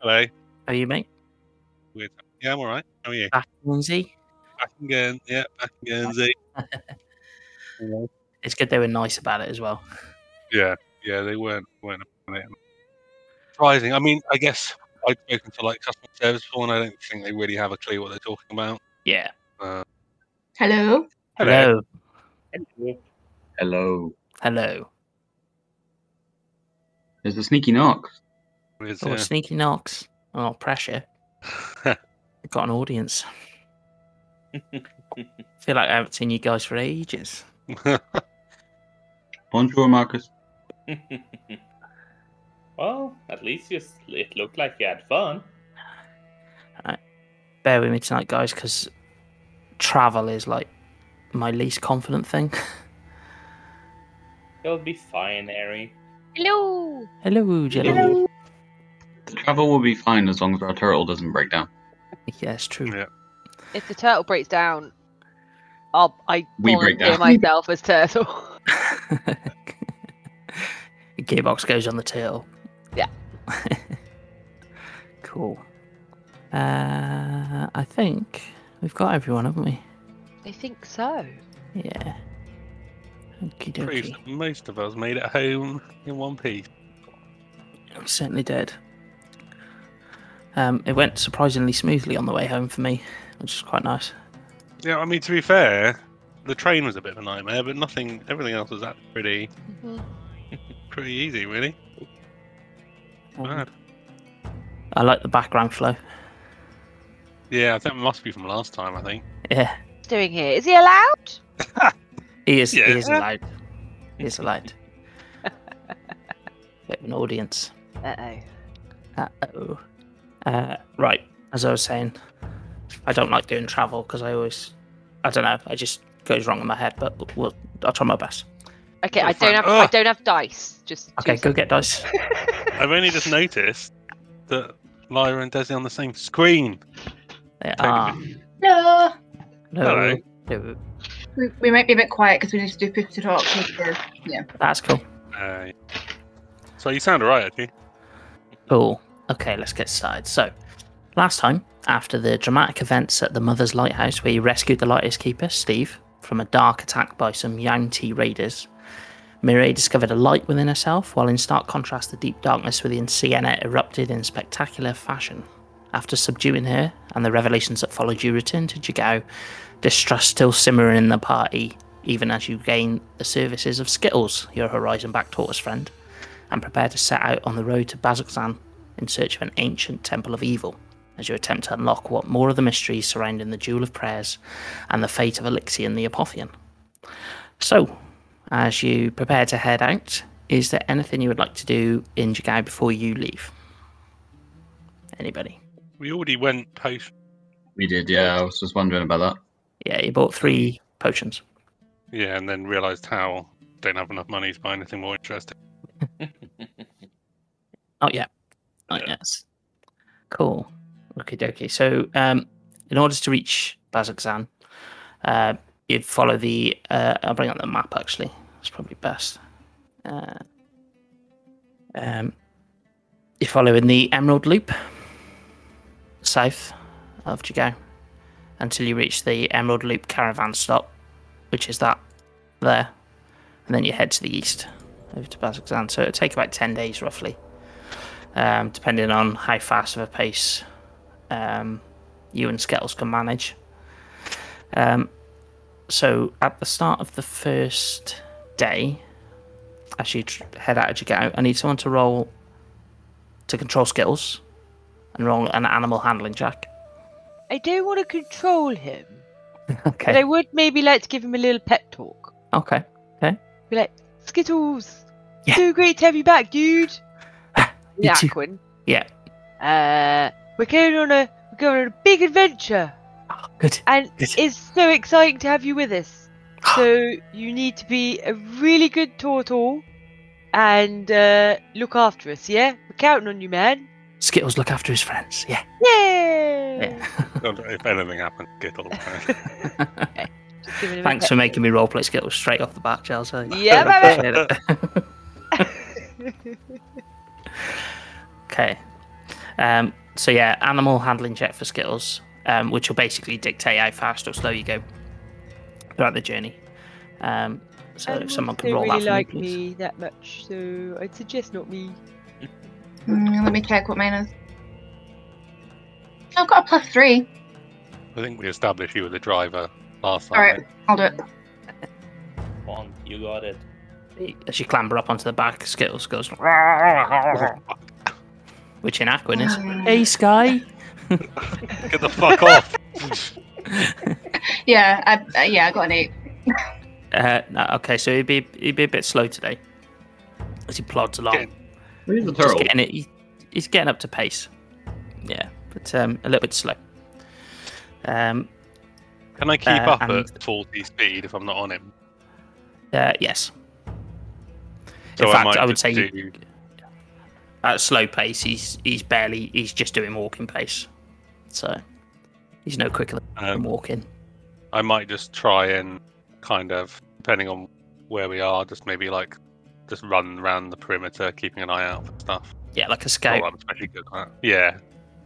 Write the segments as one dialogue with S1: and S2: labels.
S1: Hello.
S2: How are you, mate?
S1: Weird. Yeah, I'm all right. How are you?
S2: Back in Guernsey.
S1: Back in Guernsey. Yeah, back in Guernsey. Yeah.
S2: It's good they were nice about it as well.
S1: yeah, yeah, they weren't weren't about it. surprising. I mean, I guess I've spoken to like customer service before, and I don't think they really have a clue what they're talking about.
S2: Yeah.
S3: Hello.
S2: Hello.
S4: Hello.
S2: Hello.
S4: There's the sneaky knock.
S1: It's,
S2: Oh,
S1: yeah.
S2: sneaky knocks. Oh, pressure. I've got an audience. feel like I haven't seen you guys for ages.
S4: Bonjour, Marcus.
S5: well, at least you, s- it looked like you had fun.
S2: Bear with me tonight, guys, because travel is like my least confident thing.
S5: You'll be fine, Harry.
S3: Hello.
S2: Hello, Jello.
S4: The travel will be fine as long as our turtle doesn't break down.
S2: Yeah, it's true.
S1: Yeah.
S6: If the turtle breaks down, I'll I
S4: We break
S6: volunteer
S4: down.
S6: myself as turtle.
S2: Gearbox goes on the tail.
S6: Yeah.
S2: cool. Uh, I think we've got everyone, haven't we?
S6: I think so.
S2: Yeah. Okie
S1: Pretty
S2: dokie.
S1: sure most of us made it home in one piece.
S2: I'm certainly dead. Um, it went surprisingly smoothly on the way home for me, which is quite nice.
S1: Yeah, I mean to be fair, the train was a bit of a nightmare, but nothing, everything else was actually pretty pretty easy, really.
S2: Um,
S1: Mad.
S2: I like the background flow.
S1: Yeah, I think it must be from last time. I think.
S2: Yeah,
S6: What's doing here? Is he allowed?
S2: he is. He is
S1: Yeah.
S2: allowed. He is allowed. Bit of an audience.
S6: Uh oh.
S2: Uh-oh. Uh, right, as I was saying, I don't like doing travel because I always, I don't know, I just goes wrong in my head. But we'll, I'll try my best.
S6: Okay,
S1: Oh,
S6: I
S1: fine.
S6: don't have I
S1: Ugh.
S6: don't have dice. Just two
S2: Okay, go get dice.
S1: I've only just noticed that Lyra and Desi on the same screen.
S2: They
S1: a
S2: are.
S3: Hello.
S2: Ah, No,
S1: Hello.
S2: no,
S3: We, we might be a bit quiet because we need stupid to talk. to
S2: that's cool.
S1: Uh, so you sound alright, actually.
S2: Cool. Okay, let's get started. So, last time, after the dramatic events at the Mother's Lighthouse, where you rescued the lighthouse keeper, Steve, from a dark attack by some Yangti raiders, Mireille discovered a light within herself, while in stark contrast, the deep darkness within Sienna erupted in spectacular fashion. After subduing her and the revelations that followed, you returned to Jigao, distrust still simmering in the party, even as you gain the services of Skittles, your horizon back tortoise friend and prepare to set out on the road to Bazakzan in search of an ancient temple of evil, as you attempt to unlock what more of the mysteries surrounding the Jewel of Prayers and the fate of Elixion the Apotheon. So, as you prepare to head out, is there anything you would like to do in Jagai before you leave? Anybody?
S1: We already went post.
S4: We did, yeah. I was just wondering about that.
S2: Yeah, you bought three potions.
S1: Yeah, and then realised how don't have enough money to buy anything more interesting.
S2: Not yet. Not yet. Cool. Okay, dokie. So, um, in order to reach Bazakzan, uh, you'd follow the. Uh, I'll bring up the map actually. That's probably best. Uh, um, you're following the Emerald Loop south of Jago until you reach the Emerald Loop caravan stop, which is that there. And then you head to the east over to Bazakzan. So it'll take about 10 days roughly um, depending on how fast of a pace um, you and Skittles can manage. Um, so at the start of the first day, as you tr- head out as you get out, I need someone to roll to control Skittles and roll an animal handling jack.
S6: I don't want to control him, but I
S2: Okay.
S6: would maybe like to give him a little pep talk.
S2: Okay.
S6: Be like, Skittles,
S2: Yeah.
S6: so great to have you back, dude.
S2: You
S6: yeah,
S2: too.
S6: Quinn.
S2: Yeah.
S6: Uh, we're going on a we're going on a big adventure,
S2: Oh, good.
S6: and
S2: Yes.
S6: it's so exciting to have you with us. so you need to be a really good turtle and uh, look after us. Yeah, we're counting on you, man.
S2: Skittles look after his friends. Yeah.
S6: Yay!
S2: Yeah.
S1: God, if anything happened, get all the
S6: Just giving him a
S2: Thanks
S6: pep
S2: for making me roleplay Skittles straight off the bat, Charles. I
S6: Yeah,
S2: appreciate
S1: baby.
S2: it. okay. Um, so yeah, animal handling check for skittles, um, which will basically dictate how fast or slow you go throughout the journey. Um, so
S6: And
S2: if someone
S6: they
S2: can roll
S6: really
S2: that for
S6: like
S2: me, please.
S6: me that much, so I'd suggest not me.
S3: Mm, let me check what mine is. So I've got a plus three.
S7: I think we established you were the driver last time.
S3: All right, I'll do it.
S5: Come on, you got it.
S2: As you clamber up onto the back, Skittles goes, which in Aquin is, "Hey, Sky."
S7: Get the fuck off.
S3: Yeah, I, uh, yeah, I got an eight.
S2: Uh, no, okay, so he'd be he'd be a bit slow today as he plods along.
S7: Yeah,
S4: Where's the
S2: Just
S4: turtle?
S2: getting it. He, he's getting up to pace. Yeah, but um, a little bit slow. Um,
S7: Can I keep
S2: Uh,
S7: up
S2: and-
S7: at 40 speed if I'm not on him?
S2: uh, yes,
S7: So
S2: fact,
S7: might
S2: I would
S7: just
S2: say-
S7: do-
S2: at a slow pace, he's he's barely he's just doing walking pace, so he's no quicker than
S7: um,
S2: walking.
S7: I might just try and kind of, depending on where we are, just maybe like just run around the perimeter, keeping an eye out for stuff.
S2: Yeah, like a
S7: Not
S2: scout.
S7: that I'm especially good at that. Yeah,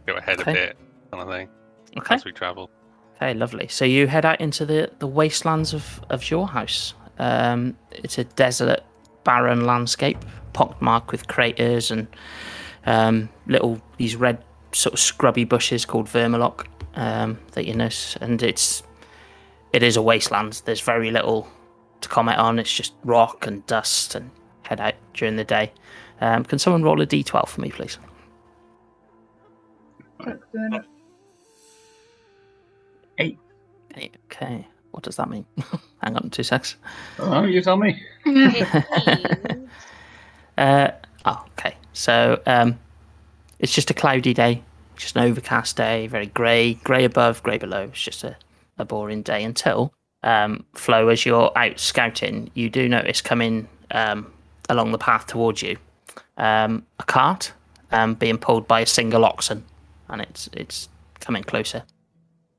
S7: go ahead
S2: Okay.
S7: a bit, kind of thing,
S2: okay,
S7: as we travel.
S2: okay, lovely. So you head out into the the wastelands of of your house. Um, it's a desolate, barren landscape, pockmarked with craters and um, little these red sort of scrubby bushes called vermilock um, that you notice, and it's it is a wasteland. There's very little to comment on. It's just rock and dust and head out during the day. Um, can someone roll a d12 for me, please?
S4: Eight.
S2: Eight, Okay. What does that mean? Hang on, two secs.
S4: Oh, you tell me.
S2: Uh, oh, okay. So um, it's just a cloudy day, just an overcast day, very grey, grey above, grey below. It's just a, a boring day until um, Flo, as you're out scouting, you do notice coming um, along the path towards you um, a cart um, being pulled by a single oxen, and it's it's coming closer.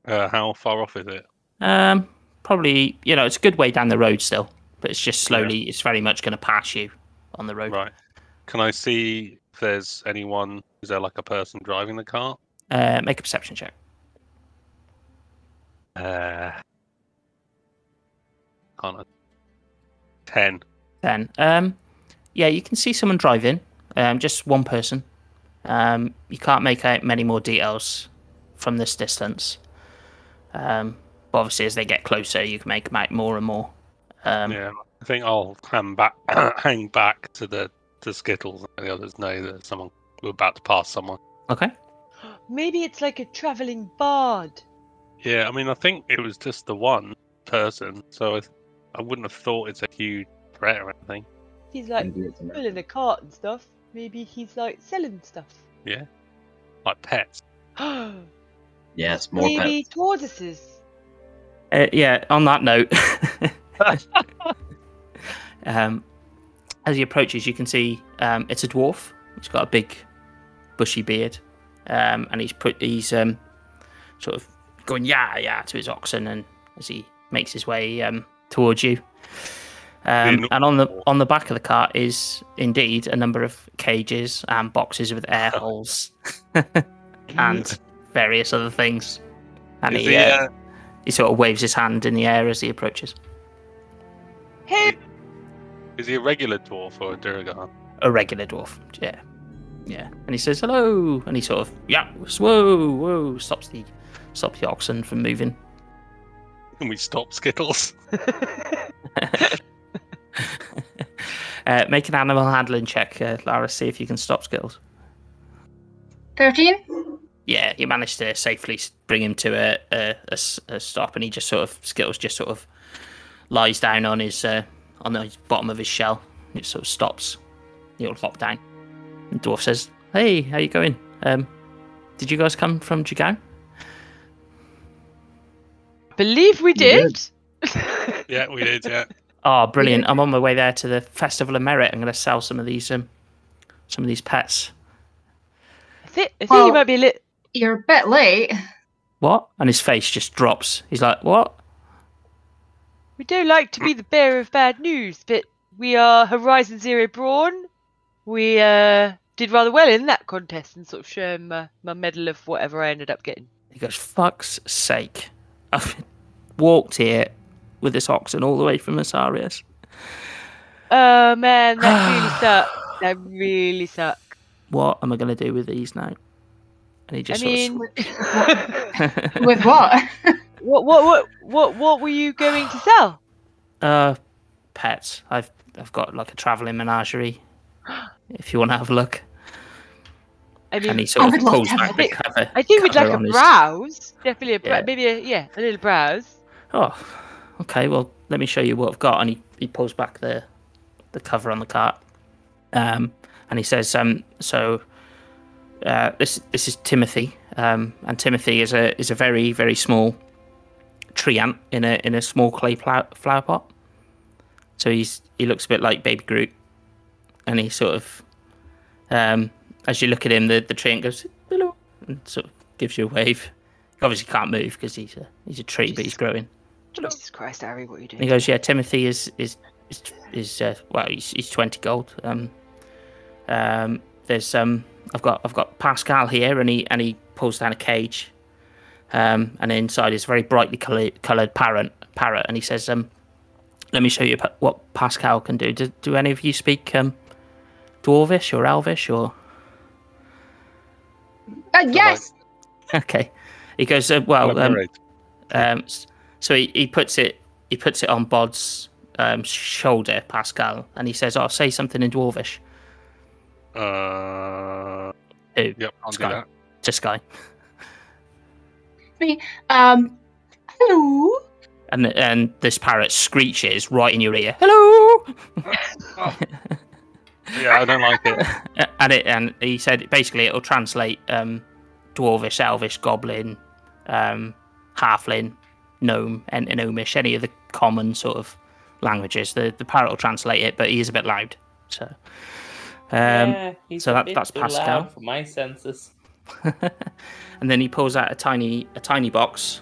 S7: Uh, how far off is it?
S2: Um, probably you know it's a good way down the road still, but it's just slowly. It's very much going to pass you on the road.
S7: Right. Can I see if there's anyone? Is there like a person driving the cart?
S2: Uh, make a perception check.
S7: Uh, can't. I- Ten.
S2: Then, um, yeah, you can see someone driving, um, just one person. Um, you can't make out many more details from this distance. Um, but obviously, as they get closer, you can make them out more and more. Um,
S7: yeah, I think I'll hang back, hang back to the to Skittles and the others know that someone we're about to pass someone.
S2: Okay.
S6: Maybe it's like a traveling bard.
S7: Yeah, I mean, I think it was just the one person, so I, th- I wouldn't have thought it's a huge threat or anything.
S6: He's like pulling a cart and stuff. Maybe he's like selling stuff.
S7: Like pets.
S4: Yes, more pets.
S6: Maybe tortoises.
S2: Uh, yeah. On that note, um, as he approaches, you can see um, it's a dwarf. He's got a big, bushy beard, um, and he's put he's um, sort of going yeah yeah to his oxen, and as he makes his way um, towards you, um,
S7: no-
S2: and on the on the back of the cart is indeed a number of cages and boxes with air holes and various other things, and
S7: Is
S2: he,
S7: he,
S2: uh,
S7: uh,
S2: he sort of waves his hand in the air as he approaches.
S6: Hey,
S7: is he a regular dwarf or a Durgar?
S2: A regular dwarf, yeah, yeah. And he says hello, and he sort of yeah, whoa, whoa, stops the stops the oxen from moving.
S7: Can we stop Skittles?
S2: Uh, make an animal handling check, uh, Lara. See if you can stop Skittles.
S3: Thirteen.
S2: Yeah, you managed to safely s- bring him to a, a- a s- a stop, and he just sort of Skittles just sort of lies down on his uh, on the bottom of his shell. It sort of stops. He'll hop down. The dwarf says, "Hey, how you going? Um, did you guys come from Jigao?"
S6: believe we
S4: did.
S6: did.
S7: Yeah, we did. Yeah.
S2: Oh, brilliant! I'm on my way there to the Festival of Merit. I'm going to sell some of these um, some of these pets.
S6: I think, I think
S3: Well-
S6: you might be a lit.
S3: You're a bit late.
S2: What? And his face just drops. He's like, "What?
S6: We don't like to be the bearer of bad news, but we are Horizon Zero Brawn. We uh, did rather well in that contest and sort of show him uh, my medal of whatever I ended up getting.
S2: He goes, fuck's sake. I've walked here with this oxen all the way from Asarius.
S6: Oh man, that really sucks. That really sucks.
S2: What am I going to do with these now? And he just
S6: I
S2: sort of
S6: mean,
S3: With what? Uh,
S6: what, what, what, what, what were you going to sell?
S2: Uh, pets. I've I've got like a traveling menagerie. If you want to have a look,
S6: I mean,
S2: and he sort
S3: I
S2: of
S3: would love
S2: pulls
S3: to
S2: back
S3: have
S6: a
S2: the
S6: look.
S2: cover.
S6: I think we'd
S2: cover
S6: like a
S2: on his-
S6: browse. Definitely a browse.
S2: Yeah.
S6: Maybe a, yeah, a little browse.
S2: Oh, okay. Well, let me show you what I've got. And he, he pulls back the the cover on the cart. Um, and he says, um, so uh, this this is Timothy. Um, and Timothy is a is a very very small tree ant in a in a small clay plow, flower pot. So he's he looks a bit like Baby Groot, and he sort of, um, as you look at him, the the tree ant goes hello and sort of gives you a wave. He obviously can't move because he's a he's a tree, but he's growing.
S6: Jesus Christ, Harry, what are you
S2: And he
S6: doing?
S2: goes, "Yeah, Timothy is is is, is uh, well, he's, he's twenty gold. Um, um, there's um, I've got I've got Pascal here, and he and he pulls down a cage, um, and inside is a very brightly coloured coloured parrot parrot, and he says, um, let me show you pa- what Pascal can do. Do, do any of you speak um, dwarvish or elvish or
S3: Uh, yes.
S2: okay? He goes, uh, well, um,
S1: Elaborate.
S2: Um, s- so he, he puts it he puts it on Bod's um, shoulder, Pascal, and he says, "I'll say something in Dwarvish
S1: Uh,
S2: Who?
S1: yep, I'll do
S2: Sky.
S1: that.
S2: to Sky."
S3: Um. Hello.
S2: And and this parrot screeches right in your ear, "Hello!"
S1: Yeah, I don't like it.
S2: And it and he said basically it'll translate um, Dwarvish, Elvish, Goblin, um, Halfling, Gnome, and and Gnomish, any of the common sort of languages. The the parrot will translate it, but he is a bit loud. So, um,
S5: yeah, he's
S2: so
S5: a
S2: that-
S5: bit
S2: that's
S5: too
S2: Pascal.
S5: loud for my senses.
S2: and then he pulls out a tiny a tiny box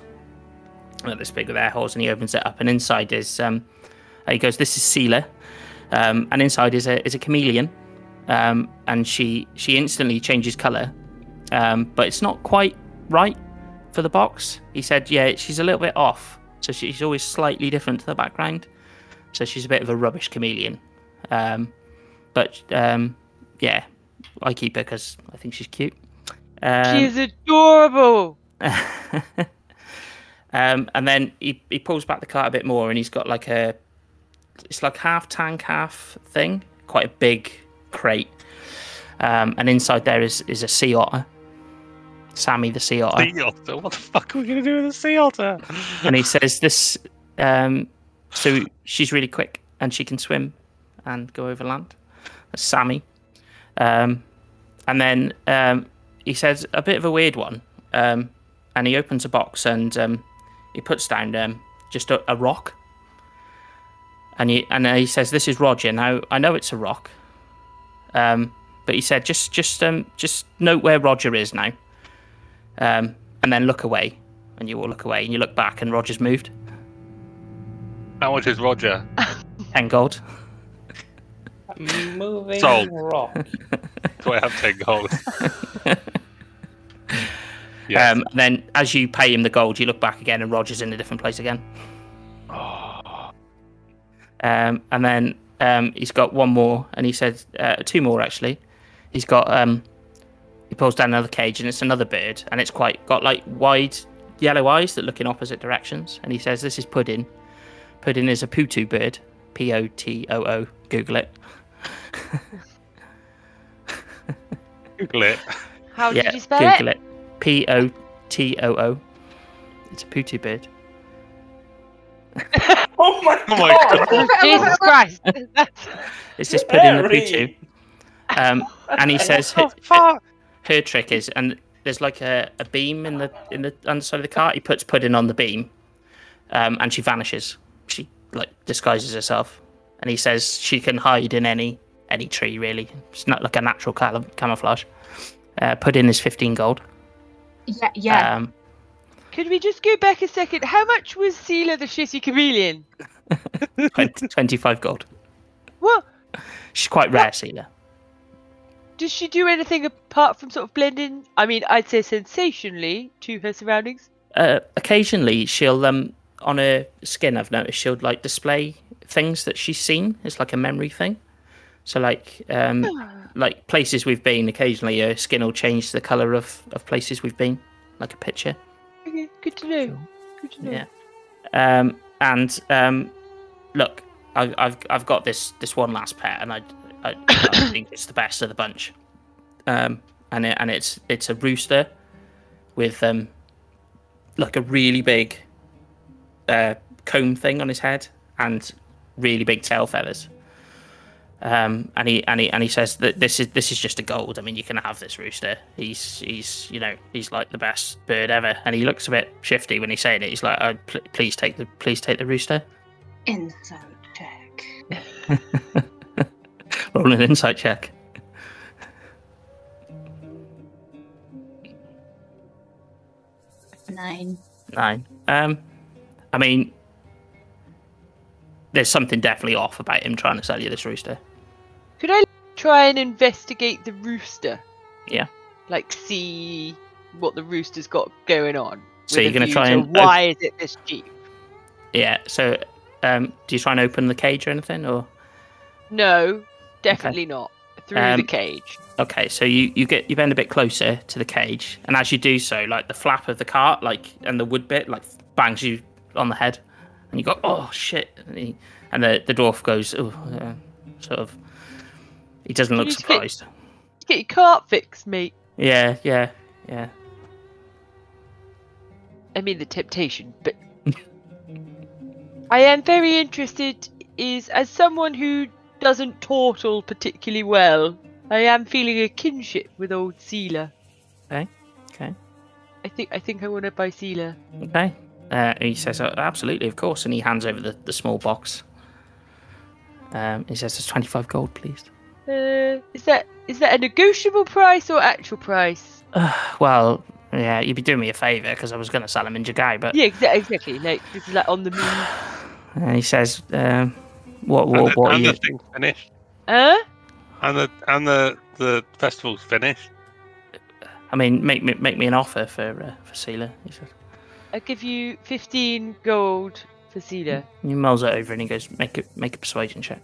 S2: uh, that's big with air holes and he opens it up and inside is um uh, he goes this is Sela um and inside is a is a chameleon um and she she instantly changes color um but it's not quite right for the box he said yeah she's a little bit off so she's always slightly different to the background so she's a bit of a rubbish chameleon um but um yeah I keep her because I think she's cute um,
S6: She's adorable.
S2: um, and then he, he pulls back the cart a bit more, and he's got like a, it's like half tank, half thing, quite a big crate. Um, and inside there is is a sea otter, Sammy the sea otter,
S1: Sea otter. What the fuck are we gonna do with a sea otter?
S2: and he says this. Um, so she's really quick, and she can swim, and go over land. That's Sammy. Um, and then um, he says a bit of a weird one. Um, and he opens a box and um, he puts down um, just a, a rock. And he and he says, "This is Roger." Now I know it's a rock, um, but he said, "Just just um, just note where Roger is now, um, and then look away." And you all look away, and you look back, and Roger's moved.
S1: How much is Roger?
S2: Ten gold.
S5: Moving
S1: Sold.
S5: rock.
S1: Do I have ten gold? yes.
S2: Um, and then as you pay him the gold, you look back again, and Roger's in a different place again. Um, and then um, he's got one more, and he said uh, two more actually. He's got um, he pulls down another cage, and it's another bird, and it's quite got like wide yellow eyes that look in opposite directions. And he says, "This is pudding. Pudding is a putu bird. P O T O O. Google it.
S1: Google it.
S6: How
S2: yeah,
S6: Oh, did you spell
S2: Google
S6: it?
S2: it. P O T O O. It's a putu bird.
S5: Oh my
S1: Oh my god.
S6: Jesus Christ. That's
S2: It's just put in the
S5: Harry!
S2: Pichu. Um, and he says her, her trick is, and there's like a, a beam in the in the underside of the cart. He puts pudding on the beam, um, and she vanishes. She like disguises herself, and he says she can hide in any any tree really. It's not like a natural cam- camouflage. Uh, pudding is fifteen gold.
S3: Yeah. Yeah.
S2: Um,
S6: Could we just go back a second? How much was Sela the shitty chameleon?
S2: 20, 25 gold.
S6: What?
S2: She's quite rare, Sela.
S6: Does she do anything apart from sort of blending? I mean, I'd say sensationally to her surroundings.
S2: Uh, occasionally, she'll um on her skin. I've noticed she'll like display things that she's seen. It's like a memory thing. So like um like places we've been. Occasionally, her skin will change the color of of places we've been, like a picture.
S6: Okay, good to know. Good to know.
S2: Yeah. Um, and um, look, I've, I've I've got this this one last pair, and I I, I think it's the best of the bunch. Um, and it, and it's it's a rooster with um like a really big uh, comb thing on his head and really big tail feathers. Um, and he and he and he says that this is this is just a gold. I mean, you can have this rooster. He's he's you know he's like the best bird ever. And he looks a bit shifty when he's saying it. He's like, oh, pl- please take the please take the rooster.
S3: Inside check.
S2: Roll an insight check.
S3: Nine.
S2: Nine. Um, I mean, there's something definitely off about him trying to sell you this rooster.
S6: Could I try and investigate the rooster?
S2: Yeah.
S6: Like see what the rooster's got going on.
S2: So
S6: with
S2: you're
S6: a
S2: gonna
S6: view
S2: try
S6: to
S2: and- oh.
S6: why is it this cheap?
S2: Yeah. So, um, do you try and open the cage or anything, or?
S6: No, definitely not. Through the
S2: Um,
S6: cage.
S2: Okay, so you, you get you bend a bit closer to the cage, and as you do so, like the flap of the cart, like and the wood bit, like bangs you on the head, and you go, oh shit! And, he, and the the dwarf goes, oh, uh, sort of. He doesn't look
S6: You just get-
S2: surprised.
S6: Get your cart fixed, mate.
S2: Yeah, yeah, yeah.
S6: I mean the temptation, but I am very interested is as someone who doesn't tortle particularly well, I am feeling a kinship with old Seela.
S2: Okay, okay.
S6: I think I think I wanna buy Seela.
S2: Okay. Uh, he says, "Oh, absolutely, of course, and he hands over the, the small box. Um, he says, "There's twenty five gold, please."
S6: Uh, is that is that a negotiable price or actual price?
S2: well, yeah, you'd be doing me a favour because I was going to sell him in Jagai, but
S6: Yeah, exactly. exactly. Like this is like on the move.
S2: And he says, um, "What? What?
S1: and the,
S2: what are
S1: and
S2: you?"
S1: the thing's finished.
S6: Huh?
S1: And the and the the festival's finished.
S2: I mean, make me make me an offer for uh, for Seela. He says.
S6: I'll give you fifteen gold for Cedar.
S2: And he mulls it over and he goes, "Make it, make a persuasion check."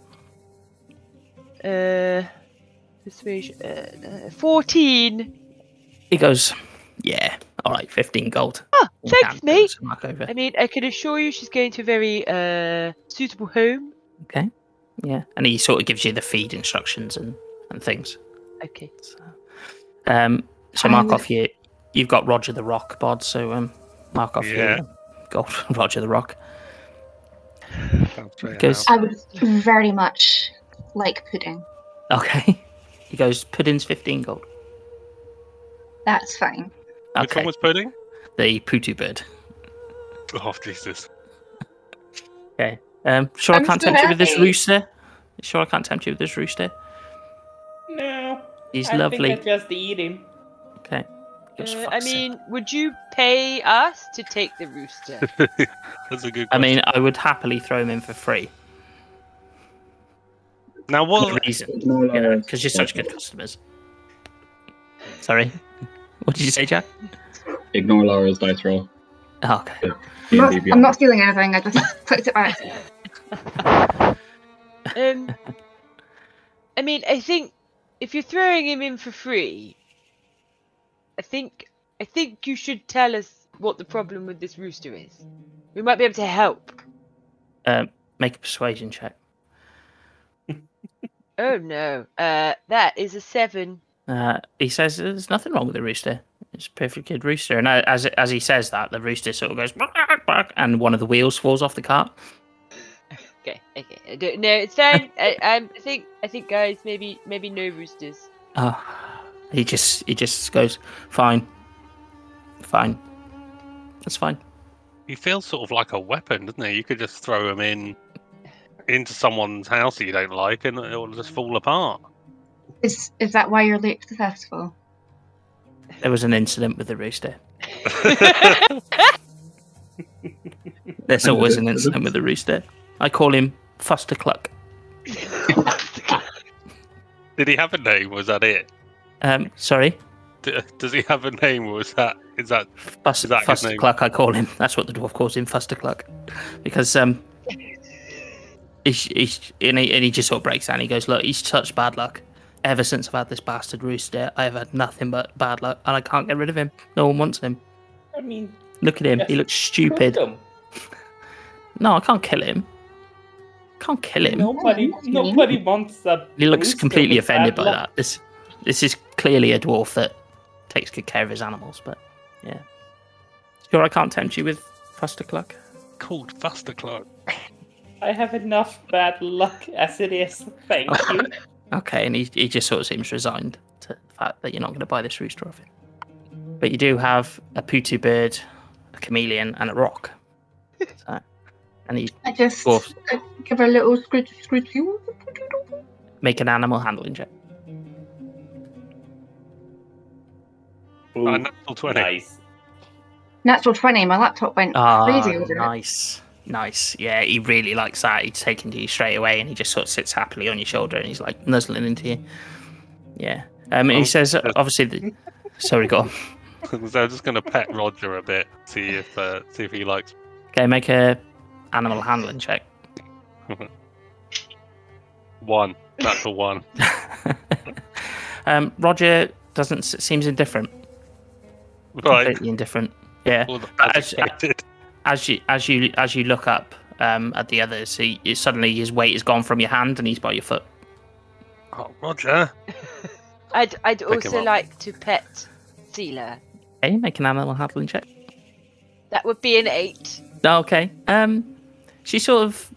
S6: Uh, persuasion. Uh, uh, Fourteen.
S2: He goes, "Yeah, all right, fifteen gold."
S3: Oh,
S6: Ah,
S2: He
S6: thanks,
S2: hands
S6: mate.
S2: the mark over.
S6: I mean, I can assure you, she's going to a very uh suitable home.
S2: Okay, yeah, and he sort of gives you the feed instructions and and things.
S6: Okay.
S2: Um, so
S3: I
S2: mark
S3: would-
S2: off you. You've got Roger the Rock bod, so um, mark off
S1: Yeah.
S2: your um, gold, Roger the Rock.
S1: Sounds very
S2: Goes-
S1: loud.
S3: I would very much like pudding.
S2: Okay, he goes, "Pudding's fifteen gold."
S3: That's fine.
S1: Which
S2: Okay,
S1: one was pudding?
S2: the Putu bird.
S1: Oh Jesus!
S2: Um, sure, I'm I
S3: I'm
S2: can not
S3: so
S2: tempt you with this
S3: happy.
S2: rooster. Sure, I can't tempt you with this rooster.
S5: No.
S2: He's
S5: I
S2: lovely.
S5: Think I just eat him.
S2: Okay. Goes,
S6: Uh, I
S2: "Fuck's sake."
S6: mean, would you pay us to take the rooster?
S1: That's a good. Question.
S2: I mean, I would happily throw him in for free.
S1: now
S2: For
S1: what?
S2: a reason, you know, because you're such good customers. Sorry, what did you say, Jack?
S4: Ignore Laura's dice roll.
S2: Oh, okay.
S3: I'm not,
S4: D&D
S3: I'm
S4: Beyond.
S3: not stealing anything. I just clicked it by accident.
S6: Um, I mean, I think if you're throwing him in for free, I think I think you should tell us what the problem with this rooster is. We might be able to help.
S2: Um, make a persuasion check.
S6: Oh no, uh, that is a seven.
S2: Uh, he says there's nothing wrong with the rooster. It's a perfect good rooster. And as as he says that, the rooster sort of goes bark, bark, and one of the wheels falls off the cart.
S6: Okay, okay, I don't- no, it's fine. I, I'm, I think I think guys, maybe maybe no roosters.
S2: Uh, he just he just goes fine, fine. That's fine.
S1: He feels sort of like a weapon, doesn't he? You could just throw him in into someone's house that you don't like, and it'll just fall apart.
S3: Is is that why you're late to the festival?
S2: There was an incident with the rooster. There's always an incident with the rooster. I call him Fuster Cluck.
S1: Did he have a name? Was that it?
S2: Um, sorry,
S1: D- does he have a name, or is that is that
S2: Buster,
S1: Is that his
S2: Buster
S1: name?
S2: Cluck, I call him. That's what the dwarf calls him, Fuster Cluck, because um, he's, he's and, he, and he just sort of breaks down. He goes, "Look, he's such bad luck. Ever since I've had this bastard rooster, I have had nothing but bad luck, and I can't get rid of him. No one wants him.
S5: I mean,
S2: Look at him. He looks stupid.
S5: cook 'em.
S2: No, I can't kill him. Can't kill him.
S5: Nobody,
S3: That's mean.
S5: nobody wants that.
S2: He looks
S5: rooster
S2: completely
S5: with bad
S2: offended by
S5: luck.
S2: that. This this is clearly a dwarf that takes good care of his animals, but yeah. Sure, I can't tempt you with Fuster Cluck.
S1: called Faster Clark?
S5: I have enough bad luck as it is. Thank you.
S2: Okay, and he, he just sort of seems resigned to the fact that you're not going to buy this rooster off him. But you do have a putu bird, a chameleon, and a rock. So, and you
S3: I just
S2: Dwarf.
S3: I give her a little scrooge scrooge.
S2: make an animal handling check.
S5: Ooh,
S1: A Uh, natural twenty.
S5: nice.
S3: Natural twenty. My laptop went
S2: Ah,
S3: crazy over it.
S2: nice, nice. Yeah, he really likes that. He's taken to you straight away, and he just sort of sits happily on your shoulder, and he's like nuzzling into you. Yeah. Um, and
S1: Oh,
S2: he says, uh,
S1: that's-
S2: obviously, the... sorry, go on.
S1: so I'm just gonna pet Roger a bit, see if uh, see if he likes.
S2: Okay, make a animal handling check.
S1: One. That's a one.
S2: um, Roger doesn't s- seems indifferent,
S1: Right.
S2: completely indifferent. Yeah.
S1: Well,
S2: I-
S1: as expected.
S2: As you as you as you look up um, at the others, he he- suddenly his weight is gone from your hand, and he's by your foot.
S1: Oh, Roger.
S6: I'd I'd
S1: him
S6: also
S1: up.
S6: like to pet Sela.
S2: Okay, make an animal handling check.
S6: That would be an eight.
S2: Oh, Okay. Um, she sort of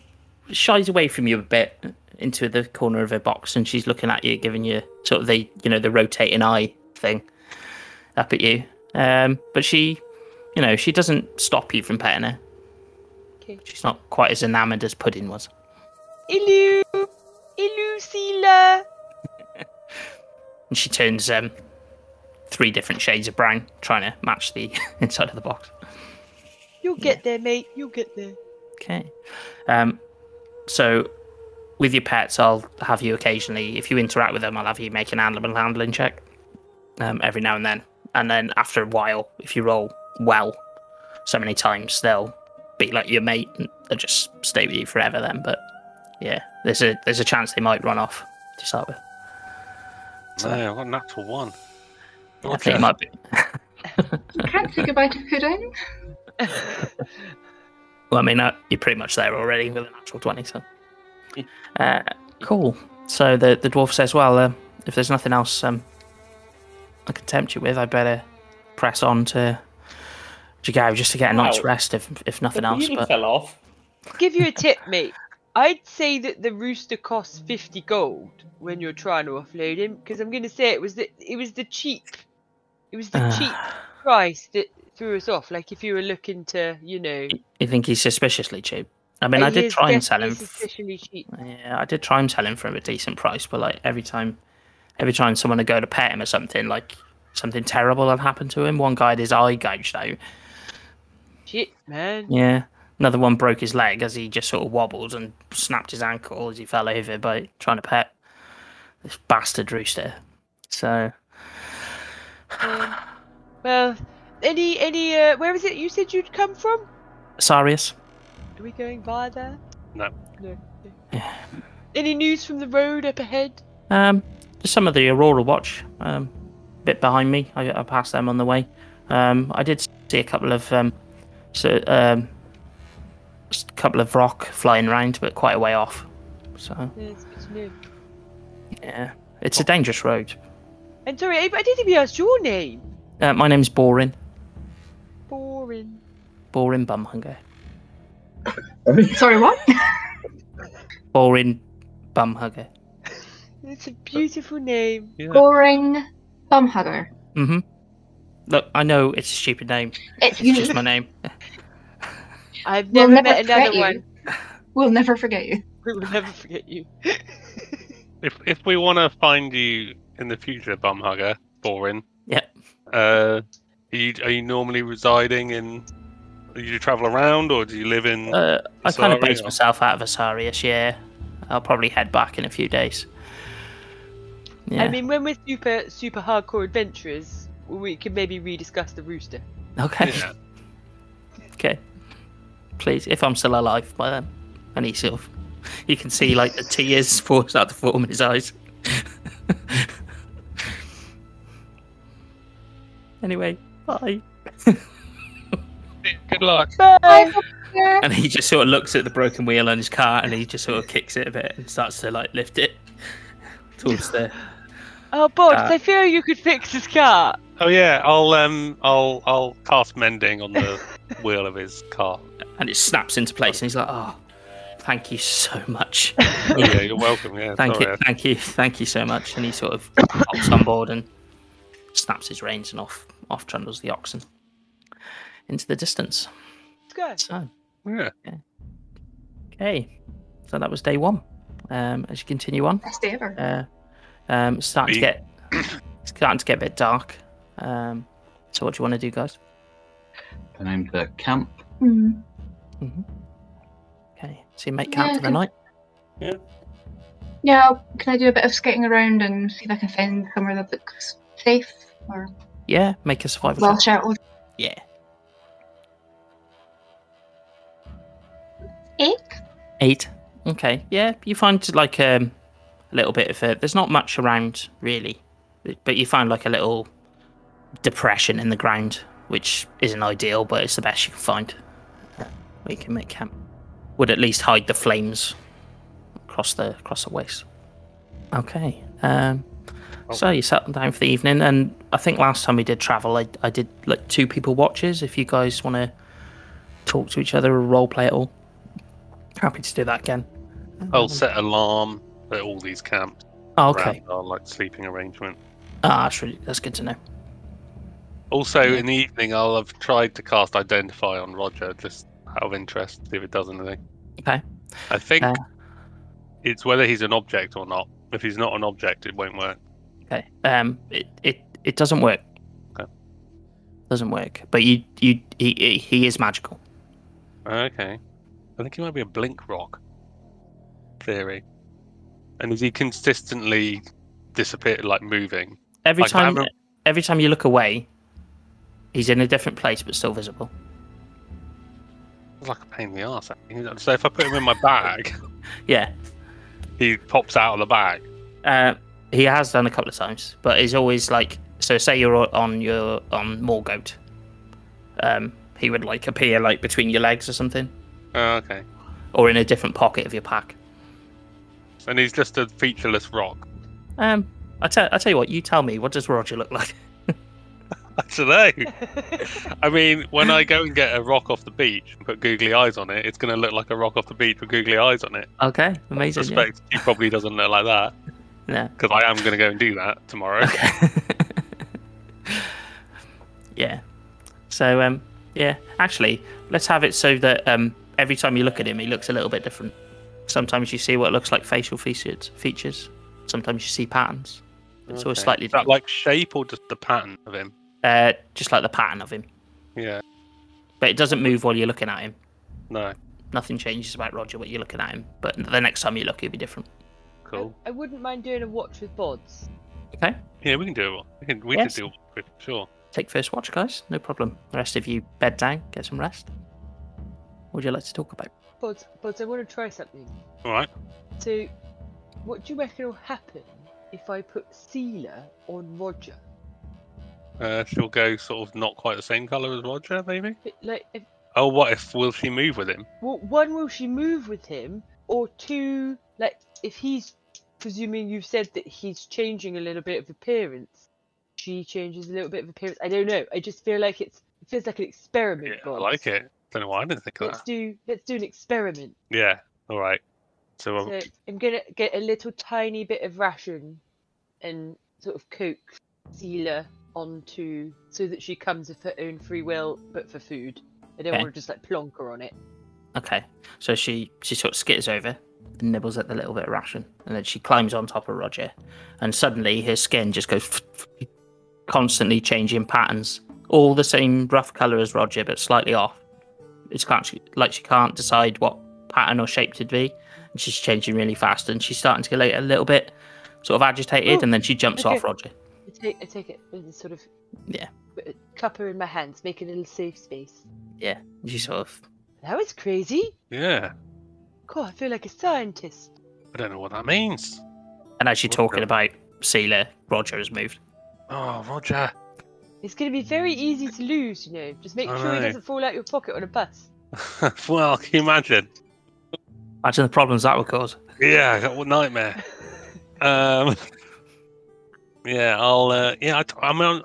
S2: shies away from you a bit into the corner of her box, and she's looking at you, giving you sort of the you know the rotating eye thing up at you. Um, but she, you know, she doesn't stop you from petting her.
S6: Okay.
S2: She's not quite as enamored as Puddin was.
S6: Ilu, Ilu Sela.
S2: and she turns um, three different shades of brown, trying to match the inside of the box.
S6: You'll get there, mate. You'll get there.
S2: Okay. Um, so, with your pets, I'll have you occasionally, if you interact with them, I'll have you make an animal handling check um, every now and then. And then after a while, if you roll well so many times, they'll be like your mate and they'll just stay with you forever then. But yeah, there's a there's a chance they might run off to start with.
S1: No, I got a natural one.
S2: I think
S1: Roger.
S2: it might be.
S3: You can't say goodbye to pudding.
S2: Well, I mean, uh, you're pretty much there already with a natural 20, so. Uh, cool. So the, the dwarf says, Well, uh, if there's nothing else um, I can tempt you with, I better press on to Jagao just to get a night's
S5: Wow.
S2: rest, if, if nothing
S5: The
S2: else.
S5: wheel
S2: But
S5: fell off.
S6: Give you a tip, mate. I'd say that the rooster costs fifty gold when you're trying to offload him, because I'm gonna say it was the it was the cheap, it was
S2: Ah.
S6: the cheap price that threw us off. Like if you were looking to, you know,
S2: you think he's suspiciously cheap? I mean, I
S6: he
S2: did
S6: is
S2: try and sell him.
S6: definitely
S2: f-
S6: Suspiciously cheap.
S2: Yeah, I did try and sell him for a decent price, but like every time, every time someone would go to pet him or something, like something terrible had happened to him. One guy had his eye gouged out.
S6: Shit, man.
S2: Yeah. Another one broke his leg as he just sort of wobbled and snapped his ankle as he fell over by trying to pet this bastard rooster. So
S6: Um, well, any any uh, where is it? You said you'd come from?
S2: Sarius,
S6: Are we going by there?
S1: No.
S6: No. no.
S2: Yeah.
S6: Any news from the road up ahead?
S2: um, just some of the Aurora Watch, um, a bit behind me. I, I passed them on the way. Um, I did see a couple of um, so um, s- couple of rock flying around, but quite a way off. So
S6: Yeah, it's good to know.
S2: yeah, it's a dangerous road.
S6: And sorry, I, I didn't even ask your name.
S2: Uh, my name's Boring,
S6: Boring.
S2: Boring Bumhunker,
S3: Sorry, what?
S2: Boring Bumhugger.
S6: It's a beautiful name.
S1: Yeah.
S3: Boring bum hugger.
S2: Mm-hmm. Look, I know it's a stupid name. It's
S3: It's, unique.
S2: just my name.
S6: I've
S3: We'll
S6: never,
S3: never
S6: met
S3: forget
S6: another
S3: you.
S6: one.
S3: We'll never forget you.
S6: We will never forget you.
S1: If if we want to find you in the future, Bumhugger, boring.
S2: Yep.
S1: Uh, are you are you normally residing in? Do you travel around, or do you live in?
S2: Uh, I kind of
S1: Asari,
S2: based
S1: or-
S2: myself out of Asarius, yeah. I'll probably head back in a few days. Yeah.
S6: I mean, when we're super, super hardcore adventurers, we could maybe rediscuss the rooster.
S2: okay.
S7: Yeah.
S2: Okay. Please, if I'm still alive by then, and he sort of, you can see like the tears pour start to form in his eyes. anyway, bye.
S7: Good luck.
S6: Bye.
S2: And he just sort of looks at the broken wheel on his car, and he just sort of kicks it a bit and starts to like lift it towards the.
S6: Oh,
S2: Uh,
S6: Bods, I feel you could fix his car.
S7: Oh yeah, I'll um, I'll I'll cast mending on the wheel of his car.
S2: and it snaps into place, and he's like, "Oh, thank you so much.
S7: Oh yeah, you're welcome. Yeah,
S2: Thank
S7: sorry.
S2: you, thank you, thank you so much." And he sort of hops on board and snaps his reins, and off off trundles the oxen into the distance.
S6: Let's go.
S2: So,
S7: Yeah.
S2: okay, so that was day one. Um, as you continue on,
S3: Best day ever.
S2: uh, um, it's starting to
S7: Me.
S2: get it's starting to get a bit dark. Um, so what do you want to do, guys?
S4: The name's uh, Camp.
S3: Mm.
S2: Okay, so you make camp
S3: Yeah,
S2: for the
S3: I
S2: night.
S3: Yeah, can I do a bit of skating around and see if I can find somewhere that looks safe or
S2: Yeah, make a survival.
S3: well
S2: check.
S3: sheltered?
S2: Yeah.
S3: Eight?
S2: Eight. Okay. Yeah, you find like um, a little bit of a. There's not much around really, but you find like a little depression in the ground, which isn't ideal, but it's the best you can find. Where you can make camp. Would at least hide the flames across the across the waste. Okay. Um,
S7: Oh.
S2: So you settle down for the evening, and I think last time we did travel, I, I did like two people watches. If you guys want to talk to each other or role play at all, happy to do that again.
S7: I'll set alarm at all these camps.
S2: Oh, okay.
S7: around our, like sleeping arrangement.
S2: Ah, that's really that's good to know.
S7: Also, in the evening, I'll have tried to cast identify on Roger just out of interest, see if it does anything.
S2: Okay.
S7: I think
S2: Uh.
S7: it's whether he's an object or not. If he's not an object, it won't work.
S2: Okay. Um, it it, it doesn't work.
S7: Okay.
S2: Doesn't work. But you you he he- he is magical.
S7: Okay. I think he might be a blink rock theory. And is he consistently disappeared, like moving?
S2: Every
S7: Like, I
S2: time
S7: haven't-
S2: every time you look away, he's in a different place but still visible.
S7: It's like a pain in the ass. So if I put him in my bag,
S2: Yeah.
S7: he pops out of the bag.
S2: Uh, he has done a couple of times, but he's always like so. Say you're on your on Morgoat, um, he would like appear like between your legs or something,
S7: Oh, okay.
S2: or in a different pocket of your pack.
S7: And he's just a featureless rock.
S2: Um, I tell I tell you what, you tell me. What does Roger look like?
S7: I don't know. I mean, when I go and get a rock off the beach and put googly eyes on it, it's going to look like a rock off the beach with googly eyes on it.
S2: Okay,
S7: I
S2: amazing. yeah.
S7: suspect he probably doesn't look like that
S2: No.
S7: because I am going to go and do that tomorrow.
S2: Okay. yeah. So um, yeah. Actually, let's have it so that um, every time you look at him, he looks a little bit different. Sometimes you see what looks like facial features. Features. Sometimes you see patterns. It's always
S7: Okay.
S2: slightly
S7: Is that
S2: different.
S7: like shape or just the pattern of him?
S2: uh, just like the pattern of him.
S7: Yeah.
S2: But it doesn't move while you're looking at him.
S7: No.
S2: Nothing changes about Roger when you're looking at him. But the next time you look, he'll be different.
S7: Cool.
S6: I wouldn't mind doing a watch with Bods.
S2: Okay.
S7: Yeah, we can do it. all. We can. We
S2: Yes.
S7: can do it. all, for Sure.
S2: Take first watch, guys. No problem. The rest of you bed down, get some rest. What would you like to talk about?
S6: Bods, Bods, I want to try something.
S7: All right.
S6: So, what do you reckon will happen if I put Sealer on Roger?
S7: Uh, she'll go sort of not quite the same color as Roger, maybe.
S6: But, Like, if,
S7: Oh, what if will she move with him?
S6: well, one, will she move with him? Or two, like, if he's presuming you've said that he's changing a little bit of appearance, she changes a little bit of appearance. I don't know. I just feel like it's it feels like an
S7: Yeah,
S6: experiment.
S7: I
S6: Bods.
S7: like it. Don't know why I didn't think of
S6: Let's
S7: that.
S6: do let's do an experiment.
S7: Yeah. All right. So, um,
S6: So I'm gonna get a little tiny bit of ration and sort of coax Zila onto so that she comes of her own free will, but for food. I don't
S2: Okay.
S6: want to just like plonk her on it.
S2: Okay. So she she sort of skitters over and nibbles at the little bit of ration, and then she climbs on top of Roger, and suddenly his skin just goes constantly changing patterns, all the same rough color as Roger, but slightly off. It's can't she, like she can't decide what pattern or shape to be, and she's changing really fast, and she's starting to get like a little bit sort of agitated,
S6: Oh,
S2: and then she jumps
S6: okay.
S2: off Roger.
S6: I take, I take it with a sort of
S2: Yeah.
S6: uh, cuppa in my hands, make a little safe space.
S2: And she sort of
S6: That was crazy.
S7: Yeah.
S6: God, I feel like a scientist.
S7: I don't know what that means.
S2: and as she's
S7: Okay.
S2: talking about Seela, Roger has moved.
S7: Oh, Roger.
S6: It's going to be very easy to lose, you know. Just make
S7: I
S6: sure he
S7: know.
S6: doesn't fall out your pocket on a bus.
S7: well, can you imagine?
S2: Imagine the problems that would cause.
S7: Yeah, that what nightmare. um, yeah, I'll. Uh, yeah, I, am On,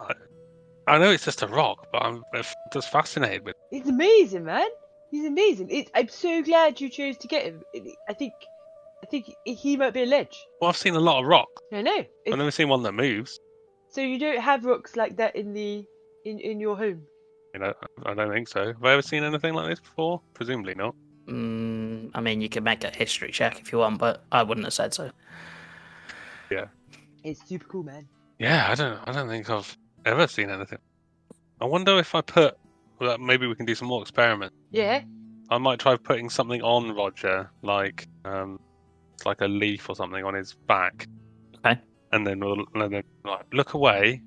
S7: I know it's just a rock, but I'm f- just fascinated with.
S6: It's amazing, man. He's amazing. It, I'm so glad you chose to get him. It- I think, I think he might be a ledge.
S7: Well, I've seen a lot of rocks.
S6: I know. It's-
S7: I've never seen one that moves.
S6: So you don't have rocks like that in the in in your home.
S7: You know, I don't think so. Have I ever seen anything like this before? Presumably not.
S2: Mm, I mean, you can make a history check if you want, but I wouldn't have said so.
S6: It's super cool, man.
S7: Yeah, I don't. I don't think I've ever seen anything. I wonder if I put. Well, maybe we can do some more experiments.
S6: Yeah.
S7: I might try putting something on Roger, like um, it's like a leaf or something on his back.
S2: Okay.
S7: And then we'll and then like look away,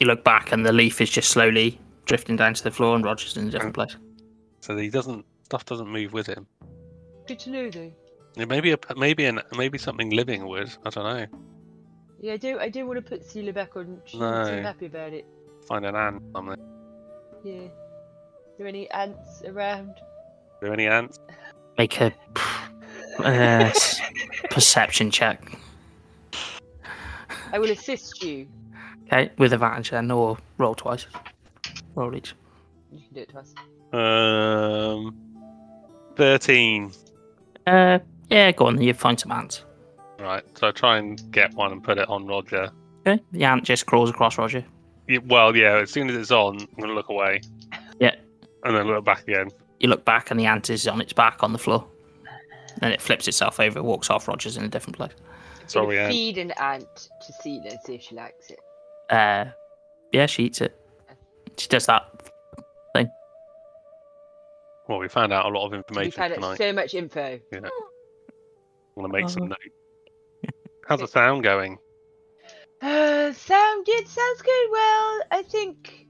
S2: You look back, and the leaf is just slowly drifting down to the floor, and Roger's in a different place.
S7: so that he doesn't stuff doesn't move with him.
S6: Good to know, though.
S7: Yeah, Maybe a maybe an maybe something living would. I don't know.
S6: Yeah, I don't. I don't want to put Sela back on. She's
S7: No.
S6: so happy about it.
S7: Find an ant. or Something. Are
S6: Yeah. Are there any ants around?
S7: there any ants?
S2: Make a uh, s- perception check,
S6: I will assist you.
S2: okay, with advantage, then, or roll twice. Roll each.
S6: You can do it to us.
S7: Um, thirteen.
S2: Uh, yeah, go on. then, You find some ants.
S7: Right. So I try and get one and put it on Roger.
S2: Okay, the ant just crawls across Roger.
S7: Yeah, well, yeah. As soon as it's on, I'm gonna look away.
S2: Yeah.
S7: And then look back again.
S2: You look back, and the ant is on its back on the floor. Then it flips itself over, walks off. Roger's in a different place.
S6: I'm gonna
S7: Sorry, Ant.
S6: Feed an ant to Sela and see if she likes it.
S2: Uh, yeah, she eats it. She does that.
S7: Well, we found out a lot of
S6: We
S7: information
S6: found out
S7: tonight.
S6: so much info.
S7: I'm gonna make some
S2: Oh.
S7: notes. How's the sound going?
S6: Uh, sound it sounds going well. I think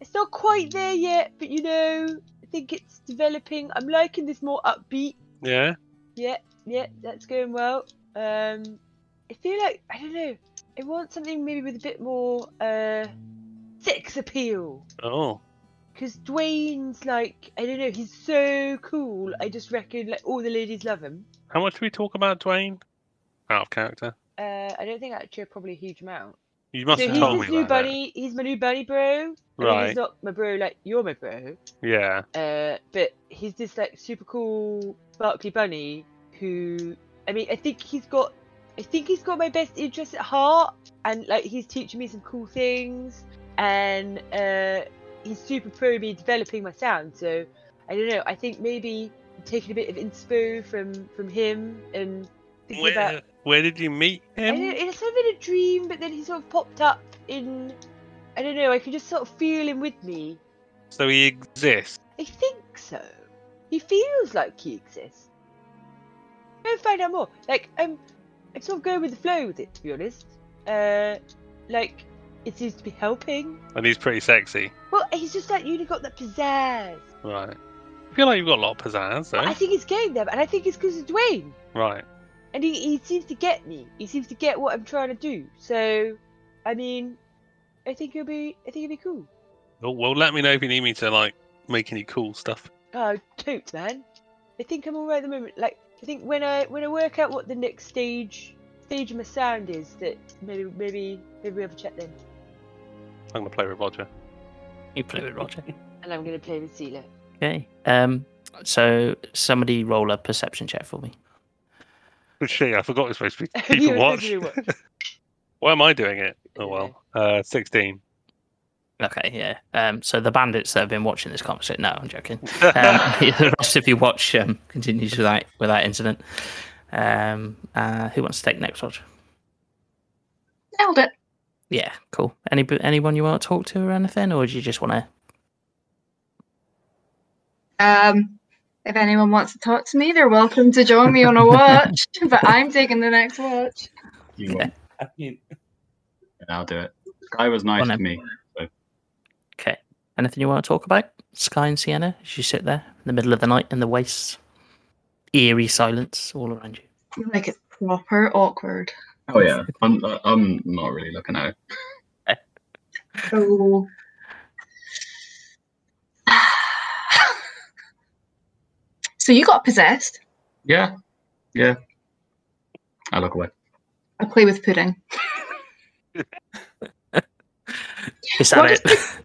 S6: it's not quite there yet, but you know, I think it's developing. I'm liking this more upbeat.
S7: Yeah.
S6: Yeah, yeah, that's going well. Um, I feel like I don't know. I want something maybe with a bit more uh sex appeal.
S7: Oh.
S6: Cause Dwayne's like I don't know, he's so cool. I just reckon like all the ladies love him.
S7: How much do we talk about Dwayne? Out of character.
S6: Uh, I don't think actually probably a huge amount.
S7: You must
S6: so
S7: have
S6: he's
S7: told
S6: this
S7: me
S6: new
S7: about that.
S6: bunny. He's my new bunny, bro. I mean,
S7: Right.
S6: he's not my bro, like you're my bro.
S7: Yeah.
S6: Uh, but he's this like super cool sparkly bunny who, I mean, I think he's got, I think he's got my best interest at heart, and like he's teaching me some cool things, and uh, he's super pro me developing my sound. So I don't know. I think maybe taking a bit of inspo from from him and thinking
S7: Where,
S6: about.
S7: where did you meet
S6: I don't know,
S7: him?
S6: it's sort of in a dream, but then he sort of popped up in. I don't know. I could just sort of feel him with me.
S7: So he exists.
S6: I think so. He feels like he exists. Go find out more. Like um, I'm sort of going with the flow with it, to be honest. Uh, like it seems to be helping.
S7: And he's pretty sexy.
S6: Well, he's just like you got that pizzazz.
S7: Right. I feel like you've got a lot of pizzazz, though.
S6: But I think he's getting there, and I think it's because of Dwayne,
S7: Right.
S6: and he, he seems to get me. He seems to get what I'm trying to do. So, I mean, I think it'll be, I think it'll be cool.
S7: Well, well, let me know if you need me to, like, make any cool stuff.
S6: Oh, totes, man. I think I'm alright at the moment. Like, I think when I when I work out what the next stage stage of my sound is, that maybe maybe maybe we have a chat then.
S7: I'm going to play with Roger.
S2: You play with Roger.
S6: And I'm gonna play with Sela.
S2: Okay. Um. So somebody roll a perception check for me.
S7: Oh, shit, I forgot it was supposed to be
S6: You
S7: keep a
S6: were
S7: watch.
S6: supposed to do
S7: Why am I doing it? Oh,
S6: don't
S7: well. Uh, 16.
S2: Okay. Yeah. Um. So the bandits that have been watching this conversation. No, I'm joking. Um, the rest of you watch um, continues without without incident. Um. Uh. Who wants to take next, Roger?
S3: Nailed it.
S2: Yeah. Cool. Any anyone you want to talk to or anything, or do you just want to?
S3: Um, If anyone wants to talk to me, they're welcome to join me on a watch. but I'm taking the next watch.
S4: You won't.
S5: I mean,
S4: I'll do it. Sky was nice
S2: Well, no.
S4: to me.
S2: Okay. Anything you want to talk about? Sky and Sienna, as you sit there in the middle of the night in the wastes. Eerie silence all around you.
S3: Like it's proper awkward.
S4: Oh yeah, I'm. I'm not really looking at it.
S3: So So you got possessed.
S4: Yeah, yeah. I look away.
S3: I play with pudding.
S2: Is that
S3: What
S2: it?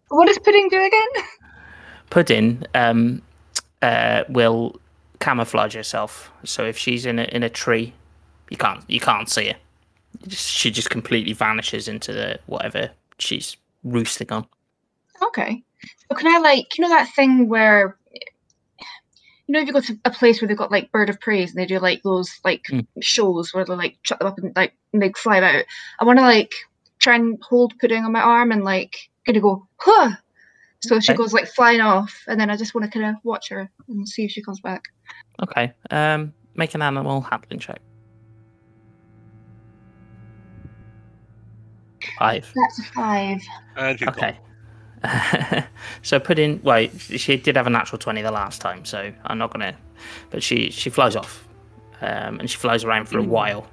S3: What does pudding do again?
S2: Puddin um, uh, will camouflage herself. So if she's in a, in a tree, you can't you can't see her. You just- she just completely vanishes into the whatever she's roosting on.
S3: Okay. So can I like you know that thing where you know if you go to a place where they've got like bird of praise and they do like those like
S2: Mm.
S3: shows where they like chuck them up and like and they slide out. I wanna like try and hold pudding on my arm and like gonna go huh so she
S2: Okay.
S3: goes like flying off and then I just wanna kinda watch her and see if she comes back.
S2: Okay. Um, make an animal handling check. Five.
S3: That's a five.
S1: And you've
S2: Okay. so put in. Well, she did have a natural twenty the last time, so I'm not gonna. But she she flies off, um, and she flies around for a while,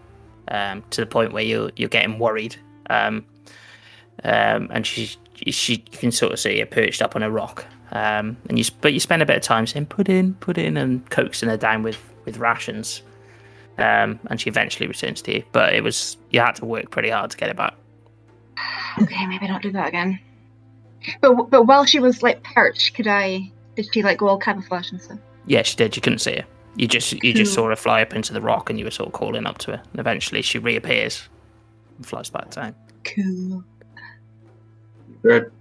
S2: um, to the point where you you're getting worried. Um, um, and she she you can sort of see her perched up on a rock. Um, and you s- but you spend a bit of time saying put in put in and coaxing her down with with rations. Um, and she eventually returns to you, but it was you had to work pretty hard to get it back.
S3: Okay, maybe not do that again. But but while she was like perched, could I? Did she like go all camouflage and stuff?
S2: Yeah, she did. You couldn't see her. You just you just
S3: Cool.
S2: saw her fly up into the rock, and you were sort of calling up to her. And eventually, she reappears and flies back down.
S3: Cool.
S4: Good.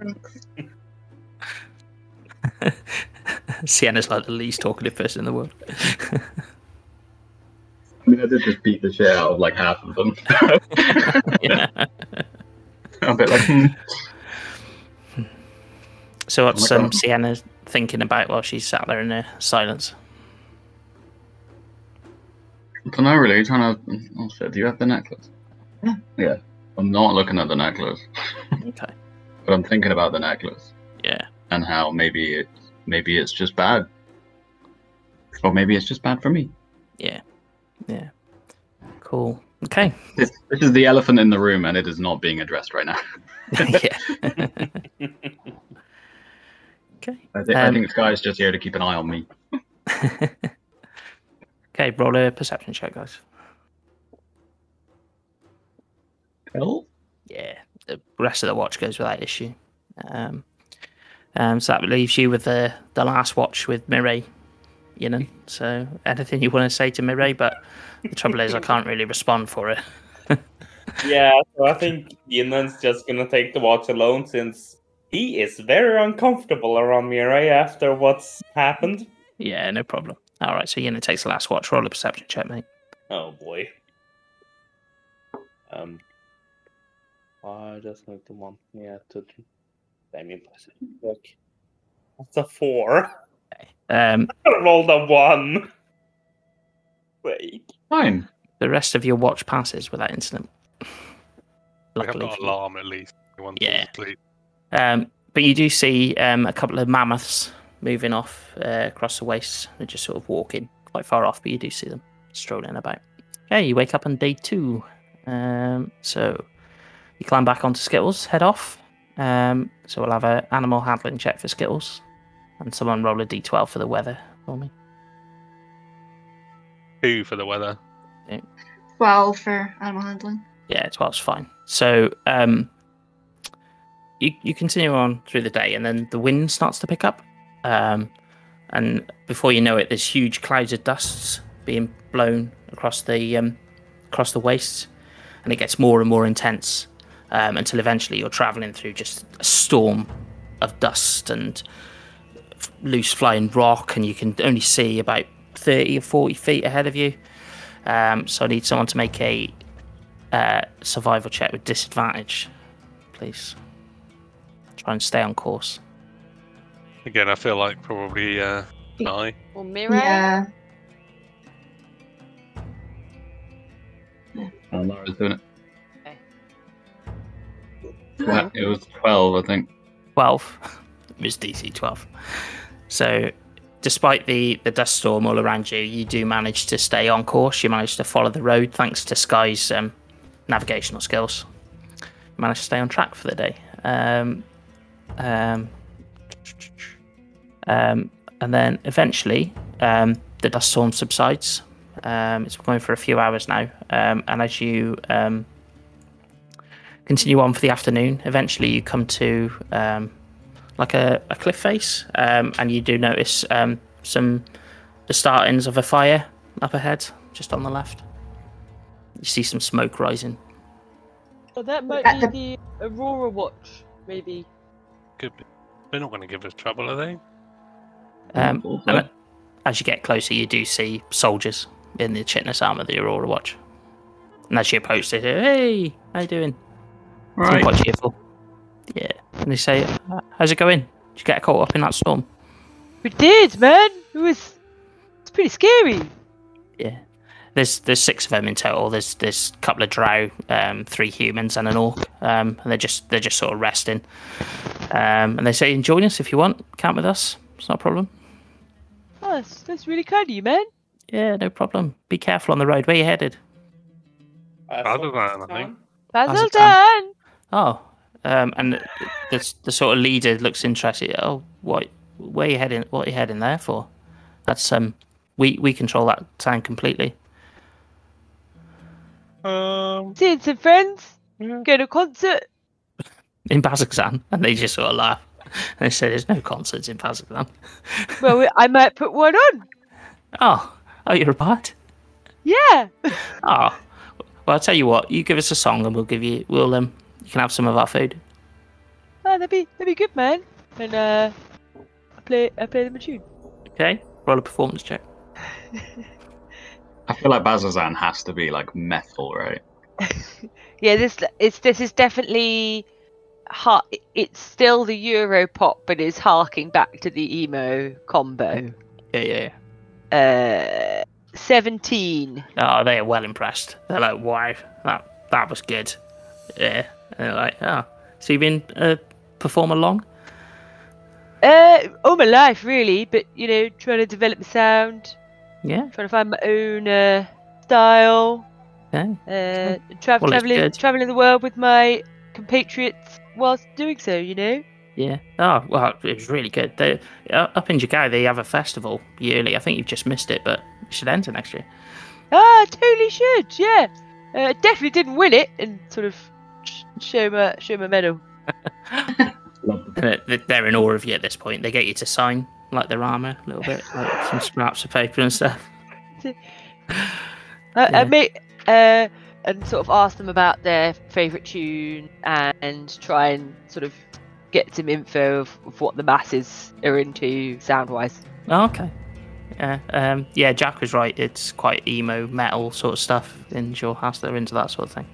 S3: Thanks.
S2: Sienna's like the least talkative person in the world.
S4: I mean, I did just beat the shit out of like half of them.
S2: Yeah.
S4: I'm a bit like, hmm.
S2: So
S4: Oh my
S2: what's um,
S4: God.
S2: Sienna thinking about while she's sat there in her silence?
S4: don't know really. Trying to. Oh shit! Do you have the necklace?
S3: Yeah.
S4: Yeah. I'm not looking at the necklace,
S2: Okay.
S4: but I'm thinking about the necklace
S2: Yeah.
S4: and how maybe it, maybe it's just bad, or maybe it's just bad for me.
S2: Yeah. Yeah. Cool. Okay.
S4: This, this is the elephant in the room, and it is not being addressed right now.
S2: yeah. okay.
S4: I, thi- I
S2: Um,
S4: think this guy's just here to keep an eye on me.
S2: okay. Roll a perception check, guys.
S4: Hell?
S2: yeah, the rest of the watch goes without issue. Um, um, so that leaves you with the the last watch with Mireille, you know. So anything you want to say to Mireille, but the trouble is I can't really respond for her.
S5: yeah, so I think Yunan's just gonna take the watch alone since he is very uncomfortable around Mirai after what's happened.
S2: Yeah, no problem. All right, so Yuna takes the last watch. Roll a perception check, mate.
S5: Oh boy. Um, I just need to want yeah to. I mean, look, that's a four.
S2: Um,
S5: I rolled a one. Wait.
S4: Fine.
S2: the rest of your watch passes without incident.
S1: got, we have
S2: Luckily,
S1: got an alarm at least. Everyone falls
S2: Yeah.
S1: asleep.
S2: um, but you do see um, a couple of mammoths moving off uh, across the waste. They're just sort of walking quite far off, but you do see them strolling about. Okay, you wake up on day two. Um, so you climb back onto Skittles, head off. Um, so we'll have an animal handling check for Skittles, and someone roll a d12 for the weather for me.
S1: Two for the weather.
S3: Twelve for animal handling.
S2: Yeah, twelve's fine. So um, you you continue on through the day, and then the wind starts to pick up, um, and before you know it, there's huge clouds of dusts being blown across the um, across the wastes, and it gets more and more intense um, until eventually you're traveling through just a storm of dust and f- loose flying rock, and you can only see about thirty or forty feet ahead of you. Um, so I need someone to make a uh, survival check with disadvantage, please. Try and stay on course.
S1: Again, I feel like probably uh, an eye.
S6: Or Mirai?
S3: Yeah.
S4: And Laura's Uh, doing it.
S6: Okay.
S4: Twe- It was 12, I think.
S2: 12. It was DC 12. So, despite the, the dust storm all around you, you do manage to stay on course. You manage to follow the road thanks to Sky's um, navigational skills. You manage to stay on track for the day. Um, um, um, and then eventually, um, the dust storm subsides. Um, it's been going for a few hours now. Um, and as you um, continue on for the afternoon. Eventually, you come to um, like a, a cliff face, um, and you do notice um, some the startings of a fire up ahead, just on the left. You see some smoke rising.
S6: Oh, that might
S3: At
S6: be the Aurora Watch, maybe.
S1: Could be. They're not going to give us trouble, are they?
S2: Um,
S4: Oh, Cool.
S2: and a- as you get closer, you do see soldiers in the Chitness armor, the Aurora Watch. And as you approach, they say, "Hey, how you doing?" Seem
S4: Right.
S2: Quite cheerful. Yeah. And they say, "Uh, "How's it going? Did you get caught up in that storm?"
S6: We did, man! It was. It's pretty scary!
S2: Yeah. There's there's six of them in total. There's there's a couple of drow, um, three humans and an orc. Um, and they're just they're just sort of resting. Um, and they say, "And "Join us if you want. Camp with us. It's not a problem."
S6: Oh, that's, that's really kind of you, man.
S2: Yeah, no problem. Be careful on the road. Where you headed?
S5: Uh,
S1: Other than, I
S5: Sultan?
S1: think.
S6: Basil
S2: it
S6: done!
S2: Oh, um, and the, the the sort of leader looks interested. Oh, what? Where you heading? What you heading there for? That's um, we we control that town completely.
S1: Um,
S6: Seeing some friends,
S1: yeah.
S6: going to a concert.
S2: In Bazakzan, and they just sort of laugh. And they say, "There's no concerts in Bazakzan."
S6: Well, I might put one on!
S2: Oh, oh, you're a bard.
S6: Yeah!
S2: Oh, well, I'll tell you what. You give us a song, and we'll give you. We'll um. You can have some of our food.
S6: Oh, that'd be that'd be good, man. And uh, I play I play them a tune.
S2: Okay. Roll a performance check.
S4: I feel like Bazazan has to be like metal, right?
S6: Yeah, this it's this is definitely har- It's still the Euro pop, but it's harking back to the emo combo.
S2: Yeah, yeah. yeah.
S6: Uh, seventeen.
S2: Oh, they are well impressed. They're like, "Wow, that that was good." Yeah. And they're like, "Oh, so you've been a performer long?"
S6: Uh, all my life really, but you know, trying to develop the sound,
S2: Yeah.
S6: trying to find my own uh, style.
S2: Okay.
S6: Uh, tra-
S2: Well, it's
S6: traveling
S2: good.
S6: traveling the world with my compatriots whilst doing so. You know.
S2: Yeah. Oh, well, it was really good. They, uh, up in Jagai, they have a festival yearly. I think you've just missed it, but you should enter next year.
S6: Ah, I totally should. Yeah, uh, definitely didn't win it, and sort of sh- show my show my medal.
S4: Love
S2: And it- th- they're in awe of you at this point. They get you to sign like their armor a little bit, like some scraps of paper and stuff.
S6: I,
S2: Yeah.
S6: I made uh, and sort of asked them about their favourite tune and try and sort of get some info of, of what the masses are into sound wise.
S2: Oh, okay. Yeah, um, yeah, Jack was right. It's quite emo metal sort of stuff in your house. They're into that sort of thing.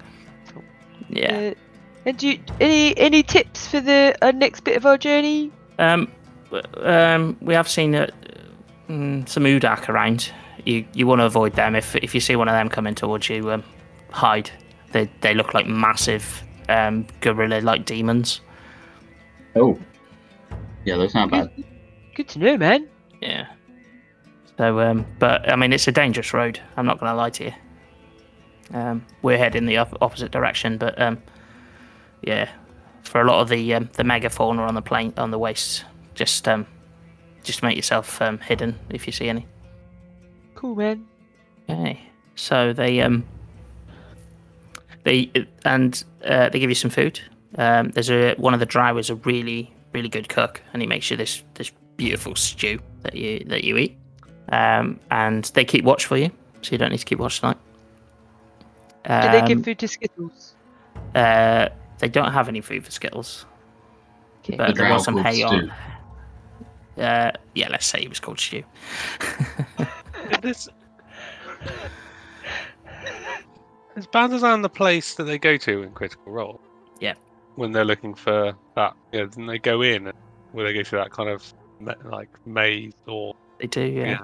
S6: Cool.
S2: Yeah.
S6: Uh, and do you, any any tips for the uh, next bit of our journey?
S2: Um, w- um, we have seen uh, mm, some Udak around. You you want to avoid them. If if you see one of them coming towards you, um, hide. They they look like massive um, gorilla like demons.
S4: Oh. Yeah, that's not bad.
S6: Good to know, man.
S2: Yeah. So um, but I mean it's a dangerous road. I'm not gonna lie to you. Um, we're heading the op- opposite direction, but um, yeah, for a lot of the um, the megafauna on the plane on the wastes, just um, just make yourself um, hidden if you see any.
S6: Cool, man.
S2: Okay. So they um they and uh, they give you some food. Um, there's a one of the drivers a really really good cook, and he makes you this this beautiful stew that you that you eat. Um, and they keep watch for you, so you don't need to keep watch tonight. Um,
S6: Do they give food to Skittles?
S2: Uh, they don't have any food for Skittles,
S6: Okay.
S2: but there
S4: drow
S2: was some
S4: called
S2: hay on.
S4: stew.
S2: Uh, yeah, let's say it was called stew.
S1: This... Is Bandazan the place that they go to in Critical Role?
S2: Yeah.
S1: When they're looking for that, yeah, then they go in and where they go through that kind of ma- like maze or
S2: They do, yeah.
S1: Yeah.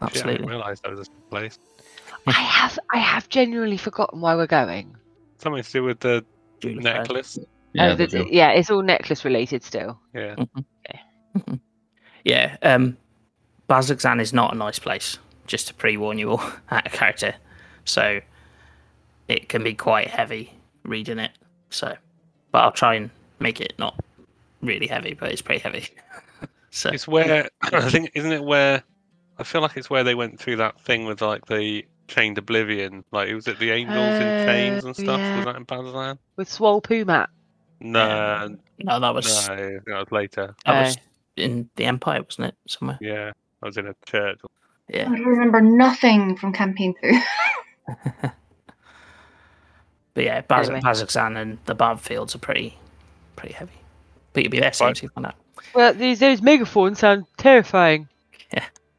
S1: I
S2: Absolutely.
S1: didn't realise that was a secret place.
S6: I have I have genuinely forgotten why we're going.
S1: Something to do with the
S2: Jewel affair.
S1: necklace.
S6: Uh,
S4: Yeah, they
S6: the-
S4: do.
S6: yeah, it's all necklace related still.
S1: Yeah.
S2: Yeah, um, Bazakzan is not a nice place, just to pre warn you all out of character. So it can be quite heavy reading it. So, but I'll try and make it not really heavy, but it's pretty heavy. so,
S1: It's where I think isn't it where I feel like it's where they went through that thing with like the chained oblivion. Like it was at the angels in chains and
S6: Oh,
S1: stuff.
S6: yeah.
S1: Was that in Bazan?
S6: With Swole Pumat.
S1: No, no,
S2: no, that was,
S1: that was later.
S2: that was in the Empire, wasn't it? Somewhere.
S1: Yeah, I was in a church.
S2: Yeah.
S3: I remember nothing from campaign two.
S2: But yeah, Baz-
S6: Anyway.
S2: Bazakzan and the Barb Fields are pretty pretty heavy. But you'll be there soon
S1: Right.
S2: to find out.
S6: Well, these those megaphones sound terrifying.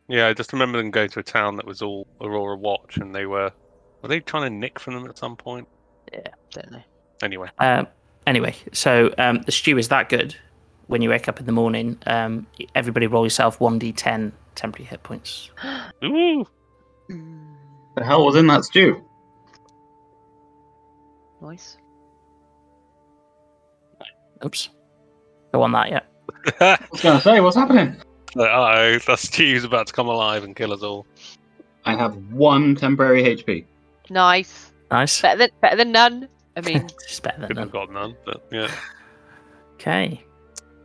S1: Yeah, I just remember them going to a town that was all Aurora Watch, and they were were they trying to nick from them at some point?
S6: Don't know.
S1: Anyway,
S2: Um, anyway, so um, the stew is that good. When you wake up in the morning, um, everybody roll yourself 1d10 temporary hit points.
S1: ooh,
S6: Mm,
S4: The hell was in that stew?
S6: nice.
S2: Oops. Go on that, yeah.
S4: I was gonna say, what's happening?
S1: oh, that stew's about to come alive and kill us all.
S4: I have one temporary HP.
S6: Nice.
S2: Nice.
S6: Better than better than none. I mean,
S2: It's better
S1: Could
S2: than
S1: have got none, but yeah.
S2: Okay.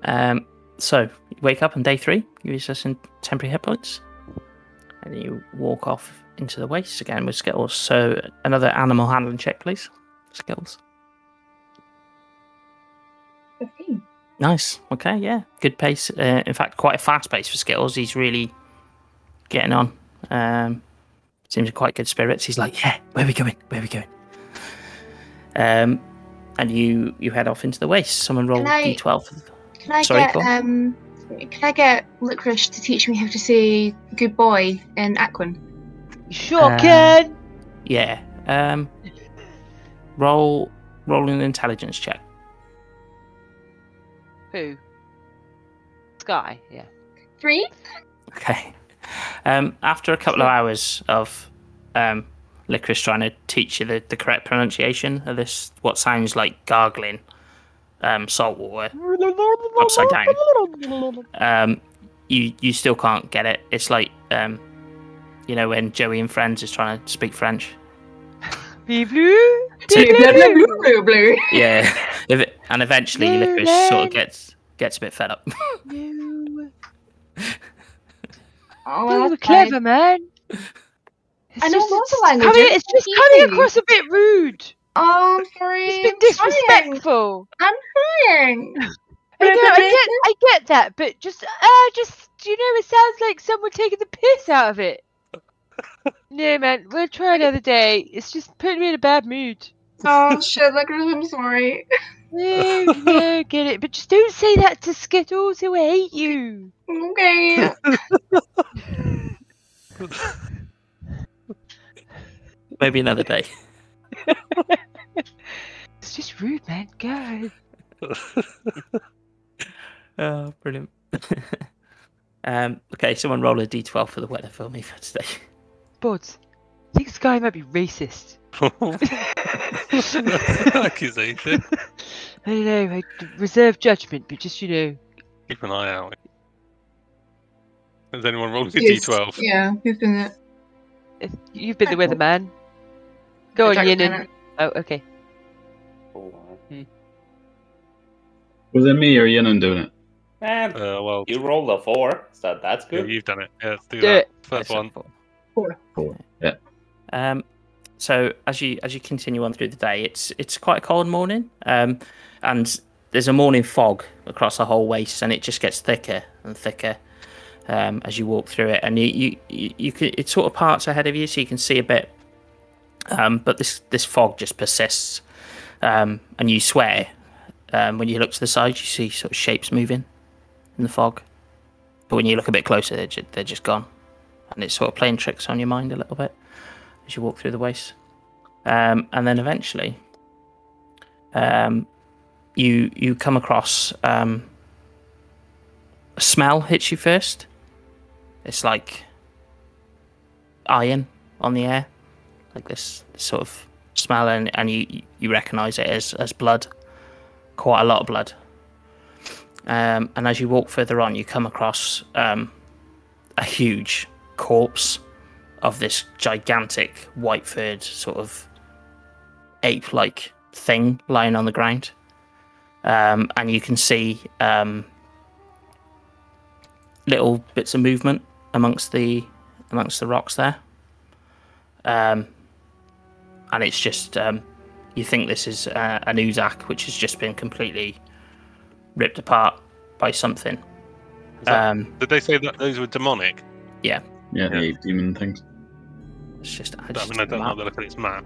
S2: Um, so you wake up on day three, you use this in temporary hit points, and you walk off into the waste again with Skittles. So another animal handling check, please. Skittles.
S3: Fifteen.
S2: Nice. Okay. Yeah. Good pace. Uh, in fact, quite a fast pace for Skittles. He's really getting on. Um, seems in quite good spirits. He's like, yeah, where we going? Where we going? Um, and you you head off into the waste. Someone roll
S3: I-
S2: d12. for the-
S3: Can I
S2: Sorry,
S3: get
S2: go on.
S3: um? Can I get Licorice to teach me how to say good boy in Aquan?
S6: you sure
S2: Uh,
S6: can.
S2: Yeah. Um, roll roll an intelligence check.
S6: Who? Sky. Yeah.
S3: Three.
S2: Okay. Um, after a couple of hours of um, Licorice trying to teach you the, the correct pronunciation of this, what sounds like gargling um, salt water upside down, um, you you still can't get it. It's like um, you know when Joey and Friends is trying to speak French.
S6: Vive blue.
S2: So-
S6: Vive blue.
S3: blue, blue.
S2: yeah. Ev- And eventually, Licorice sort of gets gets a bit fed up.
S6: You
S3: Oh, well,
S6: were
S3: that's fine.
S6: clever, man. It's
S3: I know
S6: just-
S3: lots of
S6: it's
S3: languages,
S6: Coming, it's
S3: what
S6: just
S3: do you
S6: coming
S3: mean?
S6: across a bit rude.
S3: Oh, I'm sorry.
S6: It's been
S3: I'm trying.
S6: disrespectful.
S3: Trying.
S6: I,
S3: Bit of
S6: know, I
S3: abrasive.
S6: get, I get that, but just, uh, just, do you know, it sounds like someone taking the piss out of it. no, man, we'll try another day. It's just putting me in a bad mood.
S3: Oh shit, Licorice, I'm sorry.
S6: No, no, get it, but just don't say that to Skittles, who hate you.
S3: Okay.
S2: Maybe another day.
S6: It's just rude, man. Go.
S2: Oh, brilliant. um, okay, someone roll a d12 for the weather for me for today.
S6: Bods, I think this guy might be racist.
S1: Accusation.
S6: I don't know, I d- reserve judgment, but just, you know,
S1: Keep an eye out. Has anyone rolled a
S3: Yes,
S1: d12?
S3: Yeah, who's been it?
S6: if- you've been the
S3: Okay.
S6: weatherman. Go on,
S3: Jack
S6: Yin. And...
S3: Bennett.
S6: Oh, okay.
S5: Hmm.
S4: Was it me or Yenin doing it?
S5: Man,
S1: Uh, well,
S5: you rolled a four, so that's
S1: yeah,
S5: good.
S1: you've done it. Yeah, let's do,
S6: Do
S1: that.
S6: it.
S1: First
S2: That's
S1: one.
S2: helpful.
S4: Four. Yeah.
S2: Um, so as you as you continue on through the day, it's it's quite a cold morning, um, and there's a morning fog across the whole waste, and it just gets thicker and thicker um, as you walk through it. And you you, you, you can, it sort of parts ahead of you, so you can see a bit, um, but this this fog just persists, um, and you swear um, when you look to the side, you see sort of shapes moving in the fog, but when you look a bit closer, they're just, they're just gone, and it's sort of playing tricks on your mind a little bit as you walk through the waste. Um, and then eventually, um, you you come across um, a smell hits you first. It's like iron on the air, like this, this sort of smell, and, and you you recognise it as as blood, quite a lot of blood. Um, and as you walk further on, you come across um, a huge corpse of this gigantic white furred sort of ape like thing lying on the ground. Um, and you can see um, little bits of movement amongst the amongst the rocks there. Um, and it's just um, you think this is uh, an Uzak which has just been completely ripped apart by something.
S1: that-
S2: Um,
S1: Did they say that those were demonic?
S4: Yeah,
S1: Yeah.
S4: the ape demon things.
S2: it's just, I
S1: I
S2: just
S1: mean, I don't know.
S2: map.
S1: They look at its map.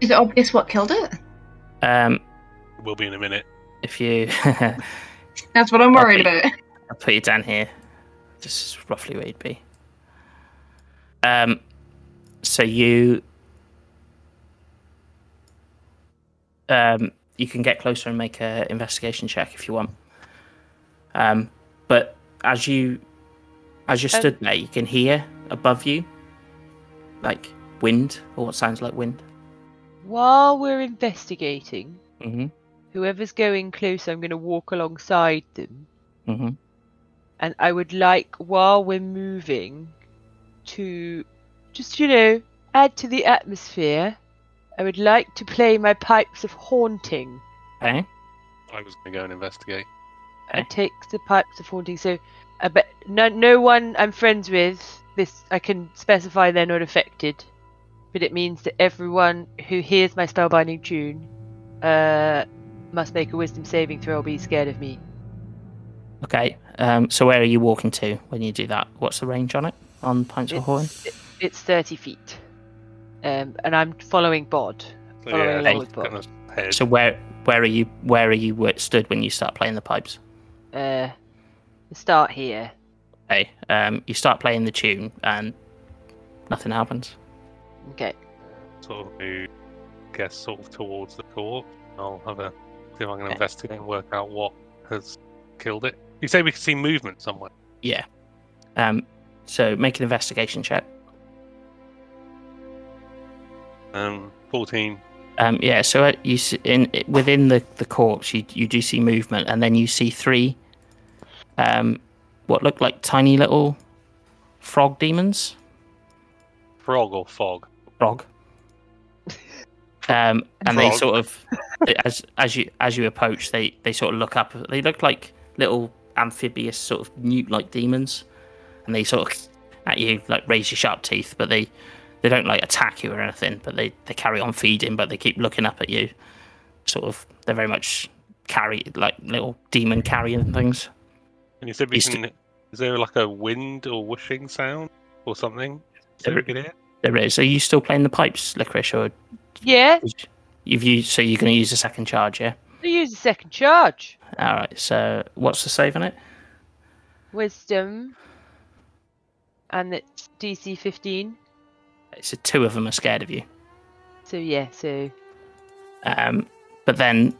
S3: Is it obvious what killed it?
S2: Um,
S1: It will be in a minute.
S2: if you I'll
S3: That's what I'm worried
S2: Okay.
S3: about.
S2: put you down here, this is roughly where you'd be. Um, so you um, you can get closer and make a investigation check if you want. Um, but as you as you
S6: Um,
S2: stood there, you can hear above you like wind or what sounds like wind.
S6: While we're investigating,
S2: Mm-hmm.
S6: whoever's going close, I'm going to walk alongside them.
S2: Mm-hmm.
S6: And I would like, while we're moving, to just, you know, add to the atmosphere. I would like to play my pipes of haunting.
S2: Okay.
S1: I was going to go and investigate.
S6: I
S2: Okay.
S6: take the pipes of haunting. So, I bet no, no one I'm friends with. This I can specify they're not affected, but it means that everyone who hears my spellbinding tune, uh, must make a wisdom saving throw or be scared of me.
S2: Okay. Um, so where are you walking to when you do that? What's the range on it? On Pints of Horn?
S6: It's, it's thirty feet, um, and I'm following Bod.
S1: So,
S6: Following
S1: yeah,
S6: along
S1: I was
S6: with
S1: gonna head.
S2: So where where are you where are you wo- stood when you start playing the pipes?
S6: Uh, start here.
S2: Okay. Um, you start playing the tune and nothing happens.
S6: Okay.
S1: sort of move, guess sort of towards the corpse. I'll have a see if I can investigate and work out what has killed it. You say we can see movement somewhere.
S2: Yeah. Um, so make an investigation check.
S1: Um, fourteen.
S2: Um, yeah. So uh, you s- in within the the corpse, you you do see movement, and then you see three, um, what look like tiny little frog demons.
S1: Frog or fog?
S2: frog. Um, and they
S1: Frog.
S2: sort of, as as you as you approach, they they sort of look up. They look like little amphibious sort of newt-like demons, and they sort of at you like raise your sharp teeth, but they they don't like attack you or anything. But they they carry on feeding, but they keep looking up at you. Sort of, they're very much carry like little demon carrying things.
S1: And you said we
S2: It's
S1: can. Is there like a wind or whooshing sound or something? So we
S2: There-
S1: can hear?
S2: There is. Are you still playing the pipes, licorice, or
S6: Yeah.
S2: you've used? So you're going to use the second charge, yeah?
S6: I use the second charge.
S2: All right. So what's the save on it?
S6: Wisdom. And it's DC 15.
S2: so two of them are scared of you.
S6: So yeah, so
S2: Um, but then,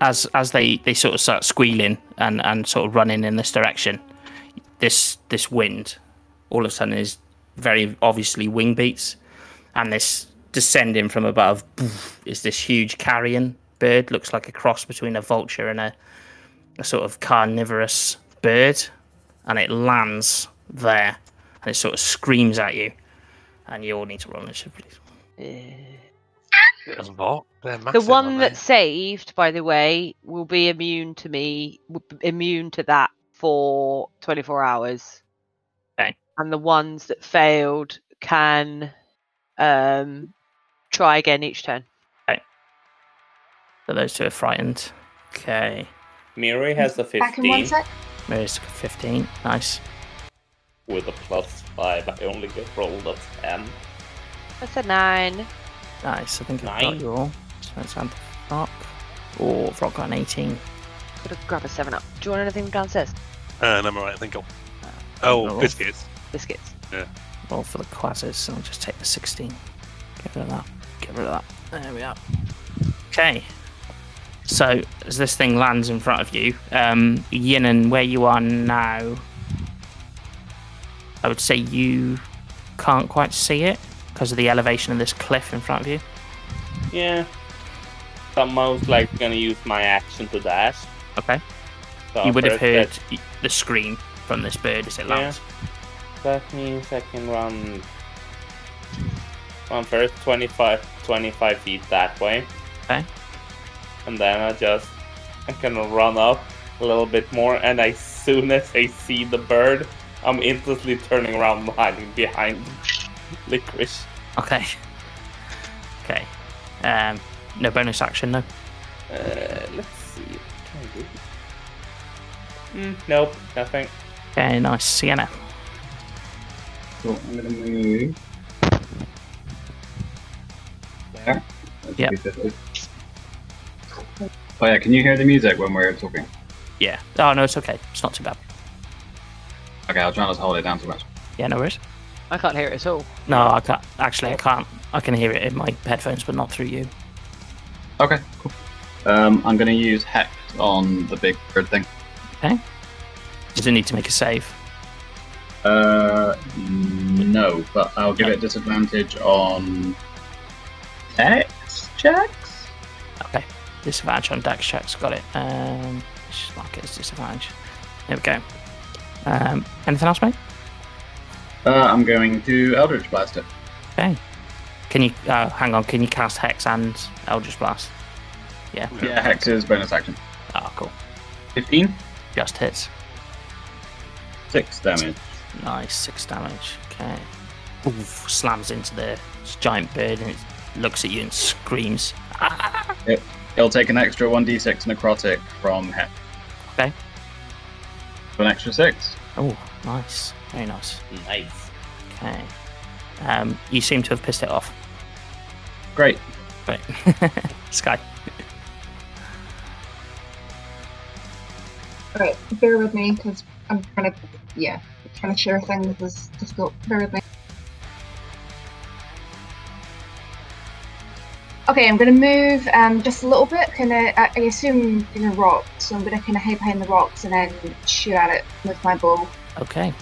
S2: as as they, they sort of start squealing and, and sort of running in this direction, this this wind, all of a sudden is very obviously wing beats, and this descending from above is this huge carrion bird. Looks like a cross between a vulture and a a sort of carnivorous bird, and it lands there, and it sort of screams at you, and you all need to roll initiative, please.
S1: There's what? They're
S6: the
S1: massive,
S6: one
S1: aren't
S6: that's saved, by the way, will be immune to me, will be immune to that for 24 hours.
S2: Okay.
S6: And the ones that failed can um try again each turn.
S2: So those two are frightened. Okay.
S5: Miri has a
S3: Back in one
S5: 15
S3: sec.
S2: Mirror's 15. Nice.
S5: with a plus 5. I only get rolled a 10.
S6: That's a nine.
S2: Nice. I think I've
S5: Nine.
S2: got you all. So that's Anthony Rock. Oh, Rock got an 18.
S6: Gotta grab a seven up. Do you want anything downstairs?
S1: they? Uh, no, I'm alright. I think. I'll... Oh,
S2: no.
S1: biscuits.
S6: Biscuits.
S2: Roll for the Quazzes. And I'll just take the 16. Get rid of that. Get rid of that. There we are. Okay. So as this thing lands in front of you, um, Yin and where you are now, I would say you can't quite see it because of the elevation of this cliff in front of you.
S5: Yeah. So I'm most likely gonna use my action to dash.
S2: Okay.
S5: So
S2: you would have
S5: first
S2: heard
S5: let-
S2: y- the scream from this bird as it
S5: Yeah.
S2: lands.
S5: That means I can run. Run first 25, 25 feet that way.
S2: Okay.
S5: And then I just. I'm gonna run up a little bit more, and as soon as I see the bird, I'm instantly turning around and hiding behind Licorice.
S2: Okay. Okay. Um, no bonus action, no.
S5: Uh, let's see. What can I do? Mm, nope, nothing.
S2: Okay, nice. Sienna.
S4: So I'm gonna move there. That's
S2: Yeah.
S4: basically- Oh yeah, can you hear the music when we're talking?
S2: Yeah. Oh, no, it's okay. It's not too bad.
S4: Okay, I'll try not to hold it down too much.
S2: Yeah, no worries.
S6: I can't hear it at all.
S2: No, I can't. Actually, I can't. I can hear it in my headphones, but not through you.
S4: Okay, cool. Um, I'm gonna use Hex on the big bird thing.
S2: Does it need to make a save?
S4: Uh, no, but I'll give it disadvantage on Dex checks.
S2: Okay. Disadvantage on dex checks. Got it. Um, let's just mark it as disadvantage. There we go. Um, anything else, mate?
S4: Uh, I'm going to Eldritch Blast it.
S2: Okay. Can you uh, hang on? Can you cast hex and Eldritch blast? Yeah.
S4: Yeah, Hex is bonus action.
S2: Oh, cool.
S4: 15,
S2: Just hits.
S4: 6 damage.
S2: Nice, six damage. Okay. Oof, slams into the giant bird and it looks at you and screams.
S4: It'll take an extra 1d6 necrotic from Hex.
S2: Okay.
S4: So an extra 6.
S2: Oh, nice. Very nice.
S5: Nice.
S2: Okay. Um, you seem to have pissed it off.
S4: Great.
S2: Right. Sky.
S3: Right, bear with me because I'm trying to, yeah, trying to share a thing that was difficult. Bear with me. Okay, I'm gonna move um, just a little bit. Kind of, I I assume in a rock, so I'm gonna kind of hide behind the rocks and then shoot at it with my bow.
S2: Okay.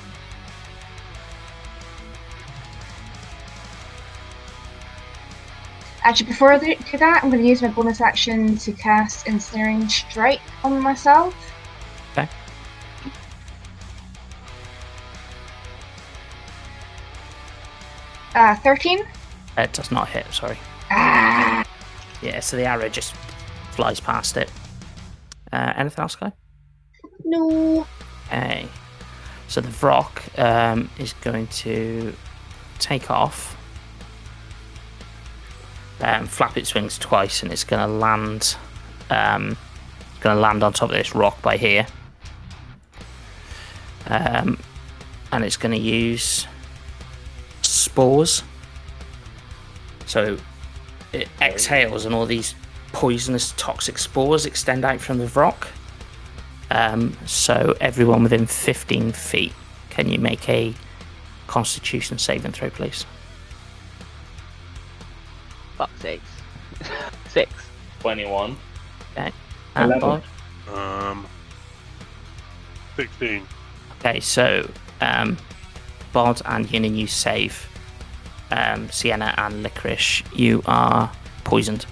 S3: Actually, before I do do that, I'm gonna use my bonus action to cast ensnaring strike on myself.
S2: Okay.
S3: Uh, thirteen.
S2: It does not hit, sorry.
S3: Ah.
S2: Yeah, so the arrow just flies past it. Uh, anything else, Sky?
S3: No.
S2: Okay. So the Vrock um, is going to take off. Um, flap its wings twice, and it's going to land. Um, it's going to land on top of this rock by here. Um, and it's going to use spores. So it exhales, and all these poisonous, toxic spores extend out from the rock. Um, so everyone within 15 feet, can you make a Constitution saving throw, please?
S6: Fuck sakes. Six.
S5: 21.
S2: Okay. And
S4: Eleven.
S2: Bob?
S1: Um, 16.
S2: Okay, so um, Bod and Yunin, you save. Um, Sienna and Licorice, you are poisoned.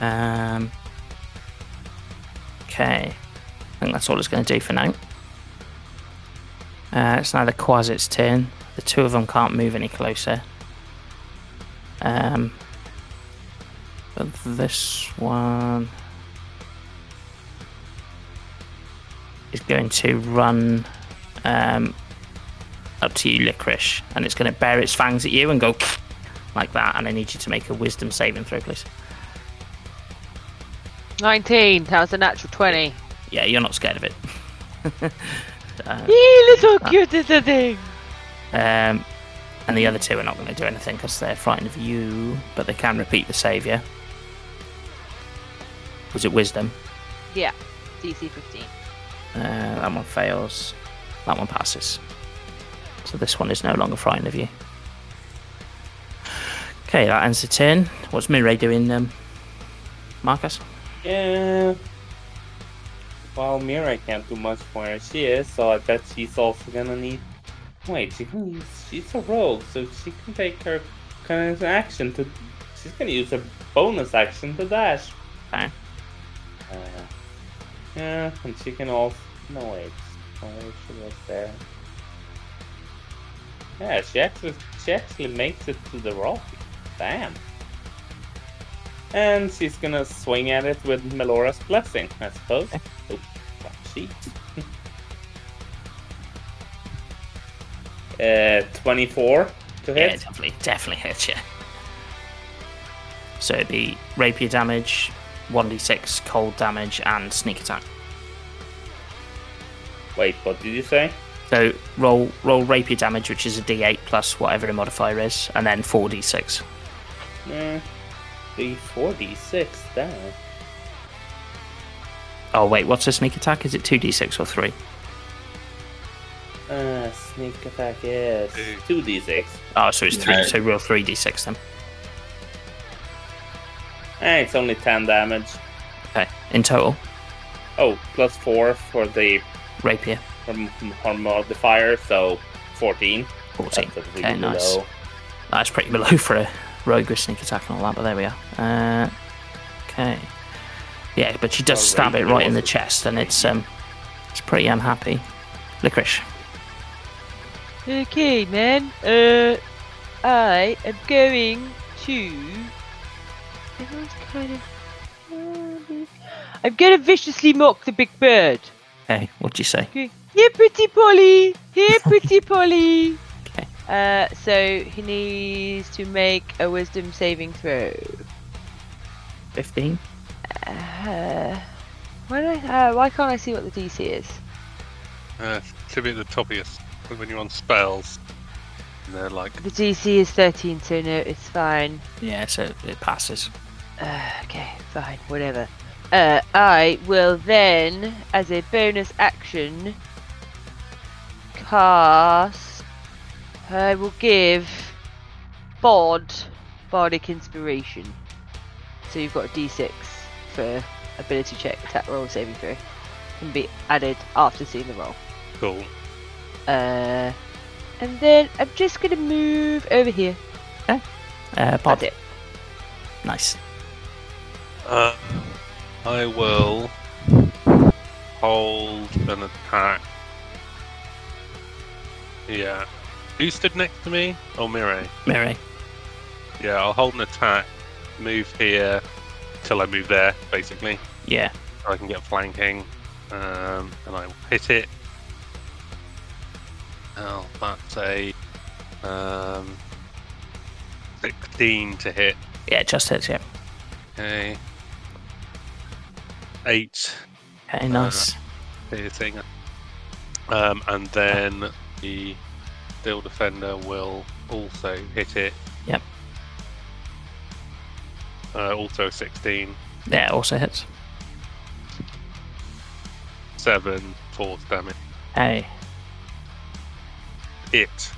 S2: Um, okay, I think that's all it's going to do for now. Uh, it's now the Quasit's turn. The two of them can't move any closer. Um, but this one. is going to run um, up to you, Licorice, and it's going to bear its fangs at you and go like that. And I need you to make a wisdom saving throw, please.
S6: Nineteen. That was a natural twenty.
S2: Yeah, you're not scared of it.
S6: Yee, little cute little thing.
S2: Um, and the other two are not going to do anything because they're frightened of you, but they can repeat the saviour. Was it wisdom?
S6: Yeah. DC fifteen.
S2: Uh, that one fails. That one passes. So this one is no longer frightened of you. Okay, that ends the turn. What's Mirai doing, um, Marcus?
S5: Yeah. Well, Mira can't do much for where she is, so I bet she's also gonna need. Wait, she can use. She's a rogue, so she can take her kind of action to. She's gonna use her bonus action to dash.
S2: Okay.
S5: Uh, yeah, and she can also. No wait. Oh, she was there. Yeah, she actually she actually makes it to the rock. Damn. And she's gonna swing at it with Melora's blessing, I suppose. Oh, crap, she. uh, twenty-four to
S2: Yeah,
S5: hit.
S2: definitely, definitely hits you. So it'd be rapier damage, 1d6 cold damage, and sneak attack.
S5: Wait, what did you say?
S2: So roll roll rapier damage, which is a d8 plus whatever the modifier is, and then 4d6.
S5: Eh, D four, D six. Damn.
S2: Oh wait, what's a sneak attack? Is it 2d6 or 3?
S5: Uh, sneak attack is
S7: Two.
S5: two D six.
S2: Oh, so it's 3,
S4: No.
S2: so roll 3d6 then.
S5: Eh, it's only ten damage.
S2: Okay, in total,
S5: Oh, plus four for the
S2: rapier,
S5: her, her modifier, so 14.
S2: 14.
S5: That's a really
S2: Okay, nice.
S5: low.
S2: That's pretty below for a rogue with sneak attack and all that, but there we are. Uh, okay. Yeah, but she does
S5: Well,
S2: stab it
S5: rapier
S2: right in the
S5: was-
S2: chest, and it's um, it's pretty unhappy. Licorice.
S6: Okay, man. Uh, I am going to. Everyone's kind of. I'm gonna viciously mock the big bird.
S2: Hey, what'd you say?
S6: Okay. Here, pretty Polly. Here, pretty Polly.
S2: Okay.
S6: Uh, so he needs to make a wisdom saving throw.
S2: 15?
S6: Uh, why do I, uh, why can't I see what the DC is?
S7: Uh, to be at the top of your, when you're on spells, and they're like
S6: The DC is 13, so no, it's fine.
S2: Yeah, so it passes.
S6: Uh, okay, fine, whatever. Uh, I will then, as a bonus action, cast. I will give Bod Bardic Inspiration. So you've got a D6 for ability check, attack roll, saving throw. Can be added after seeing the roll.
S7: cool.
S6: Uh, and then I'm just gonna move over here.
S2: Uh,
S6: That's
S2: Bod,
S6: it.
S2: nice.
S7: Uh, I will hold an attack. Yeah. Who stood next to me? Oh, Mirai.
S2: Mary.
S7: Yeah, I'll hold an attack, move here till I move there, basically.
S2: Yeah.
S7: So I can get flanking, um, and I will hit it. Oh, that's a um, 16 to hit.
S2: Yeah, it just hits, yeah.
S7: Okay. 8
S2: Okay, nice.
S7: hitting. Um, and then the Steel Defender will also hit it.
S2: Yep.
S7: Uh, also 16,
S2: yeah, it also hits.
S7: 7, 4 damage.
S2: Hey.
S7: It.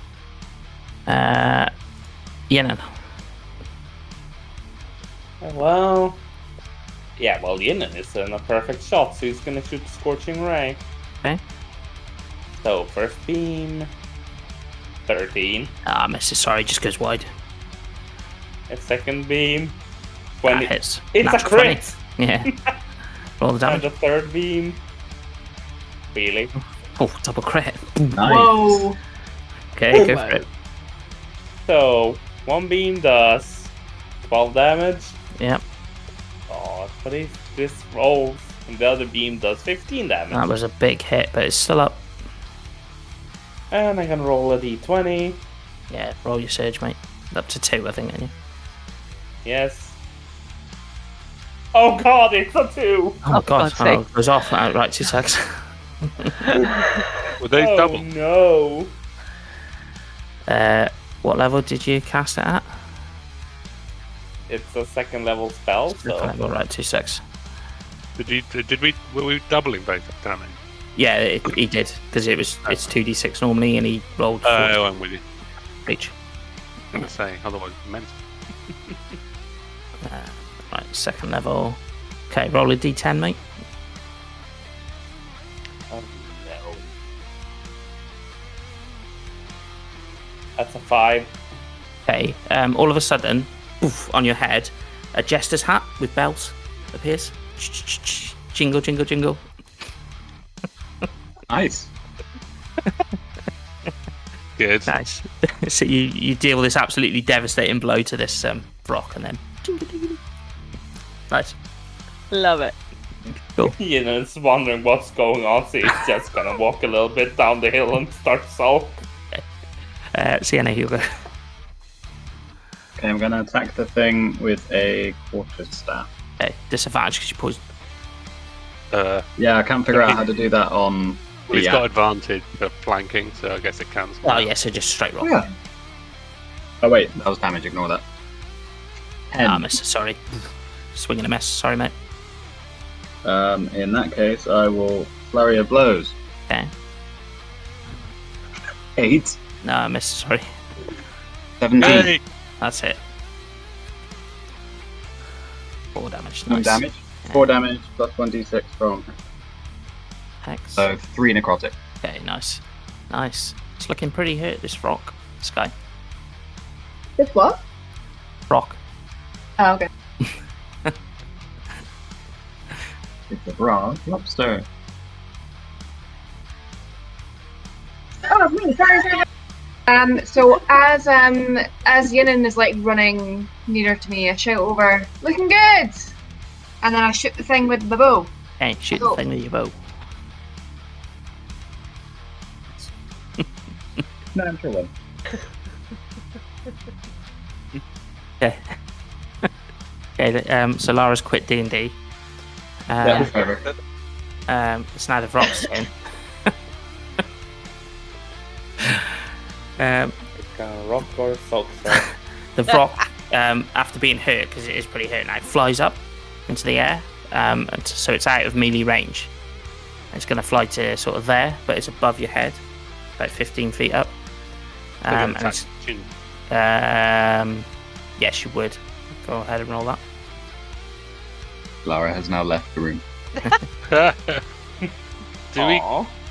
S2: Uh, Yenan.
S5: Oh, Well, yeah, well, Yinan is in a perfect shot, so he's gonna shoot Scorching Ray.
S2: Okay.
S5: So, first beam 13.
S2: Ah, misses. Sorry, just goes wide.
S5: A second beam
S2: That
S5: 20.
S2: hits.
S5: it's a
S2: Natural
S5: crit!
S2: 20. Yeah. Roll the damage.
S5: And the third beam. Really?
S2: Oh, double crit.
S4: Nice.
S3: Whoa.
S2: Okay,
S3: Oh
S2: go
S3: my.
S2: for it.
S5: So, one beam does 12 damage.
S2: Yep,
S5: Oh, but he, this rolls. And the other beam does 15 damage.
S2: that was a big hit, but it's still up.
S5: And I can roll a d20.
S2: Yeah, roll your surge, mate. Up to two, I think. ain't you?
S5: Yes. Oh god, it's a two!
S2: Oh,
S6: Oh, for
S2: god,
S6: God's
S2: oh,
S6: sake.
S2: it goes off. Oh, right, two seconds.
S7: Were those
S5: oh
S7: double?
S5: no!
S2: Uh, what level did you cast it at?
S5: It's a second level spell, so.
S2: Level, right, two six.
S7: Did, you, did we? Were we doubling both damage?
S2: Yeah, it, he did because it was it's two d six normally, and he rolled four
S7: Oh, I'm with you.
S2: each.
S7: I'm gonna say otherwise it's meant.
S2: Right, second level. Okay, roll a d10, mate.
S5: oh, That's a five.
S2: Okay. Um, all of a sudden, poof, on your head, a jester's hat with bells appears. Ch-ch-ch-ch. Jingle, jingle, jingle.
S4: Nice.
S1: Good.
S7: Uh,
S2: Nice. so you, you deal this absolutely devastating blow to this um, rock, and then. Nice.
S6: Love it.
S5: You know, it's wondering what's going on, so it's just gonna walk a little bit down the hill and start sulk.
S2: Uh, Sienna, you go.
S4: Okay, I'm gonna attack the thing with a quarter staff.
S2: Uh, disadvantage because you poisoned.
S7: Uh,
S4: Yeah, I can't figure out how to do that on.
S7: well, has
S4: Yeah.
S7: got advantage for flanking, so I guess it counts.
S2: Oh yeah, so just straight rock.
S4: Yeah. Oh wait, that was damage. Ignore that. Ten.
S2: Ah, miss. Sorry. Swing and a miss. Sorry, mate.
S4: Um, in that case, I will flurry of blows.
S2: Okay.
S4: Eight.
S2: No, miss. Sorry.
S4: Seventeen.
S1: Hey!
S2: That's it. Four damage.
S4: One
S2: Nice.
S4: damage. Four damage plus one d6 from.
S2: Hex.
S4: So three necrotic.
S2: Okay, nice. Nice. It's looking pretty hurt, this rock. This guy.
S3: This what?
S2: Rock.
S3: Oh, okay.
S4: It's a bronze lobster.
S3: Oh, it's me. Sorry, sorry. Um, so as um as Yinan is like running nearer to me, I shout over, "Looking good!" And then I shoot the thing with the bow.
S2: Hey, shoot
S3: Cool.
S4: Oh.
S2: the thing with your bow.
S4: Natural one.
S2: Okay, th- um, so Lara's quit D&D.
S4: That
S2: Uh,
S4: was clever.
S2: um, it's now the rock's turn. um,
S5: It's gonna rock or sulk. So.
S2: the rock, um, after being hurt, because it is pretty hurt now, flies up into the air. Um, and so it's out of melee range. It's going to fly to sort of there, but it's above your head, about 15 feet up.
S7: Still got
S2: Um, and
S7: attack
S2: it's-
S7: opportunity.
S2: Um, yes, you would. Go ahead and roll that.
S4: Lara has now left the room.
S7: Do
S5: Aw.
S7: we?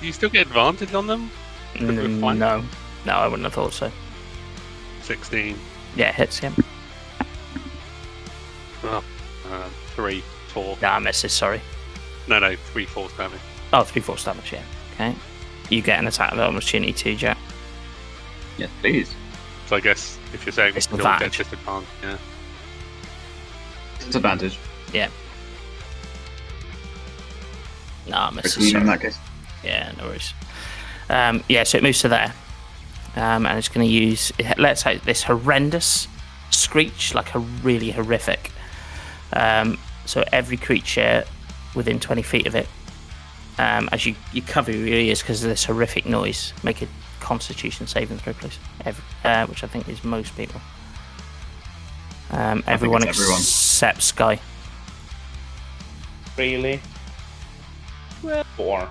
S7: You still get advantage on them? Could we
S2: Mm,
S7: flank?
S2: No, no, I wouldn't have thought so.
S7: Sixteen,
S2: Yeah, it hits him.
S7: um, three, four.
S2: Nah, misses. Sorry.
S7: No, no, three, four damage.
S2: Oh, three force damage. Yeah. Okay. You get an attack of opportunity too, Jack.
S4: Yes, please.
S7: So I guess if you're saying we
S2: It's
S7: can all get
S2: advantage.
S7: disadvantage, yeah.
S4: Disadvantage.
S2: Nah, misses.
S4: Between in
S2: Sorry.
S4: that case.
S2: Yeah, no worries. Um, yeah, so it moves to there, um, and it's going to use. It lets out this horrendous screech, like a really horrific. Um, so every creature within 20 feet of it, um, as you, you cover your ears because of this horrific noise, make a Constitution saving throw, please. Every, uh, which I think is most people. Um, everyone
S4: it's everyone.
S2: except Sky.
S5: Really? Four.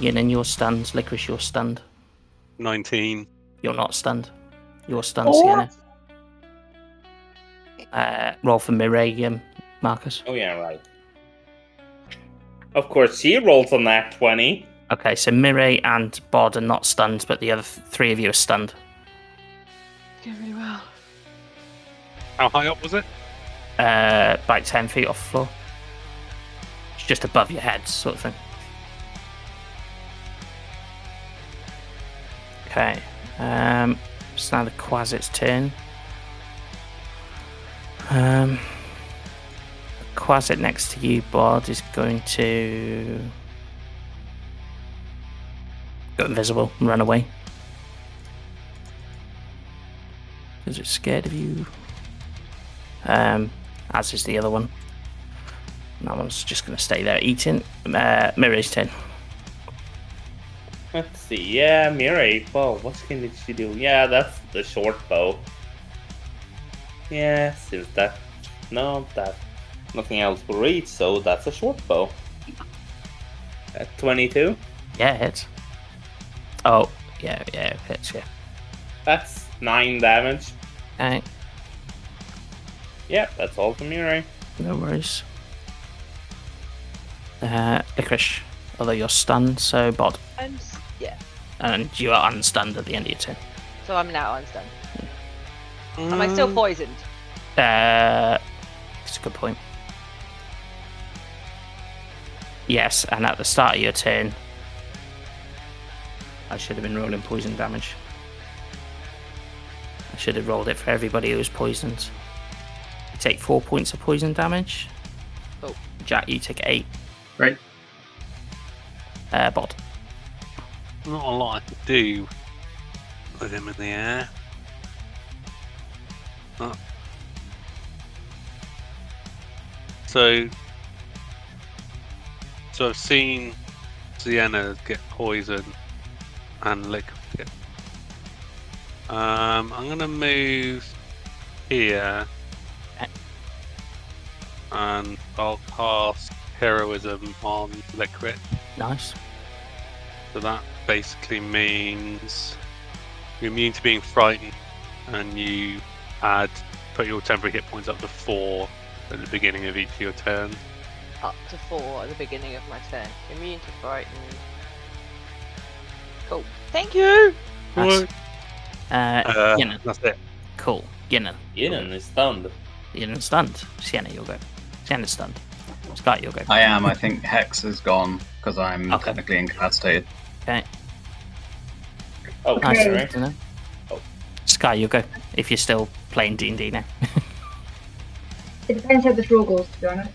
S2: Yin and you're stunned. Licorice, you're stunned.
S7: Nineteen.
S2: You're not stunned. You're stunned,
S3: Oh.
S2: Sienna. Uh, roll for Miragium, Marcus.
S5: Oh yeah, right. Of course, she rolls on that twenty.
S2: Okay, so Mirai and Bod are not stunned, but the other th- three of you are stunned.
S6: Doing really well.
S7: How high up was it?
S2: Uh, about 10 feet off the floor. It's just above your heads, sort of thing. Okay. Um, it's now the Quasit's turn. Um, the Quasit next to you, Bod, is going to go invisible and run away. Because it's scared of you. Um, as is the other one. And that one's just going to stay there eating. Uh, Mirror's turn.
S5: Let's see. Yeah, Mirai. Well, what can did she do? Yeah, that's the short bow. Yeah, since that, no, that nothing else will reach, so that's a short bow. At twenty-two.
S2: Yeah, it hits. Oh, yeah, yeah, it hits, yeah.
S5: That's nine damage.
S2: Okay,
S5: Yep, that's all for Mirai.
S2: no worries. Uh, Licorice, although you're stunned, so Bod.
S6: I'm s- yeah.
S2: And you are unstunned at the end of your turn.
S6: So I'm now unstunned. Am I still poisoned?
S2: Uh, that's a good point. Yes, and at the start of your turn, I should have been rolling poison damage. I should have rolled it for everybody who was poisoned. You take four points of poison damage.
S6: Oh.
S2: Jack, you take eight.
S4: Right.
S2: Uh, Bod.
S7: Not a lot I could do with him in the air. Oh. So, so I've seen Sienna get poisoned and liquid. Um, I'm gonna move here,
S2: Okay.
S7: and I'll cast heroism on liquid.
S2: Nice.
S7: So that basically means you're immune to being frightened, and you add put your temporary hit points up to four at the beginning of each of your turns.
S6: Up to four at the beginning of my turn. Immune to frightened. Cool. Thank you.
S2: Nice. Uh,
S7: Uh,
S2: Yenin.
S7: That's it.
S2: Cool. Yenin.
S5: Inan is stunned.
S2: Yenin stunned. Sienna, you'll go. Sienna's stunned. Scott, you'll go.
S4: I am. I think Hex is gone because I'm
S2: Okay.
S4: technically incapacitated.
S5: Oh,
S2: Nice.
S5: sorry.
S3: Okay.
S2: Dunno.
S5: Oh.
S2: Sky, you'll go if you're still playing D and D now.
S3: It depends how the draw goes, to be honest.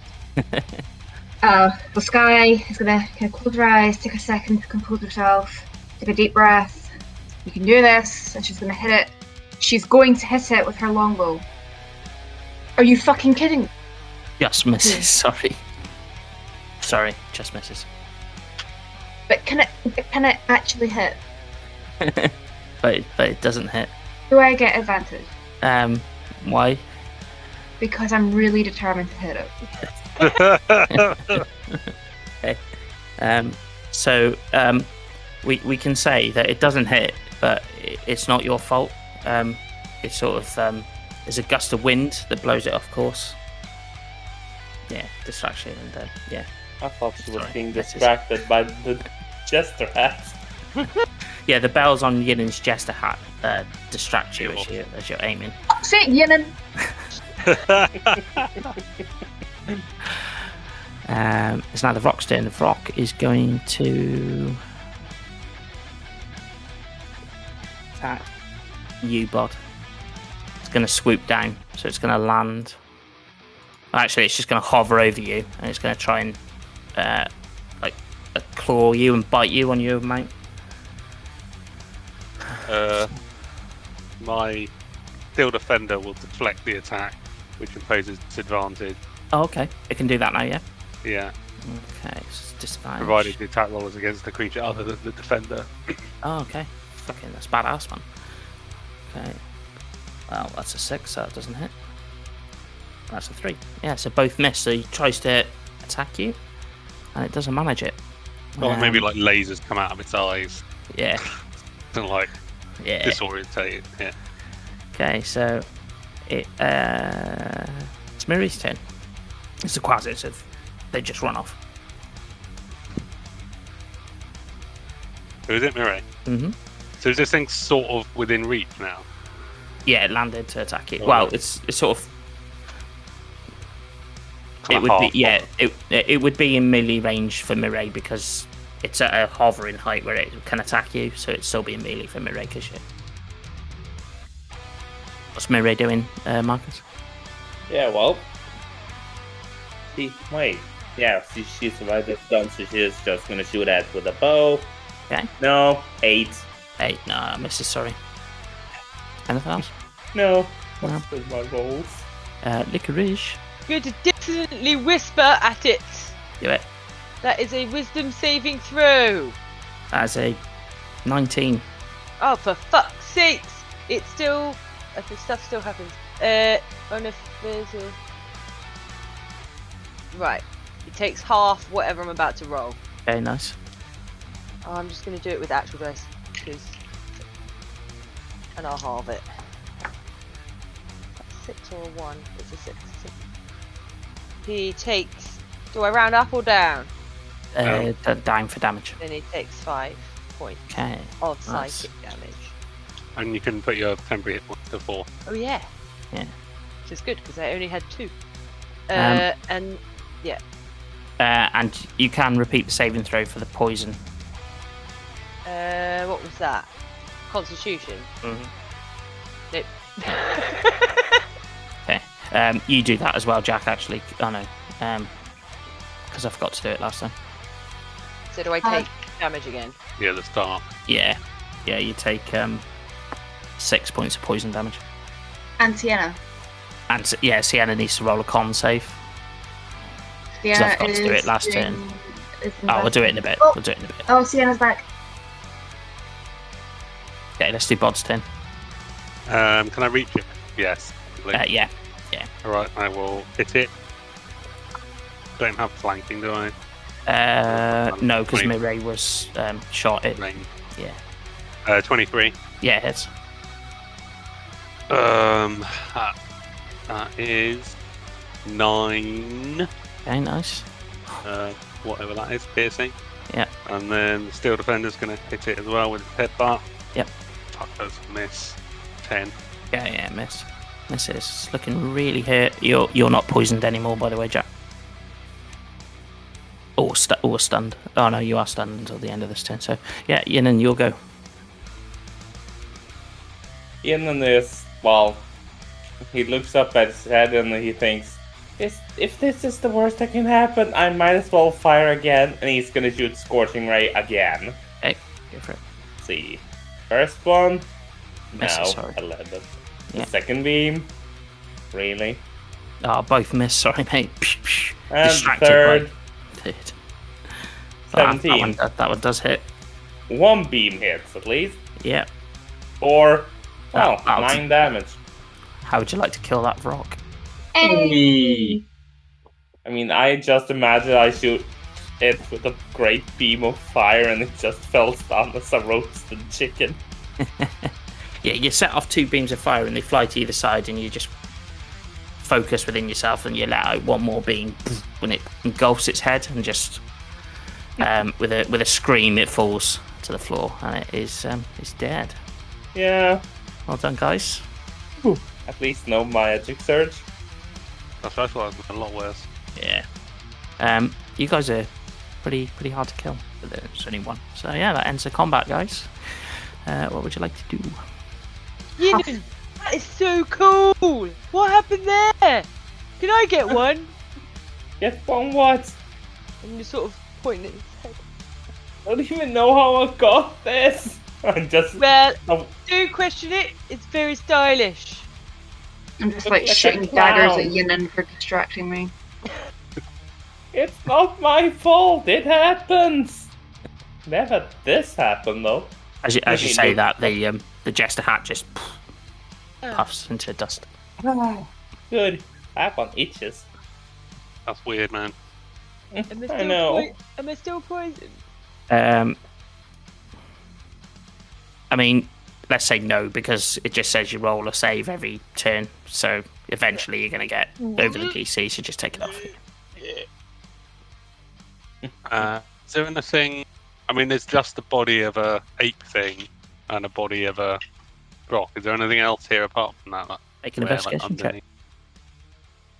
S3: uh, the sky is gonna kind of close her eyes, take a second to compose herself, take a deep breath. You can do this, and she's gonna hit it. She's going to hit it with her longbow. Are you fucking kidding? me?
S2: Just misses. Sorry. Sorry, just misses.
S3: But can it? But can it actually hit?
S2: But it, but it doesn't hit.
S3: Do I get advantage?
S2: Um, why?
S3: Because I'm really determined to hit it.
S2: Um, so um, we we can say that it doesn't hit, but i it's not your fault. Um, it's sort of um, there's a gust of wind that blows it off course. Yeah, distraction and then yeah.
S5: I thought she was
S2: Sorry,
S5: being
S2: this is-
S5: distracted by the jester hat.
S2: Yeah, the bells on Yinin's jester hat uh, distract you as,
S7: Beautiful.
S2: you as you're aiming.
S3: Say it, Yenin.
S2: Um, it's now the Vrock's turn. The Vrock is going to attack you, Bod. It's going to swoop down, so it's going to land. Actually, it's just going to hover over you, and it's going to try and uh, like uh, claw you and bite you on your mount.
S7: uh, my steel defender will deflect the attack, which imposes disadvantage.
S2: Oh, okay. It can do that now, yeah.
S7: Yeah,
S2: Okay, it's disadvantage.
S7: provided the attack roll is against a creature other than the defender.
S2: Oh, okay. Fucking, that's badass, man. Okay. Well, that's a six, so that doesn't hit. That's a three. Yeah, so both miss. So he tries to attack you, and it doesn't manage it.
S7: Or
S2: Um,
S7: maybe like lasers come out of its eyes
S2: Yeah,
S7: and like
S2: yeah.
S7: disorientated. Yeah.
S2: Okay, so it uh, it's Marie's turn. It's the Quasits. Have they just run off?
S7: Who is it, Mirai?
S2: Mm-hmm.
S7: So is this thing sort of within reach now?
S2: Yeah, it landed to attack you.
S7: Oh,
S2: Well,
S7: right.
S2: it's it's sort of it
S7: Kinda
S2: would be
S7: half.
S2: yeah it, it would be in melee range for Mirai because it's at a hovering height where it can attack you so it'd still be in melee for Mirai because you what's Mirai doing uh, Marcus
S5: Yeah, well. She, wait. Yeah, she, she's right at stun, so she's just gonna shoot at with a bow.
S2: Okay.
S5: No. Eight.
S2: hey no misses sorry anything else
S5: No.
S2: No.
S5: That's with my rolls.
S2: uh, Licorice
S6: Going to dissonantly whisper at it.
S2: do it
S6: That is a wisdom saving throw.
S2: as a 19
S6: Oh, for fuck's sakes! It's still. If the stuff still happens. Uh, on if there's a. Right. It takes half whatever I'm about to roll.
S2: very nice
S6: Oh, I'm just gonna do it with actual dice, 'cause- And I'll halve it. That's Six or a one. It's a six. six. He takes. Do I round up or down?
S2: uh, d- down for damage
S6: Then he takes five points
S2: okay
S6: of
S2: Nice.
S6: psychic damage.
S7: and you can put your temporary hit points to four.
S6: Oh yeah.
S2: Yeah.
S6: Which is good because I only had two.
S2: Um,
S6: Uh, and
S2: Uh, and you can repeat the saving throw for the poison.
S6: uh, what was that? Constitution.
S2: Mhm.
S6: Nope.
S2: Um, you do that as well, Jack. Actually, Oh, I know, because I forgot to do it last time.
S6: so do I
S3: Uh,
S6: take damage again?
S7: Yeah, the start.
S2: Yeah, yeah. You take um, six points of poison damage,
S3: And Sienna.
S2: and s- yeah, Sienna needs to roll a con save.
S3: Sienna
S2: forgot to do
S3: is
S2: it last
S3: doing-
S2: turn.
S3: is
S2: Oh, we'll do it in a bit. We'll do it in a bit.
S3: Oh, Sienna's back.
S2: Okay, let's do Bod's turn.
S7: Um, can I reach it? Yes.
S2: Uh, yeah,
S7: All right, I will hit it. Don't have flanking, do I?
S2: Uh, no, because
S7: Twenty-
S2: Mireille was um, shot. It,
S7: Range.
S2: yeah,
S7: Uh, 23.
S2: yeah, it hits.
S7: Um, that, that is nine.
S2: Okay, nice.
S7: Uh, whatever that is, piercing.
S2: Yeah.
S7: And then the steel defender's going to hit it as well with his headbutt.
S2: Yep.
S7: Fuck, that's a miss. Ten.
S2: Yeah, yeah, miss, misses. Looking really hurt. You're you're not poisoned anymore, by the way, Jack. Or stu- or stunned. Oh no, you are stunned until the end of this turn. So yeah, Yinan, you'll go.
S5: In the nurse, well, he looks up at his head and he thinks, this, if this is the worst that can happen, I might as well fire again. And he's gonna shoot Scorching Ray again.
S2: Hey, go for it.
S5: see. First one, no,
S2: Misses, sorry.
S5: 11.
S2: Yeah.
S5: The second beam, really?
S2: Oh, both miss. Sorry, mate. Psh, psh.
S5: And
S2: Distracted
S5: third,
S2: by third. Ah, that,
S5: 17.
S2: one, that, that one does hit.
S5: one beam hits at least.
S2: Yeah.
S5: Or, well,
S2: That- that'll
S5: 9 damage.
S2: How would you like to kill that rock?
S4: Hey.
S5: I mean, I just imagine I shoot it with a great beam of fire and it just falls down as a roasted chicken.
S2: Yeah, you set off two beams of fire and they fly to either side, and you just focus within yourself and you let out one more beam when it engulfs its head and just um, with a with a scream it falls to the floor and it is um, it's dead.
S5: Yeah,
S2: Well done, guys.
S5: at least no magic surge.
S7: That's what I thought it was a lot worse.
S2: Yeah. Um, you guys are pretty pretty hard to kill, but there's only one. So yeah, that ends the combat, guys. Uh, what would you like to do?
S6: Yinan, that is so cool. What happened there? Can I get one?
S5: Get one what?
S6: I'm just sort of pointing at his head.
S5: I don't even know how I got this! I'm just.
S6: Well,
S5: Oh,
S6: do question it. It's very stylish.
S3: I'm just like
S5: Like a
S3: shooting daggers
S5: clown.
S3: at Yinan for distracting me.
S5: it's not my fault, it happens! Never this happened though.
S2: As you, as you
S5: Okay,
S2: say
S5: look.
S2: that, the um, the jester hat just
S6: Oh.
S2: puffs into dust.
S5: Good. That one itches.
S7: That's weird, man.
S6: Am I
S5: I
S6: still
S5: know.
S6: poi- am I still poisoned?
S2: Um, I mean, let's say no because it just says you roll a save every turn, so eventually you're going to get over the DC. So just take it off.
S7: Uh, is there anything? I mean, there's just the body of a ape thing and a body of a rock. Is there anything else here apart from that? that-
S2: Make an
S7: where, like,
S2: investigation check.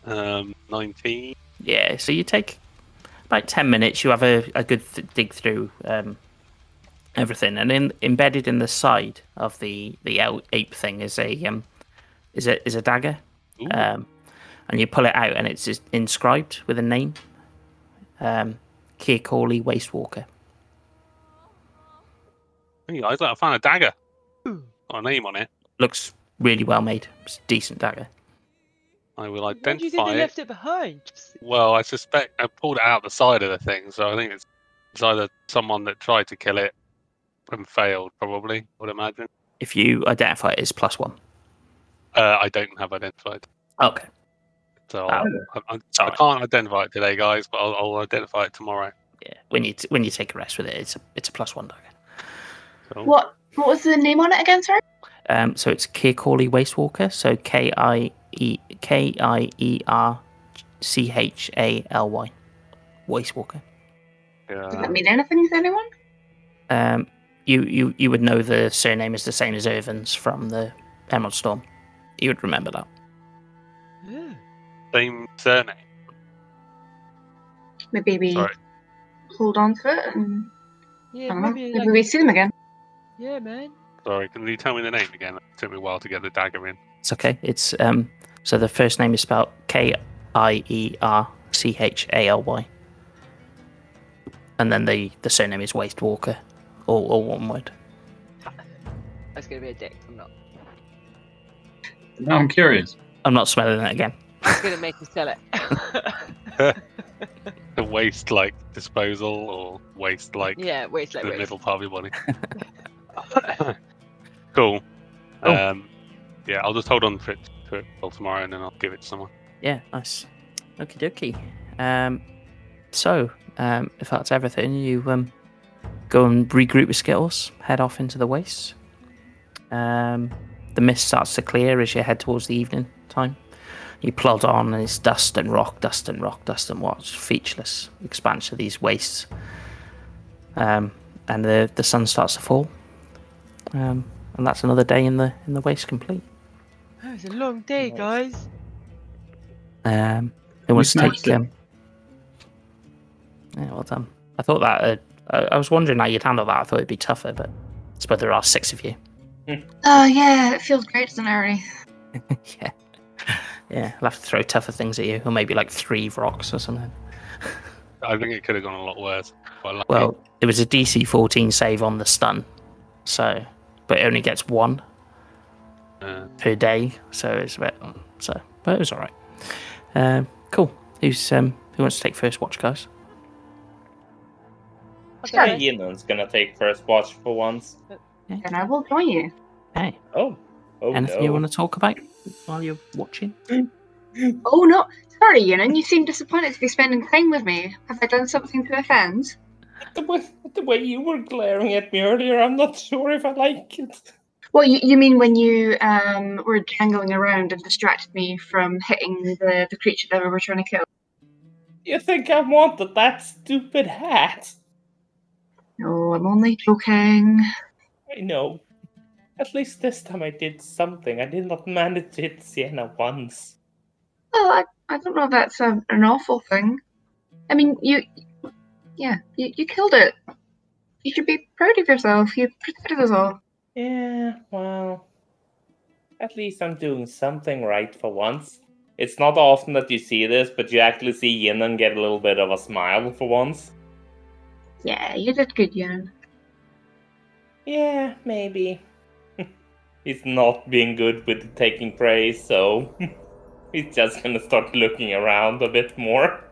S7: underneath? Um, 19.
S2: Yeah, so you take about ten minutes. You have a, a good th- dig through um, everything, and in, embedded in the side of the the el- ape thing is a um, is a is a dagger.
S7: Ooh,
S2: um, and you pull it out, and it's just inscribed with a name, um, Keir Corley Wastewalker.
S7: hey, I was like, I found a dagger.
S6: Hmm.
S7: Got a name on it.
S2: Looks really well made. It's a decent dagger.
S7: I will
S6: Why do you think
S7: identify
S6: they
S7: it.
S6: left it behind?
S7: Well, I suspect I pulled it out the side of the thing, so I think it's, it's either someone that tried to kill it and failed, probably, would imagine.
S2: If you identify it as plus one.
S7: Uh, I don't have identified,
S2: Okay.
S7: so
S2: Oh.
S7: I, I, I
S2: Sorry.
S7: can't identify it today, guys, but I'll, I'll identify it tomorrow.
S2: Yeah. When you t- when you take a rest with it, it's a it's a plus one dagger.
S7: So,
S3: What What was the name on it again, sorry?
S2: Um, so it's Keir Corley Wastewalker. So K I E K I E R C H A L Y, Wastewalker.
S7: yeah. Uh,
S3: Does that mean anything to anyone?
S2: Um, you, you, you would know the surname is the same as Irvin's from the Emerald Storm. You would remember that.
S6: Oh.
S7: Same surname.
S3: Maybe we
S7: Sorry.
S3: hold on to it and I
S6: Yeah,
S3: don't know.
S6: maybe,
S3: Maybe
S6: like-
S3: we see them again.
S6: yeah, man.
S7: Sorry, can you tell me the name again? It took me a while to get the dagger in.
S2: It's okay. It's um. So the first name is spelled K I E R C H A L Y, and then the the surname is Waste Walker, all all one word.
S6: That's gonna be a dick. I'm not.
S4: Now I'm curious.
S2: I'm not smelling it again.
S6: It's gonna make you sell it.
S7: The waste like disposal or waste like
S6: yeah, wait, like
S7: the
S6: wait.
S7: middle part of your body. cool.
S2: Cool.
S7: Um, yeah, I'll just hold on for it to it till tomorrow and then I'll give it to someone.
S2: Yeah, nice. Okie dokie. Um, so um, if that's everything, you um, go and regroup with Skittles, head off into the waste. Um, the mist starts to clear as you head towards the evening time. You plod on, and it's dust and rock, dust and rock, dust and rock. It's featureless expanse of these wastes. Um, and the the sun starts to fall. Um, and that's another day in the in the waste complete.
S6: That was Oh, a long day, guys.
S2: Um, it wants to
S4: smashed
S2: take.
S4: it.
S2: Um, yeah, well done. I thought that. Uh, I, I was wondering how you'd handle that. I thought it'd be tougher, but I suppose there are six of you.
S3: Oh yeah, it feels great, doesn't it? Already?
S2: yeah. Yeah, I'll have to throw tougher things at you, or maybe like three rocks or something.
S7: I think it could have gone a lot worse. But like,
S2: Well, it was a DC 14 save on the stun, so but it only gets one
S7: uh,
S2: per day, so it's a bit. So, but it was all right. Um, cool. Who's um, who wants to take first watch, guys?
S5: I think Elan's gonna take first watch for once.
S3: Then I will join you.
S2: Hey,
S5: Oh. Oh
S2: anything
S5: no.
S2: you want to talk about while you're watching?
S3: Oh no, sorry, Yunan, you seem disappointed to be spending time with me. Have I done something to offend?
S5: the, way, the way you were glaring at me earlier, I'm not sure if I like it.
S3: Well, you, you mean when you um, were jangling around and distracted me from hitting the, the creature that we were trying to kill?
S5: You think I wanted that stupid hat?
S3: No, I'm only joking.
S5: I know. At least this time I did something. I did not manage to hit Sienna once.
S3: Well, I, I don't know if that's a, an awful thing. I mean, you, yeah, you, you killed it. You should be proud of yourself. You protected us all.
S5: Yeah, well. At least I'm doing something right for once. It's not often that you see this, but you actually see Yin and get a little bit of a smile for once.
S3: Yeah, you did good, Yunan.
S5: Yeah, maybe. he's not being good with taking praise, so he's just gonna start looking around a bit more.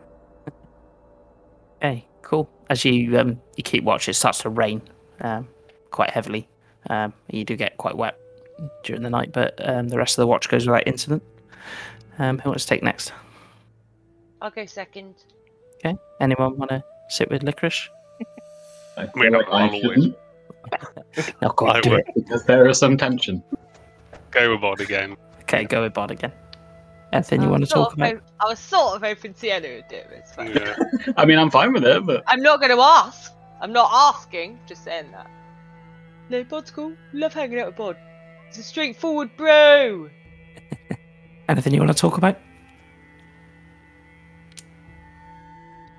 S2: Okay, cool. As you um, you keep watch, it starts to rain um, quite heavily. Um, you do get quite wet during the night, but um, the rest of the watch goes without incident. Um, who wants to take next?
S6: I'll go second.
S2: Anyone want to sit with licorice?
S4: I
S7: I mean,
S4: feel like
S7: I'll
S4: I
S7: always-
S4: shouldn't,
S2: No, go
S7: I
S2: on, do
S7: would.
S2: it.
S4: because there is some tension.
S7: go robot again.
S2: Okay, go with Bod again. Anything you
S6: I
S2: want to
S6: was Oh, sort
S2: talk
S6: of
S2: about?
S6: hope- I was sort of hoping Sienna would do it. but It's fine.
S7: Yeah.
S4: I mean, I'm fine with it, but
S6: I'm not going to ask. I'm not asking. Just saying that. No, Bod's cool. Love hanging out with Bod. He's a straightforward bro.
S2: Anything you want to talk about?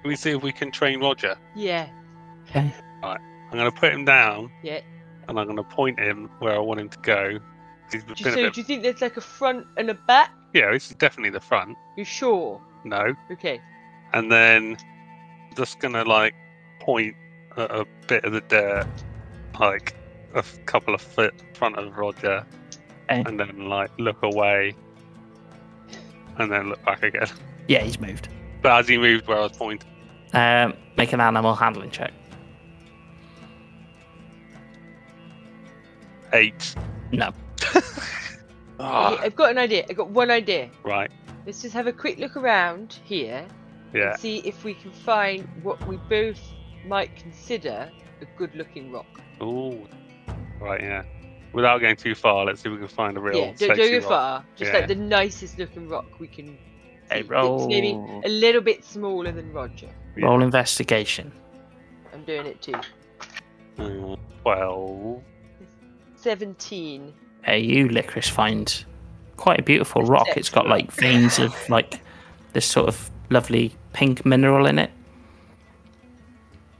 S7: Can we see if we can train Roger?
S6: Yeah.
S2: Okay.
S7: I'm going to put him down
S6: Yeah.
S7: and I'm going to point him where I want him to go. He's been
S6: Do
S7: a
S6: you, so,
S7: bit.
S6: do you think there's like a front and a back?
S7: Yeah, this is definitely the front.
S6: You sure?
S7: No.
S6: Okay.
S7: And then just going to like point at a bit of the dirt, like a f- couple of foot in front of Roger,
S2: Okay.
S7: and then like look away and then look back again.
S2: Yeah, he's moved.
S7: But as he moved where I was pointing,
S2: Um, make an animal handling check.
S7: eight.
S2: No.
S7: Ah.
S6: Okay, I've got an idea. I've got one idea.
S7: right.
S6: Let's just have a quick look around here
S7: Yeah.
S6: and see if we can find what we both might consider a good looking rock.
S7: Ooh. Right, yeah. Without going too far, let's see if we can find a real
S6: yeah, don't, don't
S7: sexy
S6: go
S7: rock.
S6: far. Just
S7: Yeah.
S6: like the nicest looking rock we can.
S2: Hey,
S6: see that's Maybe
S2: roll.
S6: a little bit smaller than Roger.
S7: Yeah.
S2: Roll investigation.
S6: I'm doing it too.
S7: Uh, 12.
S6: 17.
S2: Uh, you, Licorice, find quite a beautiful rock. It's got like veins of like this sort of lovely pink mineral in it.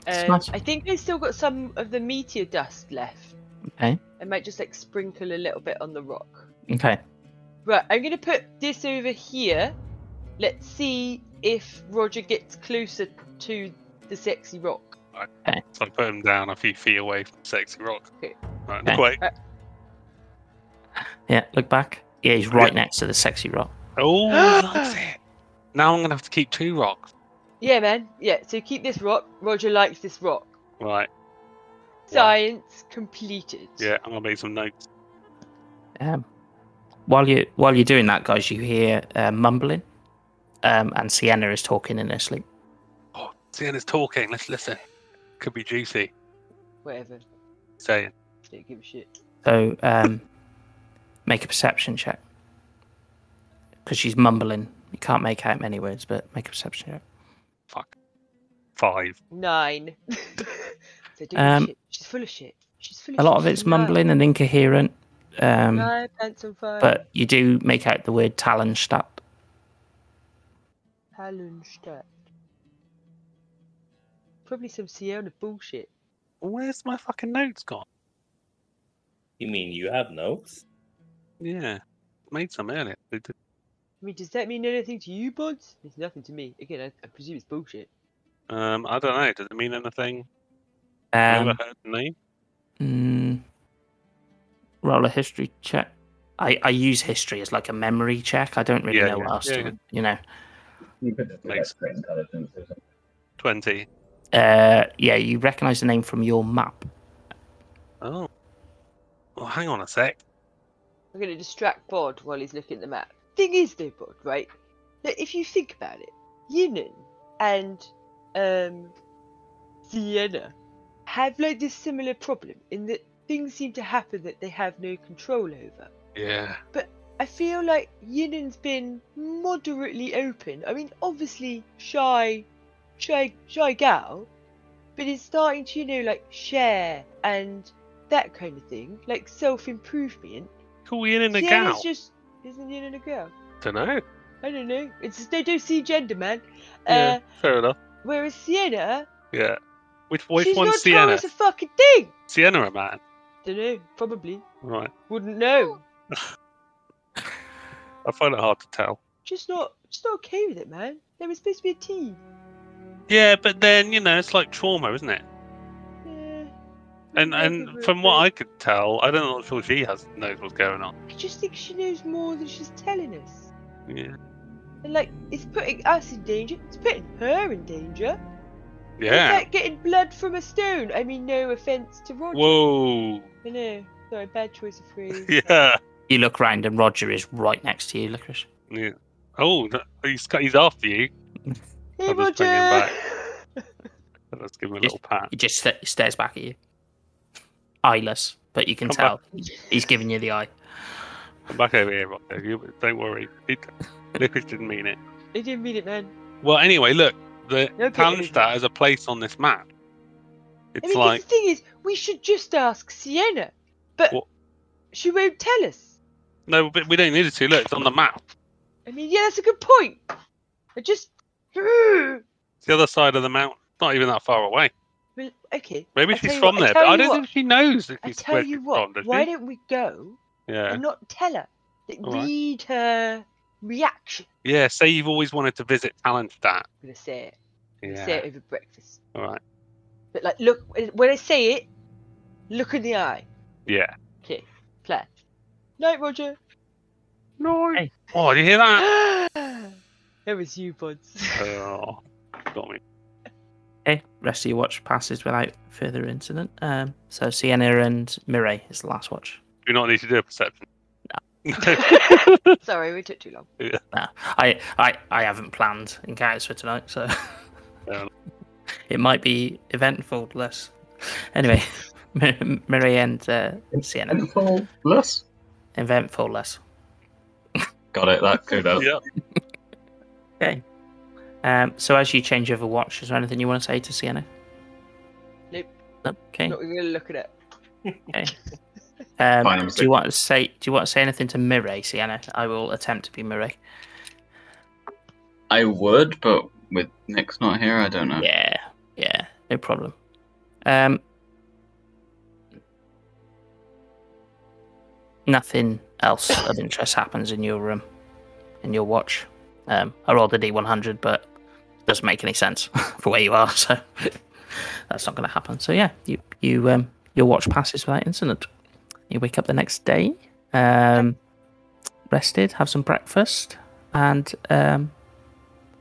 S6: Uh,
S2: nice.
S6: I think they've still got some of the meteor dust left.
S2: Okay.
S6: I might just like sprinkle a little bit on the rock.
S2: Okay.
S6: Right, I'm gonna put this over here. Let's see if Roger gets closer to the sexy rock.
S7: So I put him down a few feet away from Sexy Rock.
S6: Okay.
S7: Right,
S2: Okay.
S7: Quite.
S2: Yeah, look back. Yeah, he's right next to the sexy rock.
S7: Oh, that's it. Now I'm going to have to keep two rocks.
S6: Yeah, man. Yeah, so keep this rock. Roger likes this rock.
S7: Right.
S6: Science completed.
S7: Yeah, I'm going to make some notes.
S2: Um, while you while you're doing that, guys, you hear uh, mumbling, um, and Sienna is talking in her sleep.
S7: Oh, Sienna's talking. Let's listen. Could be juicy.
S6: Whatever.
S7: Saying.
S6: Don't give a shit.
S2: So um, make a perception check because she's mumbling. You can't make out many words, but make a perception check.
S7: Five.
S6: Nine. so don't
S2: Um,
S6: give a shit. She's full of shit. She's full of
S2: A lot of
S6: shit.
S2: it's
S6: She's lying.
S2: mumbling and incoherent, um,
S6: Lying, pants on fire.
S2: but you do make out the word Talonstadt.
S6: Hallenstadt. Probably some Sienna bullshit.
S7: Where's my fucking notes gone?
S5: You mean you have notes?
S7: Yeah. Made some earlier. They did-
S6: I mean, does that mean anything to you, buds? It's nothing to me. Again, I, I presume it's bullshit.
S7: Um, I don't know. Does it mean anything? Never
S2: Um,
S7: heard the name?
S2: mm, roll a history check. I, I use history as like a memory check. I don't really
S7: Yeah,
S2: know
S7: yeah,
S2: what else
S7: yeah,
S2: to,
S7: yeah.
S2: you know.
S4: You could just do
S7: Makes
S4: extra intelligence or something.
S7: 20.
S2: Uh, yeah, you recognise the name from your map.
S7: Oh. Well, hang on a sec.
S6: I'm going to distract Bod while he's looking at the map. Thing is, though, Bod, right? Look, if you think about it, Yinan and um, Sienna have like this similar problem in that things seem to happen that they have no control over.
S7: Yeah.
S6: I feel like Yinan's been moderately open. I mean, obviously shy, shy, shy gal, but is starting to, you know, like share and that kind of thing, like self improvement.
S7: Cool, we in in a
S6: Yinan's
S7: gal.
S6: just isn't Yinan a girl? Uh,
S7: Dunno.
S6: I don't know. It's just they don't see gender, man.
S7: Yeah.
S6: Uh,
S7: Fair enough.
S6: whereas Sienna,
S7: Yeah. Which which
S6: she's not
S7: one's Sienna?
S6: tall as a fucking thing.
S7: Sienna, a man.
S6: Don't know. Probably
S7: Right.
S6: wouldn't know.
S7: I find it hard to tell.
S6: Just not, just not okay with it, man. They were supposed to be a team.
S7: Yeah, but then you know it's like trauma, isn't it?
S6: Yeah.
S7: And
S6: Maybe
S7: and
S6: we're
S7: from what
S6: both-
S7: I could tell, I don't know if she has knows what's going on.
S6: I just think she knows more than she's telling us.
S7: Yeah.
S6: And like, it's putting us in danger. It's putting her in danger. It's
S7: Yeah.
S6: like getting blood from a stone. I mean, no offense to Roger.
S7: Whoa.
S6: I know. Sorry, bad choice of phrase.
S7: Yeah.
S2: You look round and Roger is right next to you, Licorice.
S7: Yeah. Oh, that- he's got- he's after you.
S6: Hey,
S7: I'll just
S6: Roger.
S7: bring him Let's give him a
S2: Yes.
S7: little pat.
S2: He just st- stares back at you, eyeless, but you can
S7: Come
S2: tell he's giving you the eye.
S7: Come back over here, Rocco. You, don't worry. It, Licorice didn't mean it.
S6: I didn't mean it, man.
S7: Well, anyway, look. The
S6: No, but-
S7: Talonstadt is a place on this map.
S6: I
S7: It's
S6: mean, 'cause
S7: like
S6: the thing is, we should just ask Sienna, but
S7: What?
S6: she won't tell us.
S7: no, but we don't need it to. Look, it's on the map.
S6: I mean, yeah, that's a good point. I just. Well,
S7: It's the other side of the mountain. Not even that far away.
S6: okay.
S7: Maybe
S6: I tell
S7: she's
S6: you
S7: from
S6: what, I
S7: there, but
S6: tell
S7: I
S6: you
S7: don't
S6: what,
S7: think she knows that
S6: I
S7: she's
S6: tell
S7: where
S6: you
S7: she's
S6: what,
S7: from, does
S6: why
S7: she?
S6: don't we go
S7: Yeah.
S6: and not tell her? Like,
S7: All right.
S6: read her reaction.
S7: Yeah, say you've always wanted to visit Talonstadt.
S6: I'm gonna say it. I'm gonna say
S7: Yeah.
S6: it over breakfast.
S7: All right.
S6: But like, look when I say it, look in the eye.
S7: Yeah.
S6: Okay, plan. Night, Roger.
S7: No. Oh, do you hear that?
S6: that was you, buds.
S7: oh, got me.
S2: Okay, rest of your watch passes without further incident. Um, so Sienna and Mireille is the last watch.
S7: Do not need to do a perception.
S6: Sorry, we took too long.
S2: Nah, I, I, I haven't planned encounters for tonight, so
S7: Fair
S4: Um.
S7: enough.
S2: it might be eventful less. Anyway, Mir- Mireille and uh, Sienna,
S4: Eventful plus.
S2: eventful less.
S4: Got it. That code up.
S7: Yep.
S2: Okay. Um, so as you change over watch, is there anything you want to say to Sienna?
S6: Nope.
S2: Okay.
S6: Not really look at it.
S2: Um,
S4: Fine, I'm
S2: do you
S4: sick.
S2: want to say? Do you want to say anything to Mirai, Sienna? I will attempt to be Mirai.
S4: I would, but with Nick's not here, I don't know.
S2: Yeah, yeah, no problem. Um, nothing else of interest happens in your room, in your watch. Um, I rolled a D100, but it doesn't make any sense for where you are, so that's not going to happen. So yeah, you you um your watch passes without incident. You wake up the next day, um, rested, have some breakfast, and um,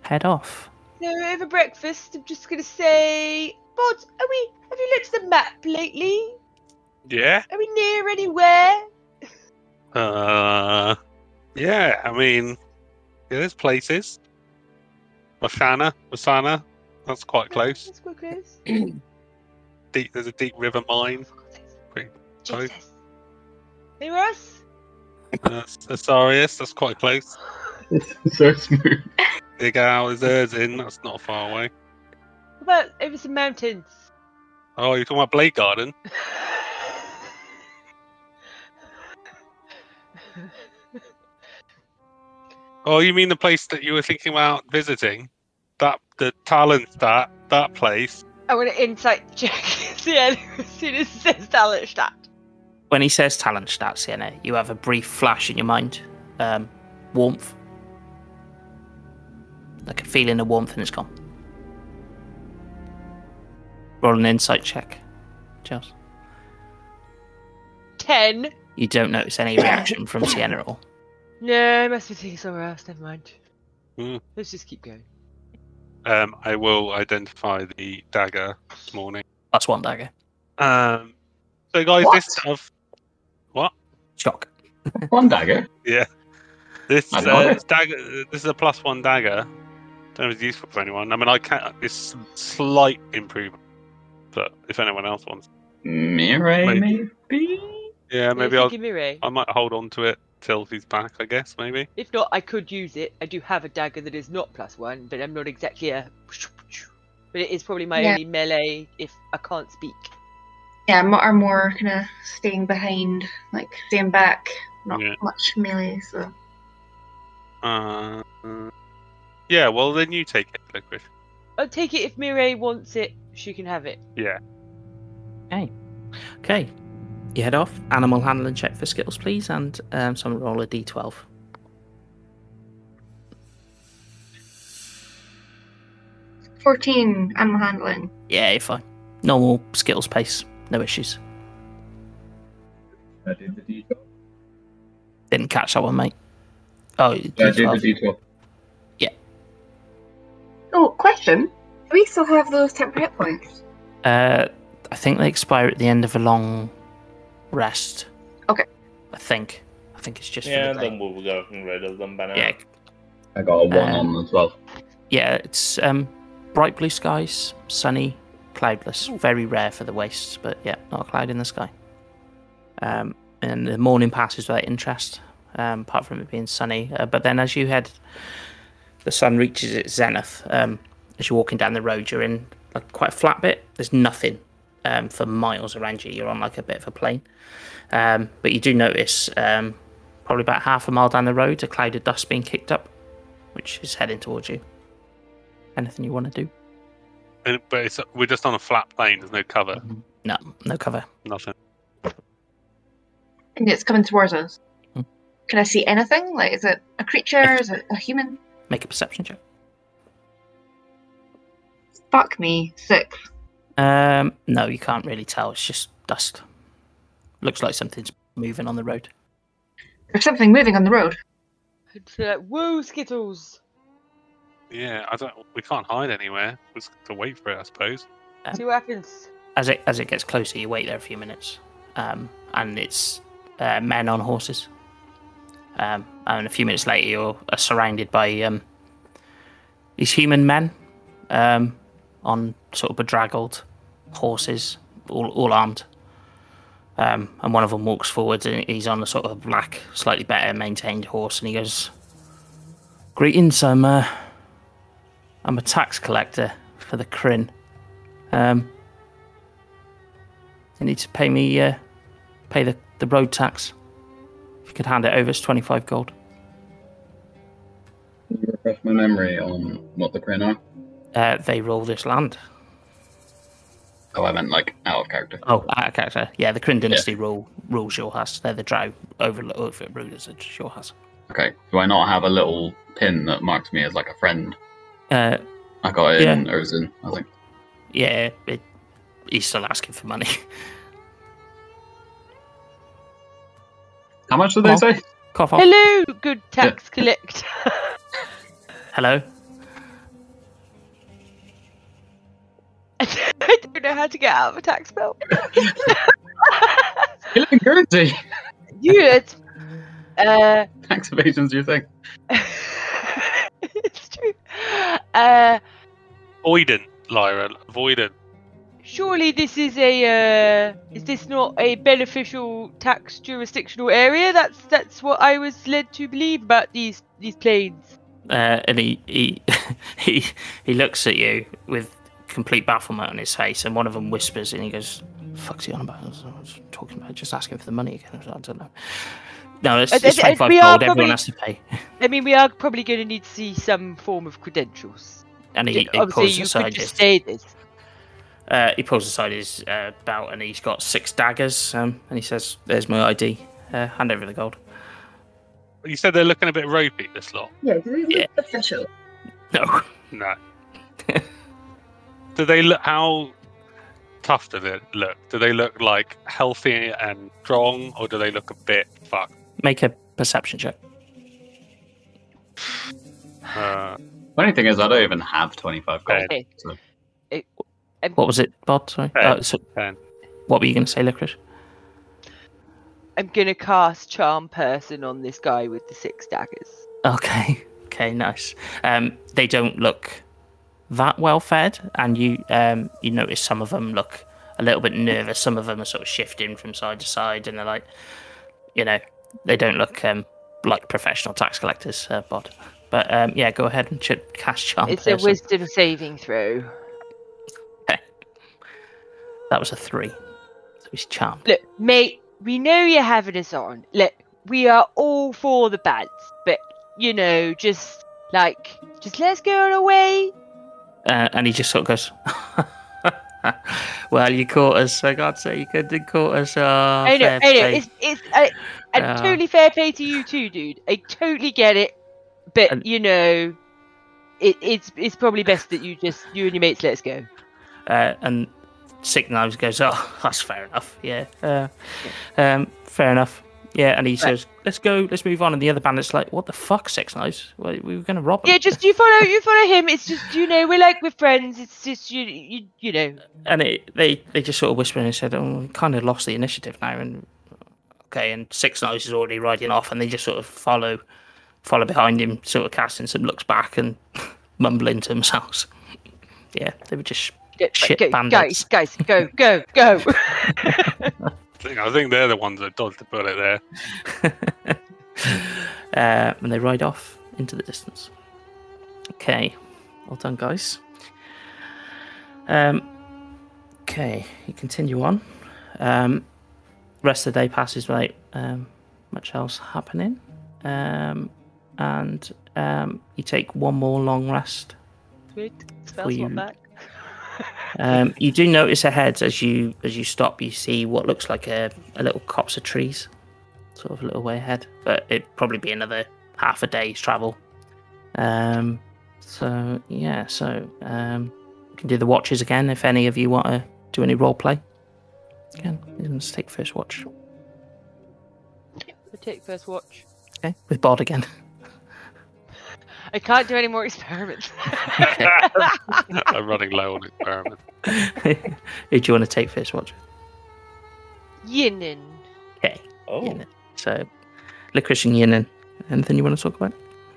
S2: head off.
S6: So over breakfast, I'm just gonna say, Bod, are we? Have you looked at the map lately?
S7: Yeah.
S6: Are we near anywhere?
S7: Uh, yeah, I mean, yeah, there's places. Masana, Masana, that's quite close.
S6: That's quite close.
S7: Deep, there's a deep river mine. Pretty close.
S6: Jesus. Anywhere else?
S7: Uh, Asarius, that's quite close.
S4: so smooth.
S7: Dig out is Erzin, that's not far away.
S6: What about over some mountains?
S7: Oh, you're talking about Blade Garden? Oh, you mean the place that you were thinking about visiting? That the talent that that place.
S6: I want to insight check Sienna as soon as it says Dalenstadt.
S2: when he says talent stats, Sienna, you have a brief flash in your mind. Um, warmth. Like a feeling of warmth and it's gone. Roll an insight check, Charles.
S6: Ten.
S2: You don't notice any reaction from Sienna at all.
S6: No, I must be thinking somewhere else. Never mind.
S7: Hmm.
S6: Let's just keep going.
S7: Um, I will identify the dagger this morning.
S2: That's one dagger.
S7: Um, so guys, this stuff,
S2: Shock.
S4: One dagger.
S7: this
S4: I love
S7: uh,
S4: it.
S7: dagger, this is a plus one dagger. Don't know if it's useful for anyone. I mean, I can't. It's slight improvement, but if anyone else wants,
S4: Mirai,
S7: Maybe.
S4: maybe?
S7: yeah,
S6: Maybe
S7: maybe I'll.
S6: give me Ray.
S7: I might hold on to it till he's back. I guess maybe.
S6: If not, I could use it. I do have a dagger that is not plus one, but I'm not exactly a. But it is probably my
S3: Yeah.
S6: only melee if I can't speak.
S3: Yeah, mo- are more kind of staying behind, like staying back, not
S7: Yeah.
S3: much melee. So
S7: Uh, yeah. Well, then you take it, Liquid.
S6: I'll take it if Mireille wants it. She can have it.
S7: Yeah.
S2: Okay. You head off. Animal handling check for skills, please, and um, someone roll a d12.
S3: fourteen animal handling.
S2: Yeah, you're fine. Normal skills pace. No issues.
S4: I did the detour.
S2: Didn't catch that one, mate. Oh,
S4: Yeah, I did the
S2: D12.
S4: detour.
S3: Oh, question: Do we still have those temporary hit points?
S2: Uh, I think they expire at the end of a long rest.
S3: Okay.
S2: I think. I think it's just
S5: Yeah,
S2: for the day.
S5: then we'll get rid of them by now.
S2: Yeah,
S4: I got a one
S2: Um,
S4: on as well.
S2: yeah. It's um, bright blue skies, sunny, cloudless. Very rare for the wastes, but yeah, not a cloud in the sky. Um, and the morning passes without interest, um, apart from it being sunny. Uh, but then as you head, the sun reaches its zenith. Um, as you're walking down the road, you're in like quite a flat bit. There's nothing um, for miles around you. You're on like a bit of a plain. Um, but you do notice, um, probably about half a mile down the road, a cloud of dust being kicked up, which is heading towards you. Anything you want to do?
S7: And, but it's, we're just on a flat plane. There's no cover.
S2: No, no cover.
S7: Nothing.
S3: And it's coming towards us.
S2: Hmm.
S3: Can I see anything? Like, is it a creature? Is it a human?
S2: Make a perception check.
S3: Fuck me, sick.
S2: Um, no, you can't really tell. It's just dust. Looks like something's moving on the road.
S3: There's something moving on the road.
S6: I'd be like, whoa, Skittles!
S7: Yeah. I don't. We can't hide anywhere. We just have to wait for it, I suppose.
S2: Um,
S6: See what happens.
S2: As it as it gets closer, you wait there a few minutes, um, and it's uh, men on horses. Um, and a few minutes later, you're uh, surrounded by um, these human men um, on sort of bedraggled horses, all, all armed. Um, and one of them walks forward, and he's on a sort of black, slightly better maintained horse, and he goes, "Greetings, I'm uh, I'm a tax collector for the Kryn. Um, They need to pay me, uh, pay the, the road tax. If you could hand it over, it's 25 gold.
S4: Can you refresh my memory on what the crin are?
S2: Uh, they roll this land.
S4: Oh, I meant like out of character.
S2: Oh, out of character. Yeah, the Kryn Dynasty rule rules Shorehas. They're the drow over overrulers at Shorehas.
S4: Okay. Do I not have a little pin that marks me as like a friend?
S2: Uh,
S4: I got it in Ozin, I think.
S2: yeah, it, he's still asking for money.
S4: How much did they
S2: Oh.
S4: say?
S2: Cough off.
S6: Hello, good tax collector.
S2: Hello.
S6: I don't know how to get out of a tax bill.
S4: Hello, Guernsey.
S6: you, it's, uh,
S4: Tax evasion's your thing.
S6: it's true. Uh,
S7: Avoidant, Lyra. Avoidant.
S6: surely this is a, uh, is this not a beneficial tax jurisdictional area? That's that's what I was led to believe about these these planes.
S2: Uh, and he he, he he looks at you with complete bafflement on his face, and one of them whispers, and he goes, "Fuck's he on about? I was I was talking about just asking for the money again. I don't know." No, it's,
S6: Uh,
S2: it's
S6: uh, uh,
S2: 25
S6: we
S2: gold.
S6: are
S2: Everyone
S6: probably-
S2: has to pay.
S6: I mean, we are probably going to need to see some form of credentials.
S2: And he, he
S6: Obviously,
S2: pulls
S6: you could
S2: aside his
S6: just say this.
S2: Uh, he pulls aside his uh, belt and he's got six daggers. Um, and he says, "There's my ID. Uh, hand over the gold."
S7: You said they're looking a bit ropey, this lot.
S3: Yeah, do they look
S2: Yeah.
S3: official?
S2: No,
S7: No. do they look how tough do they look? Do they look like healthy and strong, or do they look a bit fucked?
S2: make a perception check.
S7: Uh,
S4: Funny thing is, I don't even have 25 gold.
S7: Fair.
S6: Okay.
S4: So-
S6: It-
S2: What was it, Bod? Sorry.
S7: Ten.
S2: Oh, so-
S7: Ten.
S2: What were you going to say, Licorice?
S6: I'm gonna cast charm person on this guy with the six daggers.
S2: Okay. Okay. Nice. Um, they don't look that well fed, and you um, you notice some of them look a little bit nervous. Some of them are sort of shifting from side to side, and they're like, you know, they don't look um, like professional tax collectors, uh, Bod. But um, yeah, go ahead and ch- cast charm.
S6: it's a
S2: person.
S6: wisdom saving throw.
S2: That was a three. So he's charmed.
S6: Look, mate, we know you're having us on. Look, we are all for the bads, but you know, just like, just let's go on our way.
S2: Uh, and he just sort of goes, Well, you caught us. I can't say you could have caught us. Oh,
S6: I know,
S2: fair
S6: I know.
S2: play.
S6: It's it's a, a
S2: Yeah.
S6: totally fair play to you too, dude. I totally get it, but
S2: And-
S6: you know, it, it's it's probably best that you just you and your mates let's go.
S2: Uh, and Sick Knives goes, Oh, that's fair enough. Yeah. Uh, um, fair enough. Yeah. And he says, Let's go. Let's move on. And the other bandit's like, What the fuck, Six Knives? We we were going to rob him.
S6: Yeah, just you follow you follow him. It's just you know we're like we're friends. It's just you you you know
S2: and it, they they just sort of whispered and said, "Oh, we kind of lost the initiative now." And okay, and Six Knives is already riding off, and they just sort of follow follow behind him, sort of casting some looks back and mumbling to themselves. Yeah, they were just
S6: Get-
S2: Shit
S6: go,
S2: bandits.
S6: guys, guys, go, go, go.
S7: I think- I think they're the ones that dodged the bullet there.
S2: uh, and uh, they ride off into the distance. Okay, well done, guys. Um, okay, you continue on. Um, rest of the day passes without um, much else happening, um, and um, you take one more long rest.
S6: Sweet.
S2: For
S6: Smells
S2: you.
S6: not bad.
S2: Um, you do notice ahead as you as you stop, you see what looks like a, a little copse of trees, sort of a little way ahead. But it'd probably be another half a day's travel. Um, so yeah, so um, you can do the watches again if any of you want to do any role play. Again, you can just take first watch.
S6: I take first watch.
S2: Okay, with Bod again.
S6: I can't do any more experiments.
S7: I'm running low on experiment.
S2: Who do you want to take first watch?
S6: Yinin.
S2: Okay,
S5: Oh,
S2: Yinin. So, Licorice and Yinin. Anything you want to talk about?